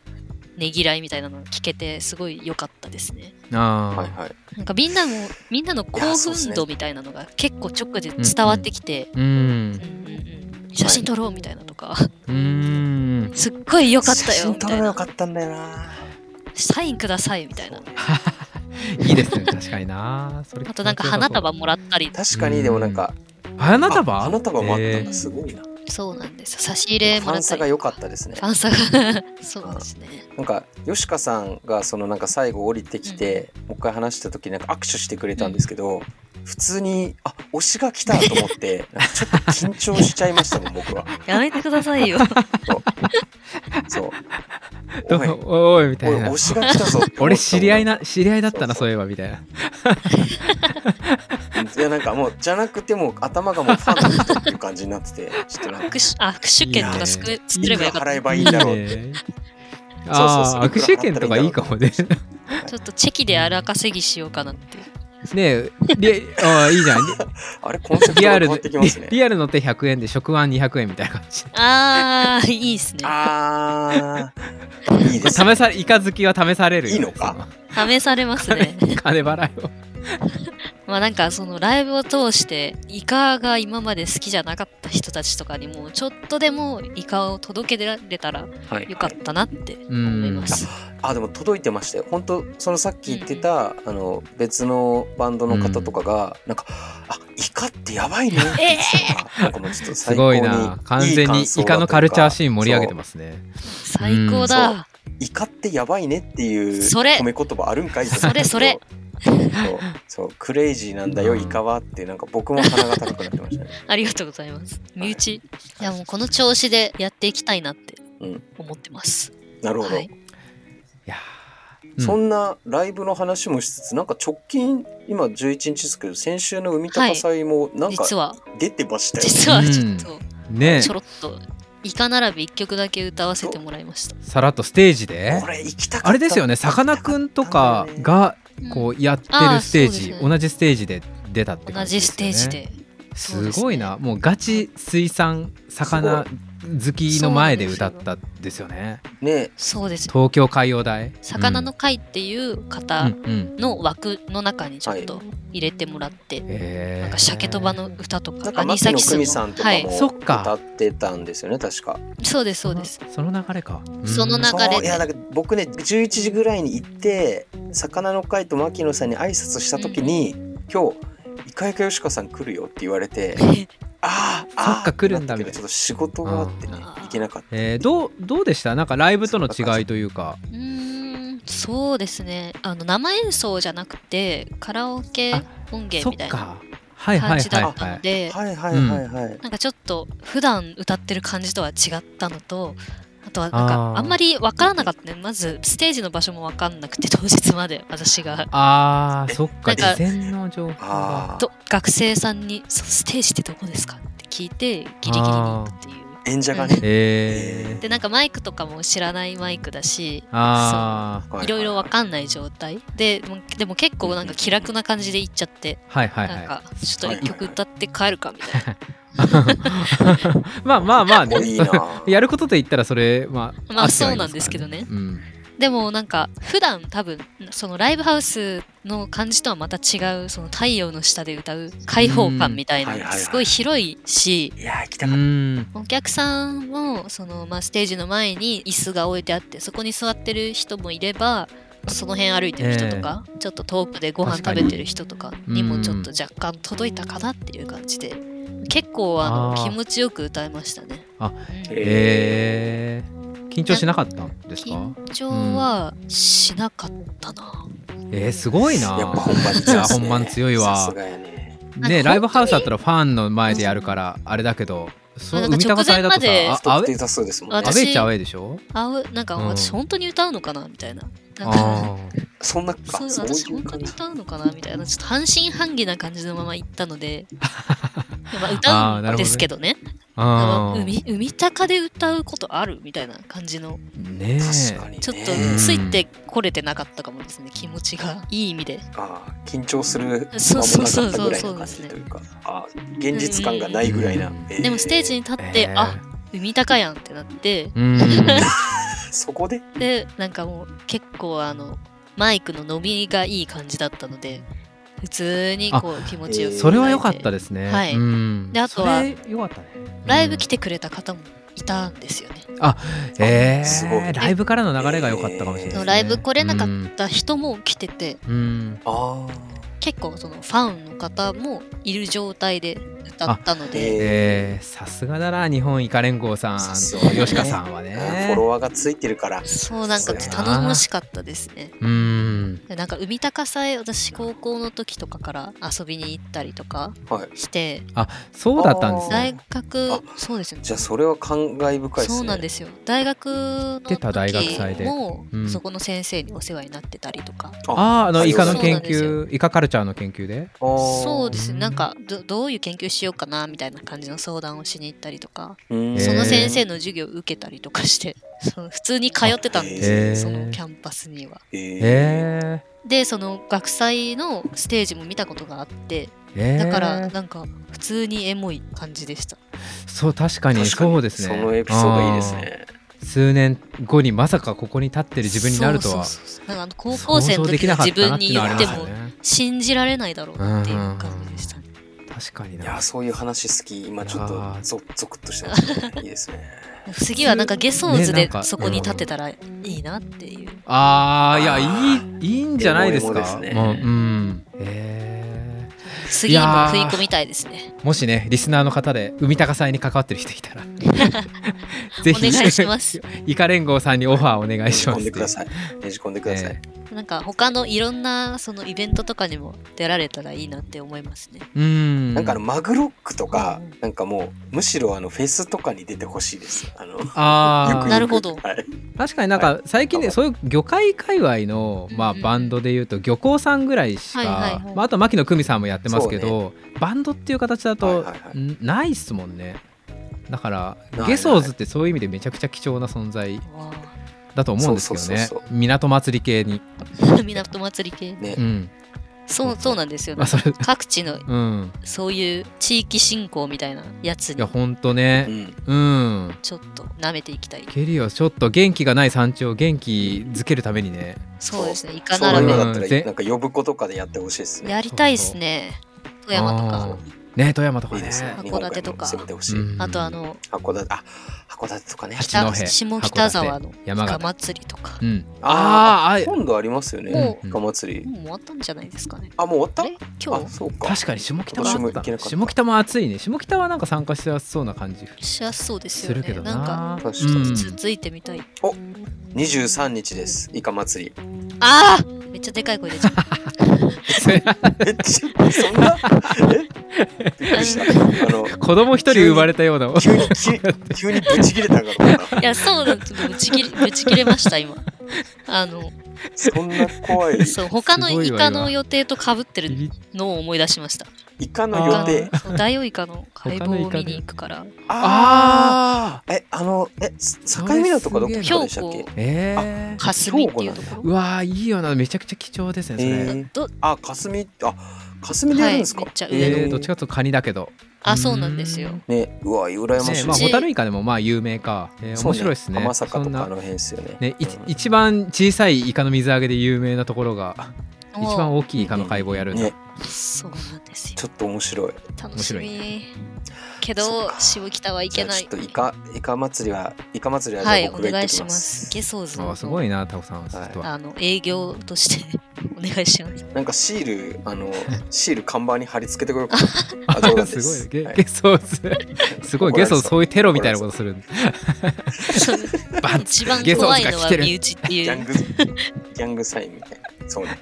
[SPEAKER 4] ねぎらいみたいなのが聞けてすごい良かったですね
[SPEAKER 2] ああ、
[SPEAKER 3] はいはい
[SPEAKER 4] なんかみんなもみんなの興
[SPEAKER 3] いやそうっす
[SPEAKER 4] 奮
[SPEAKER 3] ね
[SPEAKER 4] 度みたいなのが結構直で伝わってきて、
[SPEAKER 2] うん
[SPEAKER 4] うんうんうん写真撮ろうみたいなとか
[SPEAKER 2] うん
[SPEAKER 4] すっごい良かった
[SPEAKER 3] 写
[SPEAKER 4] よ
[SPEAKER 3] 真
[SPEAKER 4] み
[SPEAKER 3] 撮
[SPEAKER 4] た
[SPEAKER 3] ら
[SPEAKER 4] い
[SPEAKER 3] な
[SPEAKER 4] な
[SPEAKER 3] かったんだよな
[SPEAKER 4] サインくださいみたいな
[SPEAKER 2] うんいいですね確かになそれ
[SPEAKER 4] あとなんか花束
[SPEAKER 2] も
[SPEAKER 4] もらったり
[SPEAKER 3] 確かにでもなんか
[SPEAKER 2] 花束
[SPEAKER 3] あ花束もあったん
[SPEAKER 2] え
[SPEAKER 3] だ
[SPEAKER 2] ー
[SPEAKER 3] すごいな
[SPEAKER 4] そうなんですよ差し入れ
[SPEAKER 3] フ
[SPEAKER 4] も
[SPEAKER 3] ァ
[SPEAKER 4] ら
[SPEAKER 3] ン
[SPEAKER 4] った
[SPEAKER 3] サ
[SPEAKER 4] り
[SPEAKER 3] が良かったですね
[SPEAKER 4] ファンサがそうですね
[SPEAKER 3] なんか吉川さんがそのなんか最後降りてきてもう一回話した時なんか握手してくれたんですけど普通にあ推しが来たと思ってなんかちょっと緊張しちゃいましたもん僕は
[SPEAKER 4] やめてくださいよ
[SPEAKER 3] そう
[SPEAKER 2] ど
[SPEAKER 3] おいお
[SPEAKER 2] うおいみた
[SPEAKER 3] い
[SPEAKER 2] いな
[SPEAKER 3] 推しが来たぞって思ったもん
[SPEAKER 2] 俺知り合いな知り合いだったなそういえばみたいない
[SPEAKER 3] やなんかもうじゃなくてもう頭がもうファンの人っていう感じになっててちょっとなんか
[SPEAKER 4] 握手あ握手券とか作
[SPEAKER 2] いい
[SPEAKER 4] 作ればよかっ
[SPEAKER 3] いくら
[SPEAKER 4] た
[SPEAKER 3] 払えばいいんだろうって
[SPEAKER 2] ね
[SPEAKER 3] そう
[SPEAKER 2] あ
[SPEAKER 3] そう
[SPEAKER 2] あ
[SPEAKER 3] そう
[SPEAKER 2] 握手券とかいいかもね
[SPEAKER 4] ちょっとチェキで荒稼ぎしようかなっていう
[SPEAKER 2] ねえリ ああいいじゃん
[SPEAKER 3] あれコンセプト
[SPEAKER 2] リ
[SPEAKER 3] が
[SPEAKER 2] アル
[SPEAKER 3] 変わ ってきますね
[SPEAKER 2] リリアルの手100円で食案200円みたいな感じ
[SPEAKER 4] あーいいですね
[SPEAKER 3] あーいいですね
[SPEAKER 2] 試されイカ好きは試されるよ
[SPEAKER 3] いいのか
[SPEAKER 4] 試されますね
[SPEAKER 2] 金払いを
[SPEAKER 4] まあなんかそのライブを通してイカが今まで好きじゃなかった人たちとかにもちょっとでもイカを届けられたらよかったなって思います、
[SPEAKER 3] あでも届いてましたよ本当そのさっき言ってた、あの別のバンドの方とかが、なんか「あイカってやばいね」って言ってたから、なんかもうちょっと
[SPEAKER 2] す
[SPEAKER 3] 最高
[SPEAKER 2] ご
[SPEAKER 3] に
[SPEAKER 2] いな完全に
[SPEAKER 3] いい感想
[SPEAKER 2] イ
[SPEAKER 3] だ
[SPEAKER 2] カ
[SPEAKER 3] った
[SPEAKER 2] の
[SPEAKER 3] とか
[SPEAKER 2] カルチャーシーン盛り上げてますね
[SPEAKER 4] 最高だ、
[SPEAKER 3] そうイカってやばいねっていう
[SPEAKER 4] それ
[SPEAKER 3] 褒め言葉あるんかい
[SPEAKER 4] それそれ
[SPEAKER 3] そうそうクレイジーなんだよ、
[SPEAKER 2] うん
[SPEAKER 3] イカはってなんか僕も鼻が高くなってましたね
[SPEAKER 4] ありがとうございます身内 いやもうこの調子でやっていきたいなって思ってます、
[SPEAKER 3] なるほど、
[SPEAKER 4] はい
[SPEAKER 2] いやー
[SPEAKER 3] そ
[SPEAKER 2] うん
[SPEAKER 3] んなライブの話もしつつなんか直近今11日ですけど先週の海高祭もなんか
[SPEAKER 4] 実は
[SPEAKER 3] 出てましたよ、
[SPEAKER 4] 実はちょっと、
[SPEAKER 2] ね
[SPEAKER 4] ちょろっとイカ並び1曲だけ歌わせてもらいました。
[SPEAKER 2] さらっとステージで
[SPEAKER 3] これ行きたかった
[SPEAKER 2] あれですよねさかなクンとかがこうやってるステージ、
[SPEAKER 4] うんあーそうですね
[SPEAKER 2] 同じステージで出たって
[SPEAKER 4] 同
[SPEAKER 2] 感じ
[SPEAKER 4] じ
[SPEAKER 2] で
[SPEAKER 4] ス
[SPEAKER 2] すよ
[SPEAKER 4] テ
[SPEAKER 2] ね
[SPEAKER 4] ージで。そう
[SPEAKER 2] す
[SPEAKER 4] ですね
[SPEAKER 2] ごいなもうガチ水産魚好きの前で歌ったんですよね
[SPEAKER 3] ね
[SPEAKER 4] そうです。
[SPEAKER 2] 東京海洋大
[SPEAKER 4] 魚の会っていう
[SPEAKER 2] うんう
[SPEAKER 4] 方
[SPEAKER 2] んうん
[SPEAKER 4] の枠の中にちょっと入れてもらって、
[SPEAKER 2] えー
[SPEAKER 4] なんか鮭とばの歌とか
[SPEAKER 3] なん、か
[SPEAKER 4] アニ
[SPEAKER 3] 牧
[SPEAKER 4] サ
[SPEAKER 3] 野
[SPEAKER 4] キス
[SPEAKER 3] 久
[SPEAKER 4] の
[SPEAKER 3] 美さんとか
[SPEAKER 4] は
[SPEAKER 3] も
[SPEAKER 4] い、
[SPEAKER 2] そっか
[SPEAKER 3] 歌ってたんですよね確か
[SPEAKER 4] そうです、そうです。
[SPEAKER 2] その流れか
[SPEAKER 4] その流
[SPEAKER 2] 中
[SPEAKER 4] れで
[SPEAKER 3] そういやなんか僕ね11時ぐらいに行って魚の会と牧野さんに挨拶した時に、今日イカイカヨシカさん来るよって言われてあーあー
[SPEAKER 2] そっか来るんだ
[SPEAKER 3] ってなったけどちょっと仕事があってね
[SPEAKER 4] うん
[SPEAKER 3] 行けなかった
[SPEAKER 2] えーどうどうでしたなんかライブとの違いというか
[SPEAKER 4] うーんそうですねあの生演奏じゃなくてカラオケ
[SPEAKER 2] あそ
[SPEAKER 4] 音源
[SPEAKER 2] っ
[SPEAKER 4] みたいな
[SPEAKER 2] かはいはい
[SPEAKER 4] 感じ
[SPEAKER 2] はい
[SPEAKER 4] だっ
[SPEAKER 2] は
[SPEAKER 4] た
[SPEAKER 2] い
[SPEAKER 4] ので
[SPEAKER 3] はいはいはいはい。
[SPEAKER 4] なんかちょっと普段歌ってる感じとは違ったのとあとはなん
[SPEAKER 2] あー
[SPEAKER 4] かあんまり分からなかったねまずステージの場所も分かんなくて当日まで私が
[SPEAKER 2] あーそっか
[SPEAKER 4] なんか
[SPEAKER 2] 事前の情報が
[SPEAKER 3] ああ
[SPEAKER 4] と学生さんにそ「ステージってどこですか?」って聞いてギリギリに行くっていう
[SPEAKER 3] 演者がね。
[SPEAKER 2] えー、
[SPEAKER 4] でなんかマイクとかも知らないマイクだし
[SPEAKER 2] あー
[SPEAKER 3] はい
[SPEAKER 4] ろいろ分かんない状態ででもでも結構なんか気楽な感じで行っちゃって
[SPEAKER 2] はいはい
[SPEAKER 4] なん
[SPEAKER 2] は
[SPEAKER 4] かちょっと一曲歌って帰るかみたいない
[SPEAKER 2] まあまあまあ
[SPEAKER 3] これいいな
[SPEAKER 2] ね。 やることといったらそれまあ
[SPEAKER 4] まあ
[SPEAKER 2] ってはいすから
[SPEAKER 4] そうなんですけどね
[SPEAKER 2] うん
[SPEAKER 4] でもなんか普段多分そのライブハウスの感じとはまた違うその太陽の下で歌う開放感みたいな
[SPEAKER 3] うんはいはいはい
[SPEAKER 4] すごい広いし
[SPEAKER 3] いやー行き
[SPEAKER 2] う
[SPEAKER 3] たかっ
[SPEAKER 2] ん
[SPEAKER 4] お客さんもそのまあステージの前に椅子が置いてあってそこに座ってる人もいればその辺歩いてる人とか、ちょっと遠くでご飯食べてる人とかにもちょっと若干届いたかなっていう感じで結構あの
[SPEAKER 2] あー
[SPEAKER 4] 気持ちよく歌えましたね。
[SPEAKER 2] あ
[SPEAKER 4] うん
[SPEAKER 2] えー、緊張しなかったんですか
[SPEAKER 4] 緊張はしなかったな。
[SPEAKER 2] えー、すごいな
[SPEAKER 3] た。やっぱ本番強いですね。
[SPEAKER 2] いや本番強いわ
[SPEAKER 3] さすがやね。
[SPEAKER 4] なんか
[SPEAKER 2] ねライブハウスだったらファンの前でやるからあれだけどそう
[SPEAKER 4] なんか
[SPEAKER 2] 海高祭だとさ
[SPEAKER 4] 直前まで
[SPEAKER 2] あ
[SPEAKER 3] 不
[SPEAKER 2] アウ
[SPEAKER 3] 特定
[SPEAKER 2] ェ
[SPEAKER 3] 多数ですもん
[SPEAKER 2] アウ
[SPEAKER 3] ね
[SPEAKER 4] 私。
[SPEAKER 2] ェーっちゃアウェーでしょ
[SPEAKER 4] あうなんか
[SPEAKER 2] うん
[SPEAKER 4] 私本当に歌うのかなみたいな。なんか
[SPEAKER 2] あ
[SPEAKER 3] そんな
[SPEAKER 4] そ
[SPEAKER 3] か
[SPEAKER 4] う
[SPEAKER 3] そう
[SPEAKER 4] 私
[SPEAKER 3] いう
[SPEAKER 4] 本当
[SPEAKER 3] 感
[SPEAKER 4] に
[SPEAKER 3] じ。
[SPEAKER 4] 歌うのかなみたいなちょっと半信半疑な感じのまま行った のでま
[SPEAKER 2] あ
[SPEAKER 4] あ
[SPEAKER 2] ーなるほど
[SPEAKER 4] 歌うん
[SPEAKER 2] ね
[SPEAKER 4] ですけどねあ
[SPEAKER 2] あ
[SPEAKER 4] の海海高で歌うことあるみたいな感じの
[SPEAKER 2] ね
[SPEAKER 3] 確かにね。
[SPEAKER 4] ちょっと
[SPEAKER 2] ん
[SPEAKER 4] ついてこれてなかったかもですね気持ちがいい意味で
[SPEAKER 3] あー緊張する
[SPEAKER 4] そうそ
[SPEAKER 3] 間
[SPEAKER 4] う
[SPEAKER 3] も
[SPEAKER 4] そう
[SPEAKER 3] なかった
[SPEAKER 4] そう
[SPEAKER 3] ぐらいの
[SPEAKER 4] そう
[SPEAKER 3] 感
[SPEAKER 4] で
[SPEAKER 3] じ
[SPEAKER 4] すね
[SPEAKER 3] というか、あー現実感がないぐらいな
[SPEAKER 2] うん。
[SPEAKER 3] えー
[SPEAKER 4] でもステージに立って、
[SPEAKER 2] えー
[SPEAKER 4] あ海高やんってなって
[SPEAKER 2] え うん
[SPEAKER 3] そこで
[SPEAKER 4] でなんかもう結構あのマイクの伸びがいい感じだったので普通にこう気持ちよく
[SPEAKER 2] それは良かった
[SPEAKER 4] で
[SPEAKER 2] ですね
[SPEAKER 4] はい
[SPEAKER 2] うん
[SPEAKER 4] であとは
[SPEAKER 2] それ良かったね
[SPEAKER 4] ライブ来てくれた方もいたんですよね、
[SPEAKER 2] うんえー
[SPEAKER 3] すごい
[SPEAKER 2] ライブからの流れが良かったかもしれないですね
[SPEAKER 4] ライブ来れなかった人も来てて
[SPEAKER 2] うんうん
[SPEAKER 3] ああ。
[SPEAKER 4] 結構そのファンの方もいる状態で歌ったので
[SPEAKER 2] えーさすがだな日本イカ連合さん
[SPEAKER 3] さす
[SPEAKER 2] と
[SPEAKER 3] が
[SPEAKER 2] 吉川さんは
[SPEAKER 3] フォロ
[SPEAKER 2] ね
[SPEAKER 3] ワーがついてるから。
[SPEAKER 4] そうなん
[SPEAKER 3] そ
[SPEAKER 4] か
[SPEAKER 3] う
[SPEAKER 2] やな
[SPEAKER 4] 楽しかったですね
[SPEAKER 2] うん
[SPEAKER 4] でなんか海高祭私高校の時とかから遊びに行ったりとか
[SPEAKER 3] はい。
[SPEAKER 4] して
[SPEAKER 2] そうだったんですね
[SPEAKER 4] 大学
[SPEAKER 3] あ
[SPEAKER 4] そうですね
[SPEAKER 3] じゃあそれは感慨深いですね。。
[SPEAKER 4] そうなんですすよ大学の
[SPEAKER 2] 出た大学祭
[SPEAKER 4] 時
[SPEAKER 2] で
[SPEAKER 4] も、
[SPEAKER 2] うん
[SPEAKER 4] そこの先生にお世話になってたりとか、
[SPEAKER 2] あーあのイカの研
[SPEAKER 4] そうなん
[SPEAKER 2] 究イカカルチャーの研究で
[SPEAKER 3] あー
[SPEAKER 4] そうです
[SPEAKER 2] うん
[SPEAKER 4] ねなんかどどういう研究しようかなみたいな感じの相談をしに行ったりとか、
[SPEAKER 3] うん
[SPEAKER 4] その先生の授業を受けたりとかして その普通に通ってたんですよ、
[SPEAKER 2] へー
[SPEAKER 4] そのキャンパスには。
[SPEAKER 3] え
[SPEAKER 2] え
[SPEAKER 4] でその学祭のステージも見たことがあって
[SPEAKER 2] ーえー
[SPEAKER 4] だからなんか普通にエモい感じでした。
[SPEAKER 2] そう確かに
[SPEAKER 3] 確かに
[SPEAKER 2] そうですね
[SPEAKER 3] そのエピソードいいですね。
[SPEAKER 2] あー数年後にまさかここに立ってる自分になるとは
[SPEAKER 4] そうそうそうなんかあの高校生
[SPEAKER 2] 想像
[SPEAKER 4] の
[SPEAKER 2] で
[SPEAKER 4] 時
[SPEAKER 2] き
[SPEAKER 4] の
[SPEAKER 2] なか
[SPEAKER 4] 自
[SPEAKER 2] ったな
[SPEAKER 4] 分
[SPEAKER 2] って
[SPEAKER 4] に
[SPEAKER 2] いうの
[SPEAKER 4] 言
[SPEAKER 2] はあ
[SPEAKER 4] っ
[SPEAKER 2] り
[SPEAKER 4] て
[SPEAKER 2] ますよ
[SPEAKER 4] も
[SPEAKER 2] ね
[SPEAKER 4] 信じられないだろうっていう感じでしたね。
[SPEAKER 2] 確かに
[SPEAKER 3] いや
[SPEAKER 2] な
[SPEAKER 3] ーそういう話好き今ちょっ
[SPEAKER 2] あ
[SPEAKER 3] と
[SPEAKER 2] ー
[SPEAKER 3] ゾゾクッとしてますね。いい ですね。
[SPEAKER 4] 次はなんかゲソー
[SPEAKER 2] ねな
[SPEAKER 4] ズ
[SPEAKER 2] ん
[SPEAKER 4] で
[SPEAKER 2] か
[SPEAKER 4] そこに立ってたらいいなっていう、
[SPEAKER 2] あーい
[SPEAKER 3] あ
[SPEAKER 2] や
[SPEAKER 3] ー
[SPEAKER 2] いいいいんじゃないです
[SPEAKER 3] エモい
[SPEAKER 2] か
[SPEAKER 3] ですね
[SPEAKER 2] もううんえ
[SPEAKER 4] 次にも食い込みたいですね
[SPEAKER 2] ーもしねリスナーの方で海高祭に関わってる人いたらぜひ
[SPEAKER 4] お願いします
[SPEAKER 2] イカ連合さんにオファーお願いし
[SPEAKER 3] ね
[SPEAKER 2] ま
[SPEAKER 3] じ込ん
[SPEAKER 2] す
[SPEAKER 3] でください。ねじ込んでください。
[SPEAKER 4] なんか他のいろんなそのイベントとかにも出られたらいいなって思いますね
[SPEAKER 2] うん
[SPEAKER 3] なんかあのマグロックとか
[SPEAKER 4] うん
[SPEAKER 3] なんかもうむしろあのフェスとかに出てほしいです。あの。
[SPEAKER 2] あー
[SPEAKER 3] よく
[SPEAKER 4] なるほど
[SPEAKER 3] はい
[SPEAKER 2] 確かになんか最近ね、
[SPEAKER 3] はい
[SPEAKER 2] そういう魚介界隈の、まあ、
[SPEAKER 4] うんうんうん
[SPEAKER 2] バンドでいうと漁港さんぐらいしか、
[SPEAKER 4] はいはいはい
[SPEAKER 2] まあ、あと牧野久美さんもやってますけど、バンドっていう形だと、
[SPEAKER 3] はいはいはい
[SPEAKER 2] んないっすもんねだから
[SPEAKER 3] いない
[SPEAKER 2] ゲソーズってそういう意味でめちゃくちゃ貴重な存在
[SPEAKER 4] わ
[SPEAKER 2] だと思うんですけどね
[SPEAKER 3] そうそうそう
[SPEAKER 2] 港祭り系に、
[SPEAKER 4] あ港祭り系
[SPEAKER 3] ね
[SPEAKER 2] う。 ん
[SPEAKER 4] そうそうなんですよね
[SPEAKER 2] あそれ
[SPEAKER 4] 各地の
[SPEAKER 2] うん
[SPEAKER 4] そういう地域振興みたいなやつ
[SPEAKER 2] い
[SPEAKER 4] に
[SPEAKER 2] やほんと
[SPEAKER 3] う
[SPEAKER 2] ね
[SPEAKER 3] ん。
[SPEAKER 2] うん
[SPEAKER 4] ちょっと舐めていきたい
[SPEAKER 2] ケリオちょっと元気がない山頂を元気づけるためにね
[SPEAKER 4] そうですねイカ
[SPEAKER 3] そう
[SPEAKER 4] な
[SPEAKER 3] いう
[SPEAKER 4] ら
[SPEAKER 3] の
[SPEAKER 4] ば
[SPEAKER 3] だった
[SPEAKER 2] うんぜ
[SPEAKER 3] らなんか呼ぶ子とかでやってほしいですね。
[SPEAKER 4] やりたいですね富山と
[SPEAKER 2] あ
[SPEAKER 4] か
[SPEAKER 2] ーね富山とか
[SPEAKER 3] い
[SPEAKER 2] ね
[SPEAKER 3] いですね。
[SPEAKER 4] ね函館とか
[SPEAKER 3] 日本海も攻めてほしい。
[SPEAKER 2] うん
[SPEAKER 4] あとあの
[SPEAKER 3] 函館あ函館とかね。
[SPEAKER 2] 八戸
[SPEAKER 4] 北下北沢の
[SPEAKER 2] 函
[SPEAKER 4] イ
[SPEAKER 2] 山形
[SPEAKER 4] カ祭りとか
[SPEAKER 2] うん、
[SPEAKER 3] あ
[SPEAKER 2] あーあ
[SPEAKER 3] 今度ありますよね
[SPEAKER 4] も。
[SPEAKER 2] う
[SPEAKER 3] イカ祭り。
[SPEAKER 4] もう終わったんじゃないですかね
[SPEAKER 3] あもう終わっ
[SPEAKER 4] あ
[SPEAKER 3] た
[SPEAKER 4] れ？今日
[SPEAKER 3] あそうか。
[SPEAKER 2] 確かに下北
[SPEAKER 3] 今年
[SPEAKER 2] も
[SPEAKER 3] も
[SPEAKER 2] あっ
[SPEAKER 3] 行け
[SPEAKER 2] た
[SPEAKER 3] なかった
[SPEAKER 2] 下北も暑いね下北はなんか参加しやすそうな感じ
[SPEAKER 4] しやすそうです
[SPEAKER 2] す
[SPEAKER 4] よね
[SPEAKER 2] るけど
[SPEAKER 4] なんか
[SPEAKER 2] な
[SPEAKER 3] 確か
[SPEAKER 2] う
[SPEAKER 3] に
[SPEAKER 2] ん
[SPEAKER 4] 続いてみたい、
[SPEAKER 3] 23日ですイカ祭り
[SPEAKER 4] あーめっちゃでかい声出ちゃった。
[SPEAKER 3] えちそんなえびっくりしたあの
[SPEAKER 2] 子供一人生まれたような
[SPEAKER 3] 急に急急にブチ切れたんだろうない
[SPEAKER 4] や、そうだ、ちょっとぶち切れ、ぶち切れました、今。あの、
[SPEAKER 3] そんな怖い
[SPEAKER 4] そう、他の
[SPEAKER 2] すごい
[SPEAKER 4] イ
[SPEAKER 2] わ
[SPEAKER 4] カ
[SPEAKER 2] 今
[SPEAKER 4] の予定と被って
[SPEAKER 2] ビ
[SPEAKER 4] る
[SPEAKER 2] ビ
[SPEAKER 4] のを思い出しました。
[SPEAKER 3] イカの
[SPEAKER 4] イカ
[SPEAKER 3] 予
[SPEAKER 4] の
[SPEAKER 3] 定
[SPEAKER 4] そうダイオウイカの解
[SPEAKER 2] 他のイ
[SPEAKER 4] 剖を
[SPEAKER 2] カで
[SPEAKER 4] 見に行くから。
[SPEAKER 3] あ
[SPEAKER 2] あ
[SPEAKER 3] あえあのえ境港とかどこかでしたっ
[SPEAKER 4] それすげえ
[SPEAKER 3] け
[SPEAKER 4] な
[SPEAKER 2] ーえー、
[SPEAKER 4] 霞っていうところ。
[SPEAKER 2] うわーいいよなめちゃくちゃ貴重ですねそれ、
[SPEAKER 3] えー
[SPEAKER 4] ど
[SPEAKER 3] あ霞あ霞でやるんですか、
[SPEAKER 4] はいめっちゃ
[SPEAKER 2] え
[SPEAKER 4] 上の
[SPEAKER 2] ーどっちかというとカニだけど
[SPEAKER 4] あ、そうなんですよ。
[SPEAKER 3] ねうわ羨まし
[SPEAKER 2] ね
[SPEAKER 3] い、
[SPEAKER 2] まあ
[SPEAKER 4] ち
[SPEAKER 2] ホタルイカでもまあ有名か、えー
[SPEAKER 3] そう
[SPEAKER 2] 面白いですね
[SPEAKER 3] 浜坂とかあ
[SPEAKER 2] そん
[SPEAKER 3] の
[SPEAKER 2] な
[SPEAKER 3] 辺ですよね
[SPEAKER 2] ね、いち
[SPEAKER 3] うん
[SPEAKER 2] 一番小さいイカの水揚げで有名なところが
[SPEAKER 4] お
[SPEAKER 2] 一番大きいイカの解剖やるんだ、
[SPEAKER 3] ね
[SPEAKER 4] そうなんですよ
[SPEAKER 3] ち。ょっと面白い
[SPEAKER 4] 楽し
[SPEAKER 2] 面
[SPEAKER 4] み。け
[SPEAKER 3] そっ
[SPEAKER 4] ど、
[SPEAKER 3] か
[SPEAKER 4] 下北はいけな
[SPEAKER 3] じ
[SPEAKER 4] い
[SPEAKER 3] ゃあちょっ。とイカイカ祭りはイカ祭りは
[SPEAKER 4] は
[SPEAKER 3] じゃ
[SPEAKER 4] い、
[SPEAKER 3] あ
[SPEAKER 4] お
[SPEAKER 3] 僕が行
[SPEAKER 4] 願
[SPEAKER 3] っ
[SPEAKER 4] い
[SPEAKER 3] てき
[SPEAKER 4] し
[SPEAKER 3] ま
[SPEAKER 4] ます。
[SPEAKER 3] す,、
[SPEAKER 4] ゲソーズ
[SPEAKER 2] あー
[SPEAKER 4] の
[SPEAKER 2] すごいなタコさんちょっとは
[SPEAKER 4] あの営業としてお願いし ます。
[SPEAKER 3] なんかシールあのシール看板に貼り付けてこようかなあ冗談で
[SPEAKER 2] すご
[SPEAKER 3] す
[SPEAKER 2] いゲ
[SPEAKER 3] はい
[SPEAKER 2] ゲソーズすごい
[SPEAKER 3] 怒ら
[SPEAKER 2] ゲ
[SPEAKER 3] れそ
[SPEAKER 2] ソ
[SPEAKER 3] う
[SPEAKER 2] ーズそういうテロみたいなことするバッ
[SPEAKER 4] 一番怖いの
[SPEAKER 2] ゲソーズが
[SPEAKER 4] は
[SPEAKER 2] 来てる
[SPEAKER 4] 身内って
[SPEAKER 3] ギ
[SPEAKER 4] い
[SPEAKER 3] ャン
[SPEAKER 4] う。
[SPEAKER 3] グギャングサインみたいなそうね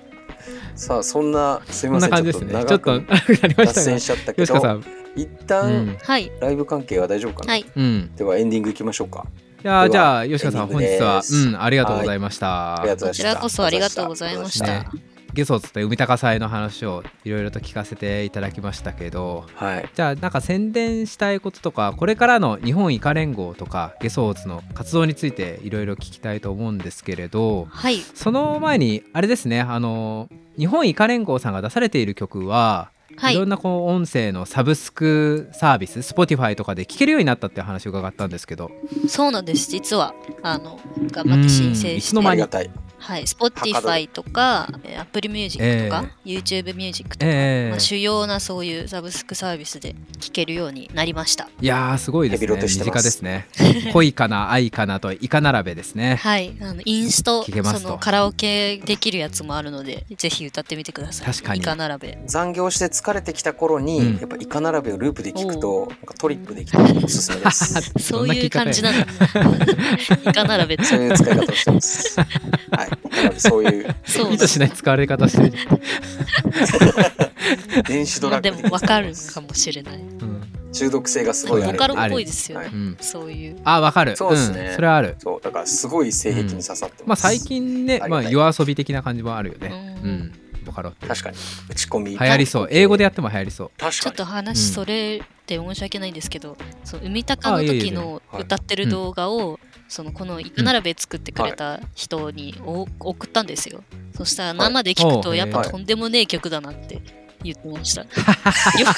[SPEAKER 3] さあそんなすい
[SPEAKER 2] こん
[SPEAKER 3] ませ
[SPEAKER 2] なん感じですね
[SPEAKER 3] ちょっ
[SPEAKER 2] ちょ
[SPEAKER 3] と長
[SPEAKER 2] っと
[SPEAKER 3] く
[SPEAKER 2] なりま
[SPEAKER 3] 脱
[SPEAKER 2] した
[SPEAKER 3] 線
[SPEAKER 2] が
[SPEAKER 3] しちゃったけ
[SPEAKER 2] 吉川さ
[SPEAKER 3] ど
[SPEAKER 2] ん
[SPEAKER 3] 一
[SPEAKER 2] う
[SPEAKER 3] 旦
[SPEAKER 2] ん、
[SPEAKER 4] はい。
[SPEAKER 3] ライブ関係は大丈夫かな、
[SPEAKER 4] はい。
[SPEAKER 2] うん、
[SPEAKER 3] ではエンディングいきましょうか
[SPEAKER 2] いやーじ
[SPEAKER 3] で
[SPEAKER 2] ゃ
[SPEAKER 3] は
[SPEAKER 2] あ吉川さん
[SPEAKER 3] エンデ
[SPEAKER 2] 本
[SPEAKER 3] ィングで
[SPEAKER 2] 日
[SPEAKER 3] す
[SPEAKER 2] は、うん、ありがとうございました、
[SPEAKER 3] ありがとうございま
[SPEAKER 4] こ
[SPEAKER 3] し
[SPEAKER 4] ち
[SPEAKER 3] た
[SPEAKER 4] らこそありがとうございました。
[SPEAKER 2] ねゲソーズという海高祭の話をいろいろと聞かせていただきましたけど
[SPEAKER 3] はい
[SPEAKER 2] じゃあなんか宣伝したいこととかこれからの日本イカ連合とかゲソーズの活動についていろいろ聞きたいと思うんですけれど
[SPEAKER 4] はい。
[SPEAKER 2] その前にあれですねあの日本イカ連合さんが出されている曲は、、
[SPEAKER 4] はいい
[SPEAKER 2] ろん。なこう音声のサブスクサービス Spotify とかで聴けるようになったっていう話を伺ったんですけど
[SPEAKER 4] そうなんです。実は、あの、頑張って申
[SPEAKER 2] うん
[SPEAKER 4] 請
[SPEAKER 2] い
[SPEAKER 4] し
[SPEAKER 2] つの
[SPEAKER 3] あ
[SPEAKER 2] 間
[SPEAKER 3] り
[SPEAKER 2] に
[SPEAKER 4] て、
[SPEAKER 3] がたい
[SPEAKER 4] はい。Spotify とか、えー Apple Music とか、YouTube Music とか、
[SPEAKER 2] ええ
[SPEAKER 4] まあ、主要なそういうサブスクサービスで聴けるようになりました。
[SPEAKER 2] いやーすごいです
[SPEAKER 3] ヘビ
[SPEAKER 2] ね
[SPEAKER 3] ロテし
[SPEAKER 2] 身
[SPEAKER 3] て
[SPEAKER 2] 近
[SPEAKER 3] ま
[SPEAKER 2] ですすね恋かな愛かなとイカ並べですね
[SPEAKER 4] はい。あの、インスト、
[SPEAKER 2] 聞けますと
[SPEAKER 4] そのカラオケできるやつもあるので、ぜひ歌ってみてください。
[SPEAKER 2] 確かに
[SPEAKER 4] イカ並べ。
[SPEAKER 3] 残業して疲れてきた頃に、
[SPEAKER 2] うん
[SPEAKER 3] やっぱイカ並べをループで聞くとなんかトリップできておすすめです
[SPEAKER 4] そういう感じなの。
[SPEAKER 2] の
[SPEAKER 4] イ カ並べって
[SPEAKER 3] そういう使い方をし てますはいなのでそういう
[SPEAKER 4] そう
[SPEAKER 2] 意図しない使われ方してる、
[SPEAKER 3] 電子ドラ
[SPEAKER 4] まあ
[SPEAKER 3] ッグ
[SPEAKER 4] で
[SPEAKER 3] 的
[SPEAKER 4] も
[SPEAKER 3] な
[SPEAKER 4] 分かるかもしれない。
[SPEAKER 2] うん
[SPEAKER 3] 中毒性がす
[SPEAKER 4] ボ
[SPEAKER 3] ごいあ
[SPEAKER 2] る
[SPEAKER 3] る
[SPEAKER 4] カロっぽいですよ
[SPEAKER 3] は
[SPEAKER 4] ね
[SPEAKER 3] い。
[SPEAKER 2] うん、
[SPEAKER 4] そういう。
[SPEAKER 2] あわかる
[SPEAKER 3] そうっすね
[SPEAKER 2] ん、それはある
[SPEAKER 3] そうだからすごい性癖に刺さってます、
[SPEAKER 2] まあ最近ね、
[SPEAKER 3] あり
[SPEAKER 2] ま
[SPEAKER 3] が
[SPEAKER 2] あ、
[SPEAKER 3] たい
[SPEAKER 2] 夜遊び的な感じもあるよ
[SPEAKER 4] う
[SPEAKER 2] ね。うんん、わかろう。
[SPEAKER 3] 確かに打ち込み
[SPEAKER 2] 流行りそう。英語でやっても流行りそう。
[SPEAKER 3] 確
[SPEAKER 4] ちょ
[SPEAKER 3] か
[SPEAKER 4] っ
[SPEAKER 3] に
[SPEAKER 4] と
[SPEAKER 2] う
[SPEAKER 4] 話
[SPEAKER 2] ん
[SPEAKER 4] それで申し訳ないんですけど、その海鷹
[SPEAKER 2] あ
[SPEAKER 4] の
[SPEAKER 2] いえいえいえ
[SPEAKER 4] 時の
[SPEAKER 3] はい
[SPEAKER 4] 歌ってる動画を、そのこのイカ並べ作ってくれた人にお送ったんですよ。そしたら生で聞く
[SPEAKER 2] お
[SPEAKER 4] と
[SPEAKER 2] う
[SPEAKER 4] やっぱ
[SPEAKER 3] はい
[SPEAKER 4] とんでもねえ曲だなって言って ました。よ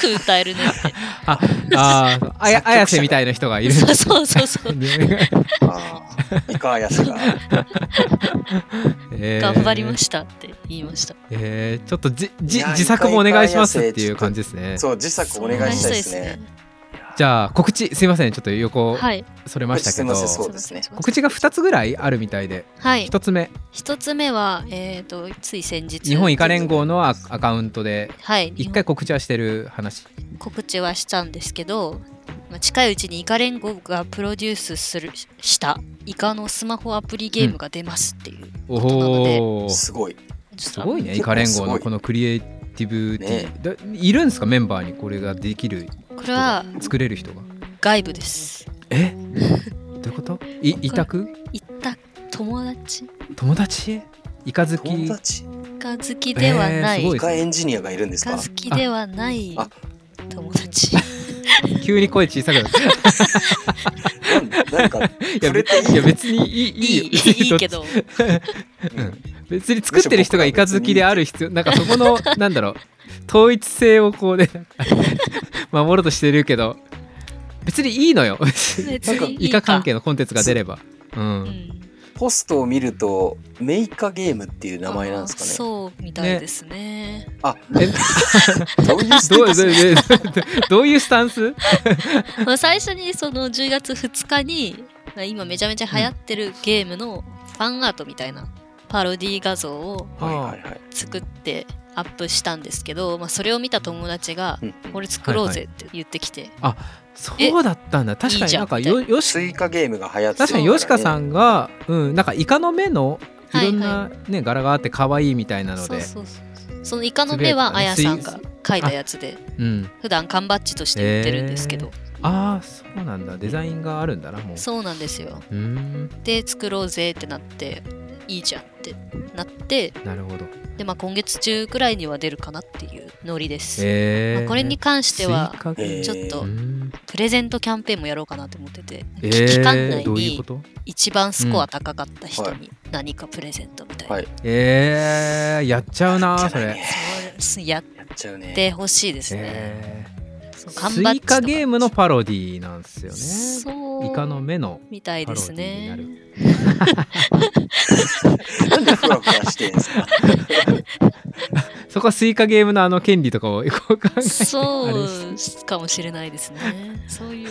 [SPEAKER 4] く歌えるねって。
[SPEAKER 2] あ、あー、あや、
[SPEAKER 3] 作曲者が
[SPEAKER 2] あやせみたいな人がいる。
[SPEAKER 4] そうそうそうそう。
[SPEAKER 3] あーイカやせが
[SPEAKER 4] 頑張りま
[SPEAKER 2] し
[SPEAKER 4] したって言いました。
[SPEAKER 2] た。えー、ちょっとじ、
[SPEAKER 3] い
[SPEAKER 2] じ、
[SPEAKER 3] や
[SPEAKER 2] 自作もお願いしますっていう感じですね。
[SPEAKER 3] そう自作お願いしたいですね。
[SPEAKER 2] じゃあ、告知、すいません、ちょっと横、
[SPEAKER 4] はい。
[SPEAKER 2] それましたけど
[SPEAKER 3] 告知すいませ。んそうですね
[SPEAKER 2] 告知が2つぐらいあるみたいで、
[SPEAKER 4] はい。
[SPEAKER 2] 1つ目、
[SPEAKER 4] 一つ目は、えっ、と、つい先日。
[SPEAKER 2] 日本イカ連合のアアカウントで、
[SPEAKER 4] はい。
[SPEAKER 2] 1回告知はしてる話。
[SPEAKER 4] 告知はしたんですけど、まあ、近いうちにイカ連合がプロデュースするしたイカのスマホアプリゲームが出ますっていう、
[SPEAKER 2] お
[SPEAKER 4] ことな
[SPEAKER 2] おー。
[SPEAKER 3] すごい
[SPEAKER 4] す
[SPEAKER 2] すごいね、イ
[SPEAKER 3] 結
[SPEAKER 2] カ
[SPEAKER 3] 構
[SPEAKER 2] 連
[SPEAKER 3] すご
[SPEAKER 2] 合
[SPEAKER 3] い
[SPEAKER 2] のこのクリエイティブティー、だいるんですか、メンバーにこれができる人が
[SPEAKER 4] これは
[SPEAKER 2] 作れる人が。
[SPEAKER 4] 外部です
[SPEAKER 2] えどういうことい委託
[SPEAKER 4] 行った友達
[SPEAKER 2] 友達イカ好き
[SPEAKER 3] 友達
[SPEAKER 4] イカ好きではな
[SPEAKER 2] えー
[SPEAKER 4] い、
[SPEAKER 2] すごい
[SPEAKER 3] イカエンジニアがいるんで
[SPEAKER 4] イ
[SPEAKER 3] す
[SPEAKER 4] カ
[SPEAKER 3] か
[SPEAKER 4] 好きではない
[SPEAKER 3] あ
[SPEAKER 4] 友達
[SPEAKER 2] 急に声小さくなって
[SPEAKER 3] なんなんか
[SPEAKER 2] いや
[SPEAKER 3] 触れていい
[SPEAKER 2] いや別に いい
[SPEAKER 4] いい
[SPEAKER 2] いいよ
[SPEAKER 4] いいけど
[SPEAKER 2] うん別に作ってる人がイカ好きである必要なんかそこ のなんだろう統一性をこうね 守ろうとしてるけど別にいいのよ
[SPEAKER 4] 別にいい
[SPEAKER 2] イカ関係のコンテンツが出ればう
[SPEAKER 4] うんん
[SPEAKER 3] ポストを見るとメイカゲームっていう名前なんですかね
[SPEAKER 4] そうみたいですね
[SPEAKER 3] あ
[SPEAKER 2] え
[SPEAKER 3] どういうステ
[SPEAKER 2] どうど
[SPEAKER 3] ー
[SPEAKER 2] う
[SPEAKER 3] ジ
[SPEAKER 2] どうどういうスタンス
[SPEAKER 4] まあ最初にその10月2日にまあ今めちゃめちゃ流行ってるゲームのファンアートみたいなパロディ画像を
[SPEAKER 3] はいはいはい
[SPEAKER 4] 作ってアップしたんですけど、まあ、それを見た友達が
[SPEAKER 3] うん
[SPEAKER 4] 「これ作ろうぜ」って言ってきて、
[SPEAKER 2] そうだったんだ確かになんかよ
[SPEAKER 4] いい
[SPEAKER 2] よし
[SPEAKER 3] スイカゲームが流行ってる
[SPEAKER 2] 確かに
[SPEAKER 3] らね
[SPEAKER 2] ヨシカさんが、うん、なんかイカの目の
[SPEAKER 4] はい
[SPEAKER 2] いろんな、ね、柄があって可愛いみたいなの
[SPEAKER 4] そう
[SPEAKER 2] で
[SPEAKER 4] そうそうそのイカの目はあやさんが描いたやつで
[SPEAKER 2] うん、
[SPEAKER 4] 普段缶バッジとして売ってるんですけど、
[SPEAKER 2] ああそうなんだデザインがあるんだなもう
[SPEAKER 4] そうなんですよ
[SPEAKER 2] うーん
[SPEAKER 4] で作ろうぜってなっていいじゃんってなって
[SPEAKER 2] なるほど
[SPEAKER 4] で、まあ、今月中くらいには出るかなっていうノリです、
[SPEAKER 2] えー
[SPEAKER 4] まあこれに関しては
[SPEAKER 2] 追加
[SPEAKER 3] えー
[SPEAKER 4] ちょっ
[SPEAKER 2] う
[SPEAKER 4] と
[SPEAKER 2] ーん
[SPEAKER 4] プレゼントキャンペーンもやろうかなと思ってて、
[SPEAKER 2] え
[SPEAKER 4] 期期間
[SPEAKER 2] ー、
[SPEAKER 4] 内
[SPEAKER 2] どういう
[SPEAKER 4] に
[SPEAKER 2] こと
[SPEAKER 4] 一番スコア高かった人
[SPEAKER 3] うんは
[SPEAKER 4] に何かプレゼントみたいな、
[SPEAKER 3] はい
[SPEAKER 2] えー、やっちゃうなそれ
[SPEAKER 4] そうですやっ
[SPEAKER 3] やっちゃうね。
[SPEAKER 4] てほしいですね、
[SPEAKER 2] え
[SPEAKER 4] そう
[SPEAKER 2] ー、
[SPEAKER 4] 缶
[SPEAKER 2] ス
[SPEAKER 4] バッジ
[SPEAKER 2] イ
[SPEAKER 4] と
[SPEAKER 2] カ
[SPEAKER 4] か
[SPEAKER 2] ゲームのパロディーなんですよね
[SPEAKER 4] そう
[SPEAKER 2] イカの目の
[SPEAKER 4] みたい
[SPEAKER 2] パ
[SPEAKER 4] で
[SPEAKER 2] ロディ
[SPEAKER 4] す
[SPEAKER 2] ーにな
[SPEAKER 4] ね
[SPEAKER 2] る、
[SPEAKER 3] なんでふらふらしてんすか。
[SPEAKER 2] そこはスイカゲームのあの権利とかをよく考えて あれ
[SPEAKER 4] そ
[SPEAKER 2] です
[SPEAKER 4] うかもしれないですね。そういう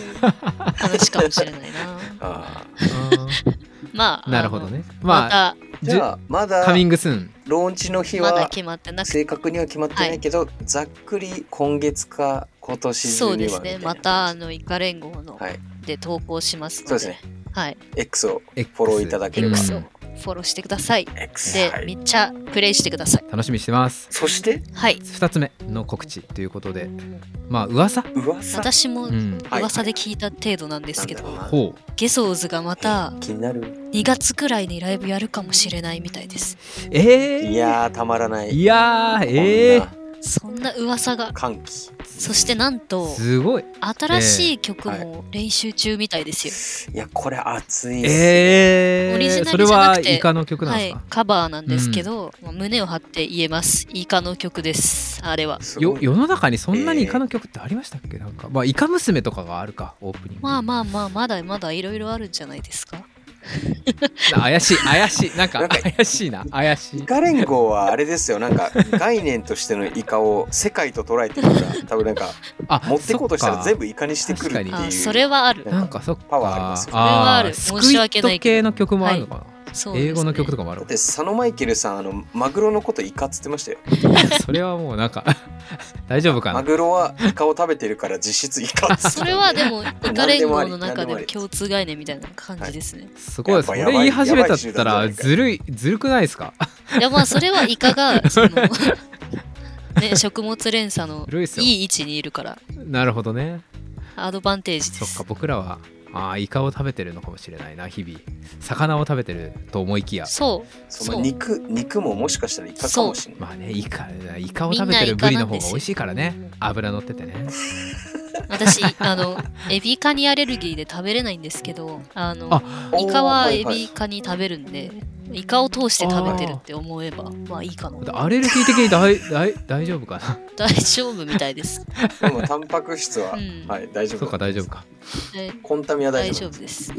[SPEAKER 4] 話かもしれない な。
[SPEAKER 3] あー
[SPEAKER 4] まあ、
[SPEAKER 2] なるほどね
[SPEAKER 4] あの。ま
[SPEAKER 2] まあ
[SPEAKER 4] た、
[SPEAKER 2] じ
[SPEAKER 3] じ
[SPEAKER 2] ゅ
[SPEAKER 3] ゃあまだ
[SPEAKER 2] カミングスーン
[SPEAKER 3] ローンチの日
[SPEAKER 4] まだ
[SPEAKER 3] は
[SPEAKER 4] 決まってなくて、
[SPEAKER 3] 正確には決まってないけど、ざっくり今月か今年
[SPEAKER 4] そ
[SPEAKER 3] 中
[SPEAKER 4] う
[SPEAKER 3] に
[SPEAKER 4] で
[SPEAKER 3] は
[SPEAKER 4] す
[SPEAKER 3] みたい
[SPEAKER 4] ね。
[SPEAKER 3] な
[SPEAKER 4] また、あの、イカ連合の
[SPEAKER 3] はい
[SPEAKER 4] で投稿しますの
[SPEAKER 3] そう
[SPEAKER 4] で、
[SPEAKER 3] ですね
[SPEAKER 4] はい、
[SPEAKER 3] X を
[SPEAKER 2] X
[SPEAKER 3] フォローいただければ
[SPEAKER 4] X
[SPEAKER 2] う
[SPEAKER 4] を
[SPEAKER 2] ん
[SPEAKER 4] フォローしてください。
[SPEAKER 3] X
[SPEAKER 4] で、
[SPEAKER 3] はい
[SPEAKER 4] めっちゃプレイしてください。
[SPEAKER 2] 楽しみにしてます
[SPEAKER 3] そして
[SPEAKER 4] はい。
[SPEAKER 2] 2つ目の告知ということでまあ噂
[SPEAKER 3] 噂
[SPEAKER 4] 私も
[SPEAKER 2] うん
[SPEAKER 3] はい
[SPEAKER 4] 噂で聞いた程度なんですけど、
[SPEAKER 3] なんだろうな
[SPEAKER 2] ほう
[SPEAKER 4] ゲソーズがまた
[SPEAKER 3] 気になる
[SPEAKER 4] 2月くらいにライブやるかもしれないみたいです。
[SPEAKER 2] えー、
[SPEAKER 3] いやーたまらない
[SPEAKER 2] いやーえ
[SPEAKER 3] こ
[SPEAKER 2] ー、
[SPEAKER 3] ん
[SPEAKER 4] そんな噂が
[SPEAKER 3] な、歓喜
[SPEAKER 4] そしてなんと、
[SPEAKER 2] すごい
[SPEAKER 4] 新しい曲も練習中みたいですよ。
[SPEAKER 3] いやこれ熱いっす
[SPEAKER 2] え
[SPEAKER 4] オリジ
[SPEAKER 2] ー、
[SPEAKER 4] ナ
[SPEAKER 2] そ
[SPEAKER 4] ル
[SPEAKER 2] れ
[SPEAKER 4] じゃな
[SPEAKER 2] は
[SPEAKER 4] くて
[SPEAKER 2] イカの曲なん
[SPEAKER 4] は
[SPEAKER 2] です
[SPEAKER 4] い
[SPEAKER 2] か、、
[SPEAKER 4] カバーなんですけど、まあ胸を張って言えます。イカの曲です。あれは。
[SPEAKER 3] すご
[SPEAKER 2] よ
[SPEAKER 3] い
[SPEAKER 2] 世の中にそんなにイカの曲ってありましたっけなんかまあイカ娘とかがあるかオープニング
[SPEAKER 4] まあまあまあ、まだまだいろいろあるんじゃないですか。
[SPEAKER 2] な怪しい怪しいなんか
[SPEAKER 3] なんか
[SPEAKER 2] 怪しいな怪しい
[SPEAKER 3] イカ連合はあれですよな んか概念としてのイカを世界と捉えてるから多分なんか
[SPEAKER 2] あ
[SPEAKER 3] 持ってこうとしたら
[SPEAKER 2] そっ
[SPEAKER 3] 全
[SPEAKER 2] か
[SPEAKER 3] 部イカにしてくるっていう
[SPEAKER 2] 確か
[SPEAKER 4] あそれはある。
[SPEAKER 2] なんかそっか
[SPEAKER 3] パワーありますよ
[SPEAKER 4] それはある
[SPEAKER 2] ー
[SPEAKER 4] 申し訳ない
[SPEAKER 2] スクイット
[SPEAKER 4] け
[SPEAKER 2] 系の曲もあるのかな、
[SPEAKER 4] そうですね
[SPEAKER 2] 英語の曲とかもあ
[SPEAKER 3] だ
[SPEAKER 2] る
[SPEAKER 3] って佐野マイケルさんあのマグロのことイカっつってましたよ
[SPEAKER 2] それはもうなんか 大丈夫か
[SPEAKER 3] マ
[SPEAKER 2] な
[SPEAKER 3] グロはイカを食べてるから実質イカ っつって
[SPEAKER 4] それはでも、イカ連合の
[SPEAKER 3] 何
[SPEAKER 4] 中
[SPEAKER 3] でもあ
[SPEAKER 4] で
[SPEAKER 3] り
[SPEAKER 4] も共通概念みたいな感じですね。
[SPEAKER 2] すご
[SPEAKER 3] や
[SPEAKER 2] い
[SPEAKER 3] っ
[SPEAKER 2] そ
[SPEAKER 3] ぱ
[SPEAKER 2] れ
[SPEAKER 3] やばい
[SPEAKER 2] 言い始めたっ
[SPEAKER 3] やばい集
[SPEAKER 2] た
[SPEAKER 3] 団じゃな
[SPEAKER 2] ら
[SPEAKER 3] いか
[SPEAKER 2] ずるいずるくない ですか
[SPEAKER 4] いやまあ、それはイカが、その、ね、食物連鎖の
[SPEAKER 2] ずるいっすよ
[SPEAKER 4] いい位置にいるから、
[SPEAKER 2] なるほどね
[SPEAKER 4] アドバンテージで
[SPEAKER 2] そっ
[SPEAKER 4] す
[SPEAKER 2] か。僕らはあーイカを食べてるのかもしれないな日々魚を食べてると思いきや
[SPEAKER 4] そう、
[SPEAKER 3] その
[SPEAKER 4] そう
[SPEAKER 3] 肉肉ももしかしたらイカかもしれない
[SPEAKER 2] まあねイカイカを食べてるブリの方が美味しいからね油乗っててね
[SPEAKER 4] 私、あの、エビカニアレルギーで食べれないんですけど、あの、
[SPEAKER 2] あ
[SPEAKER 3] おー
[SPEAKER 4] イカはいエ
[SPEAKER 3] い
[SPEAKER 4] ビカニ食べるんで、イカを通して食べてるって思えば、まあいいかな。
[SPEAKER 2] アレルギー的に大大大丈夫かな
[SPEAKER 4] 大丈夫みたいです。
[SPEAKER 3] でもタンパク質は、
[SPEAKER 4] うん
[SPEAKER 3] はい大丈夫
[SPEAKER 2] そうか大丈夫か
[SPEAKER 4] え
[SPEAKER 3] コンタミは大
[SPEAKER 4] 大
[SPEAKER 3] 丈
[SPEAKER 4] 丈
[SPEAKER 3] 夫
[SPEAKER 4] 夫です。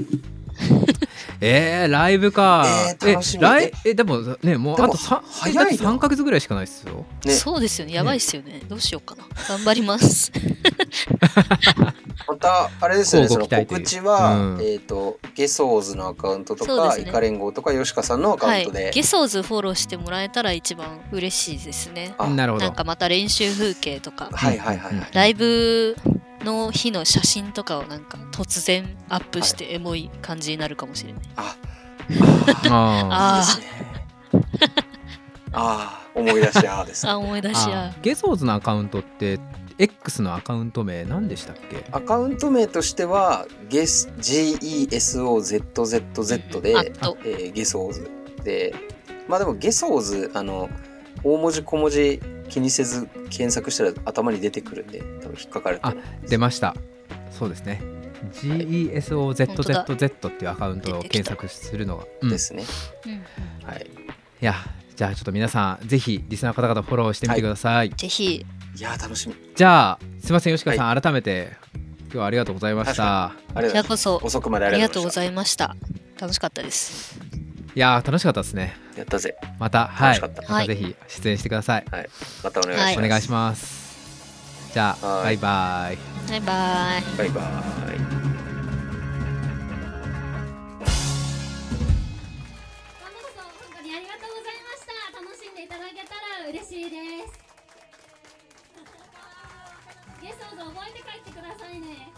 [SPEAKER 2] えー、ライブか
[SPEAKER 3] えー楽しみ
[SPEAKER 2] ライえでもねもう
[SPEAKER 3] でも
[SPEAKER 2] あとさ
[SPEAKER 3] 早いな
[SPEAKER 2] だって3ヶ月ぐらいしかないっすよ
[SPEAKER 3] ね
[SPEAKER 4] そうですよね。やばいっすよね。どうしようかな。頑張ります。
[SPEAKER 3] またあれですよ
[SPEAKER 2] 乞
[SPEAKER 3] ねそう
[SPEAKER 2] ご
[SPEAKER 3] の
[SPEAKER 2] 期待という
[SPEAKER 3] 告知は、
[SPEAKER 2] うん
[SPEAKER 3] えっ、とゲソーズのアカウントと
[SPEAKER 4] そうで
[SPEAKER 3] か、
[SPEAKER 4] す
[SPEAKER 3] イ
[SPEAKER 4] ね
[SPEAKER 3] カ連合とかヨシカさんのアカ
[SPEAKER 4] は
[SPEAKER 3] ウン
[SPEAKER 4] い
[SPEAKER 3] トで、。
[SPEAKER 4] ゲソーズフォローしてもらえたら一番嬉しいですね。
[SPEAKER 3] あ
[SPEAKER 2] なるほ
[SPEAKER 4] なん
[SPEAKER 2] ど
[SPEAKER 4] かまた練習風景とか、
[SPEAKER 3] はいはいはい、はい
[SPEAKER 4] ライブの日の写真とかをなんか突然アップしてエモい感じになるかもしれない。
[SPEAKER 3] あ
[SPEAKER 2] あ
[SPEAKER 3] あい
[SPEAKER 4] あ
[SPEAKER 3] いですねあー思い出しあーです
[SPEAKER 4] あ、あ思い出
[SPEAKER 2] ー
[SPEAKER 4] しや
[SPEAKER 2] あ。ーゲソーズのアカウントって X のアカウント名何でしたっけ
[SPEAKER 3] アカウント名としてはゲス GESOZZZ で、
[SPEAKER 4] あと
[SPEAKER 3] えーゲソーズでまあでもゲソーズあの大文字小文字気にせず検索したら頭に出てくるんで多分引っかかると思う
[SPEAKER 2] 出ましたそうですね GESOZZZ っていうアカウントを検索するのが、うんい
[SPEAKER 3] ですね、
[SPEAKER 4] うん
[SPEAKER 3] はい
[SPEAKER 2] やじゃあちょっと皆さんぜひリスナーの方々フォローしてみてください、
[SPEAKER 4] ぜひ、
[SPEAKER 3] いやー楽しみ
[SPEAKER 2] じゃあすいません吉川さん、改めて今日はありがとうございました
[SPEAKER 3] あ
[SPEAKER 4] こ
[SPEAKER 3] り
[SPEAKER 4] ち
[SPEAKER 3] がとうござい
[SPEAKER 4] ら
[SPEAKER 3] ま
[SPEAKER 4] こそ
[SPEAKER 3] す遅くまで
[SPEAKER 4] あ
[SPEAKER 3] あ
[SPEAKER 4] り
[SPEAKER 3] りが
[SPEAKER 4] がと
[SPEAKER 3] と
[SPEAKER 4] う
[SPEAKER 3] う
[SPEAKER 4] ご
[SPEAKER 3] ござ
[SPEAKER 4] ざ
[SPEAKER 3] い
[SPEAKER 4] いました。楽しかったです。
[SPEAKER 2] いやー楽しかったですね
[SPEAKER 3] ますやったぜ
[SPEAKER 2] または
[SPEAKER 3] 楽
[SPEAKER 2] い
[SPEAKER 3] しか
[SPEAKER 2] ま
[SPEAKER 3] った、
[SPEAKER 2] たぜひ出演してください、
[SPEAKER 3] またお願いします、
[SPEAKER 2] お願いしますじゃあ
[SPEAKER 3] は
[SPEAKER 2] バ
[SPEAKER 3] い
[SPEAKER 2] イバイ
[SPEAKER 4] バイバイ。
[SPEAKER 3] バイバーイ
[SPEAKER 5] 生放送本当にありがとうございました楽しんでいただけたら嬉しいですゲストを覚えて帰ってくださいね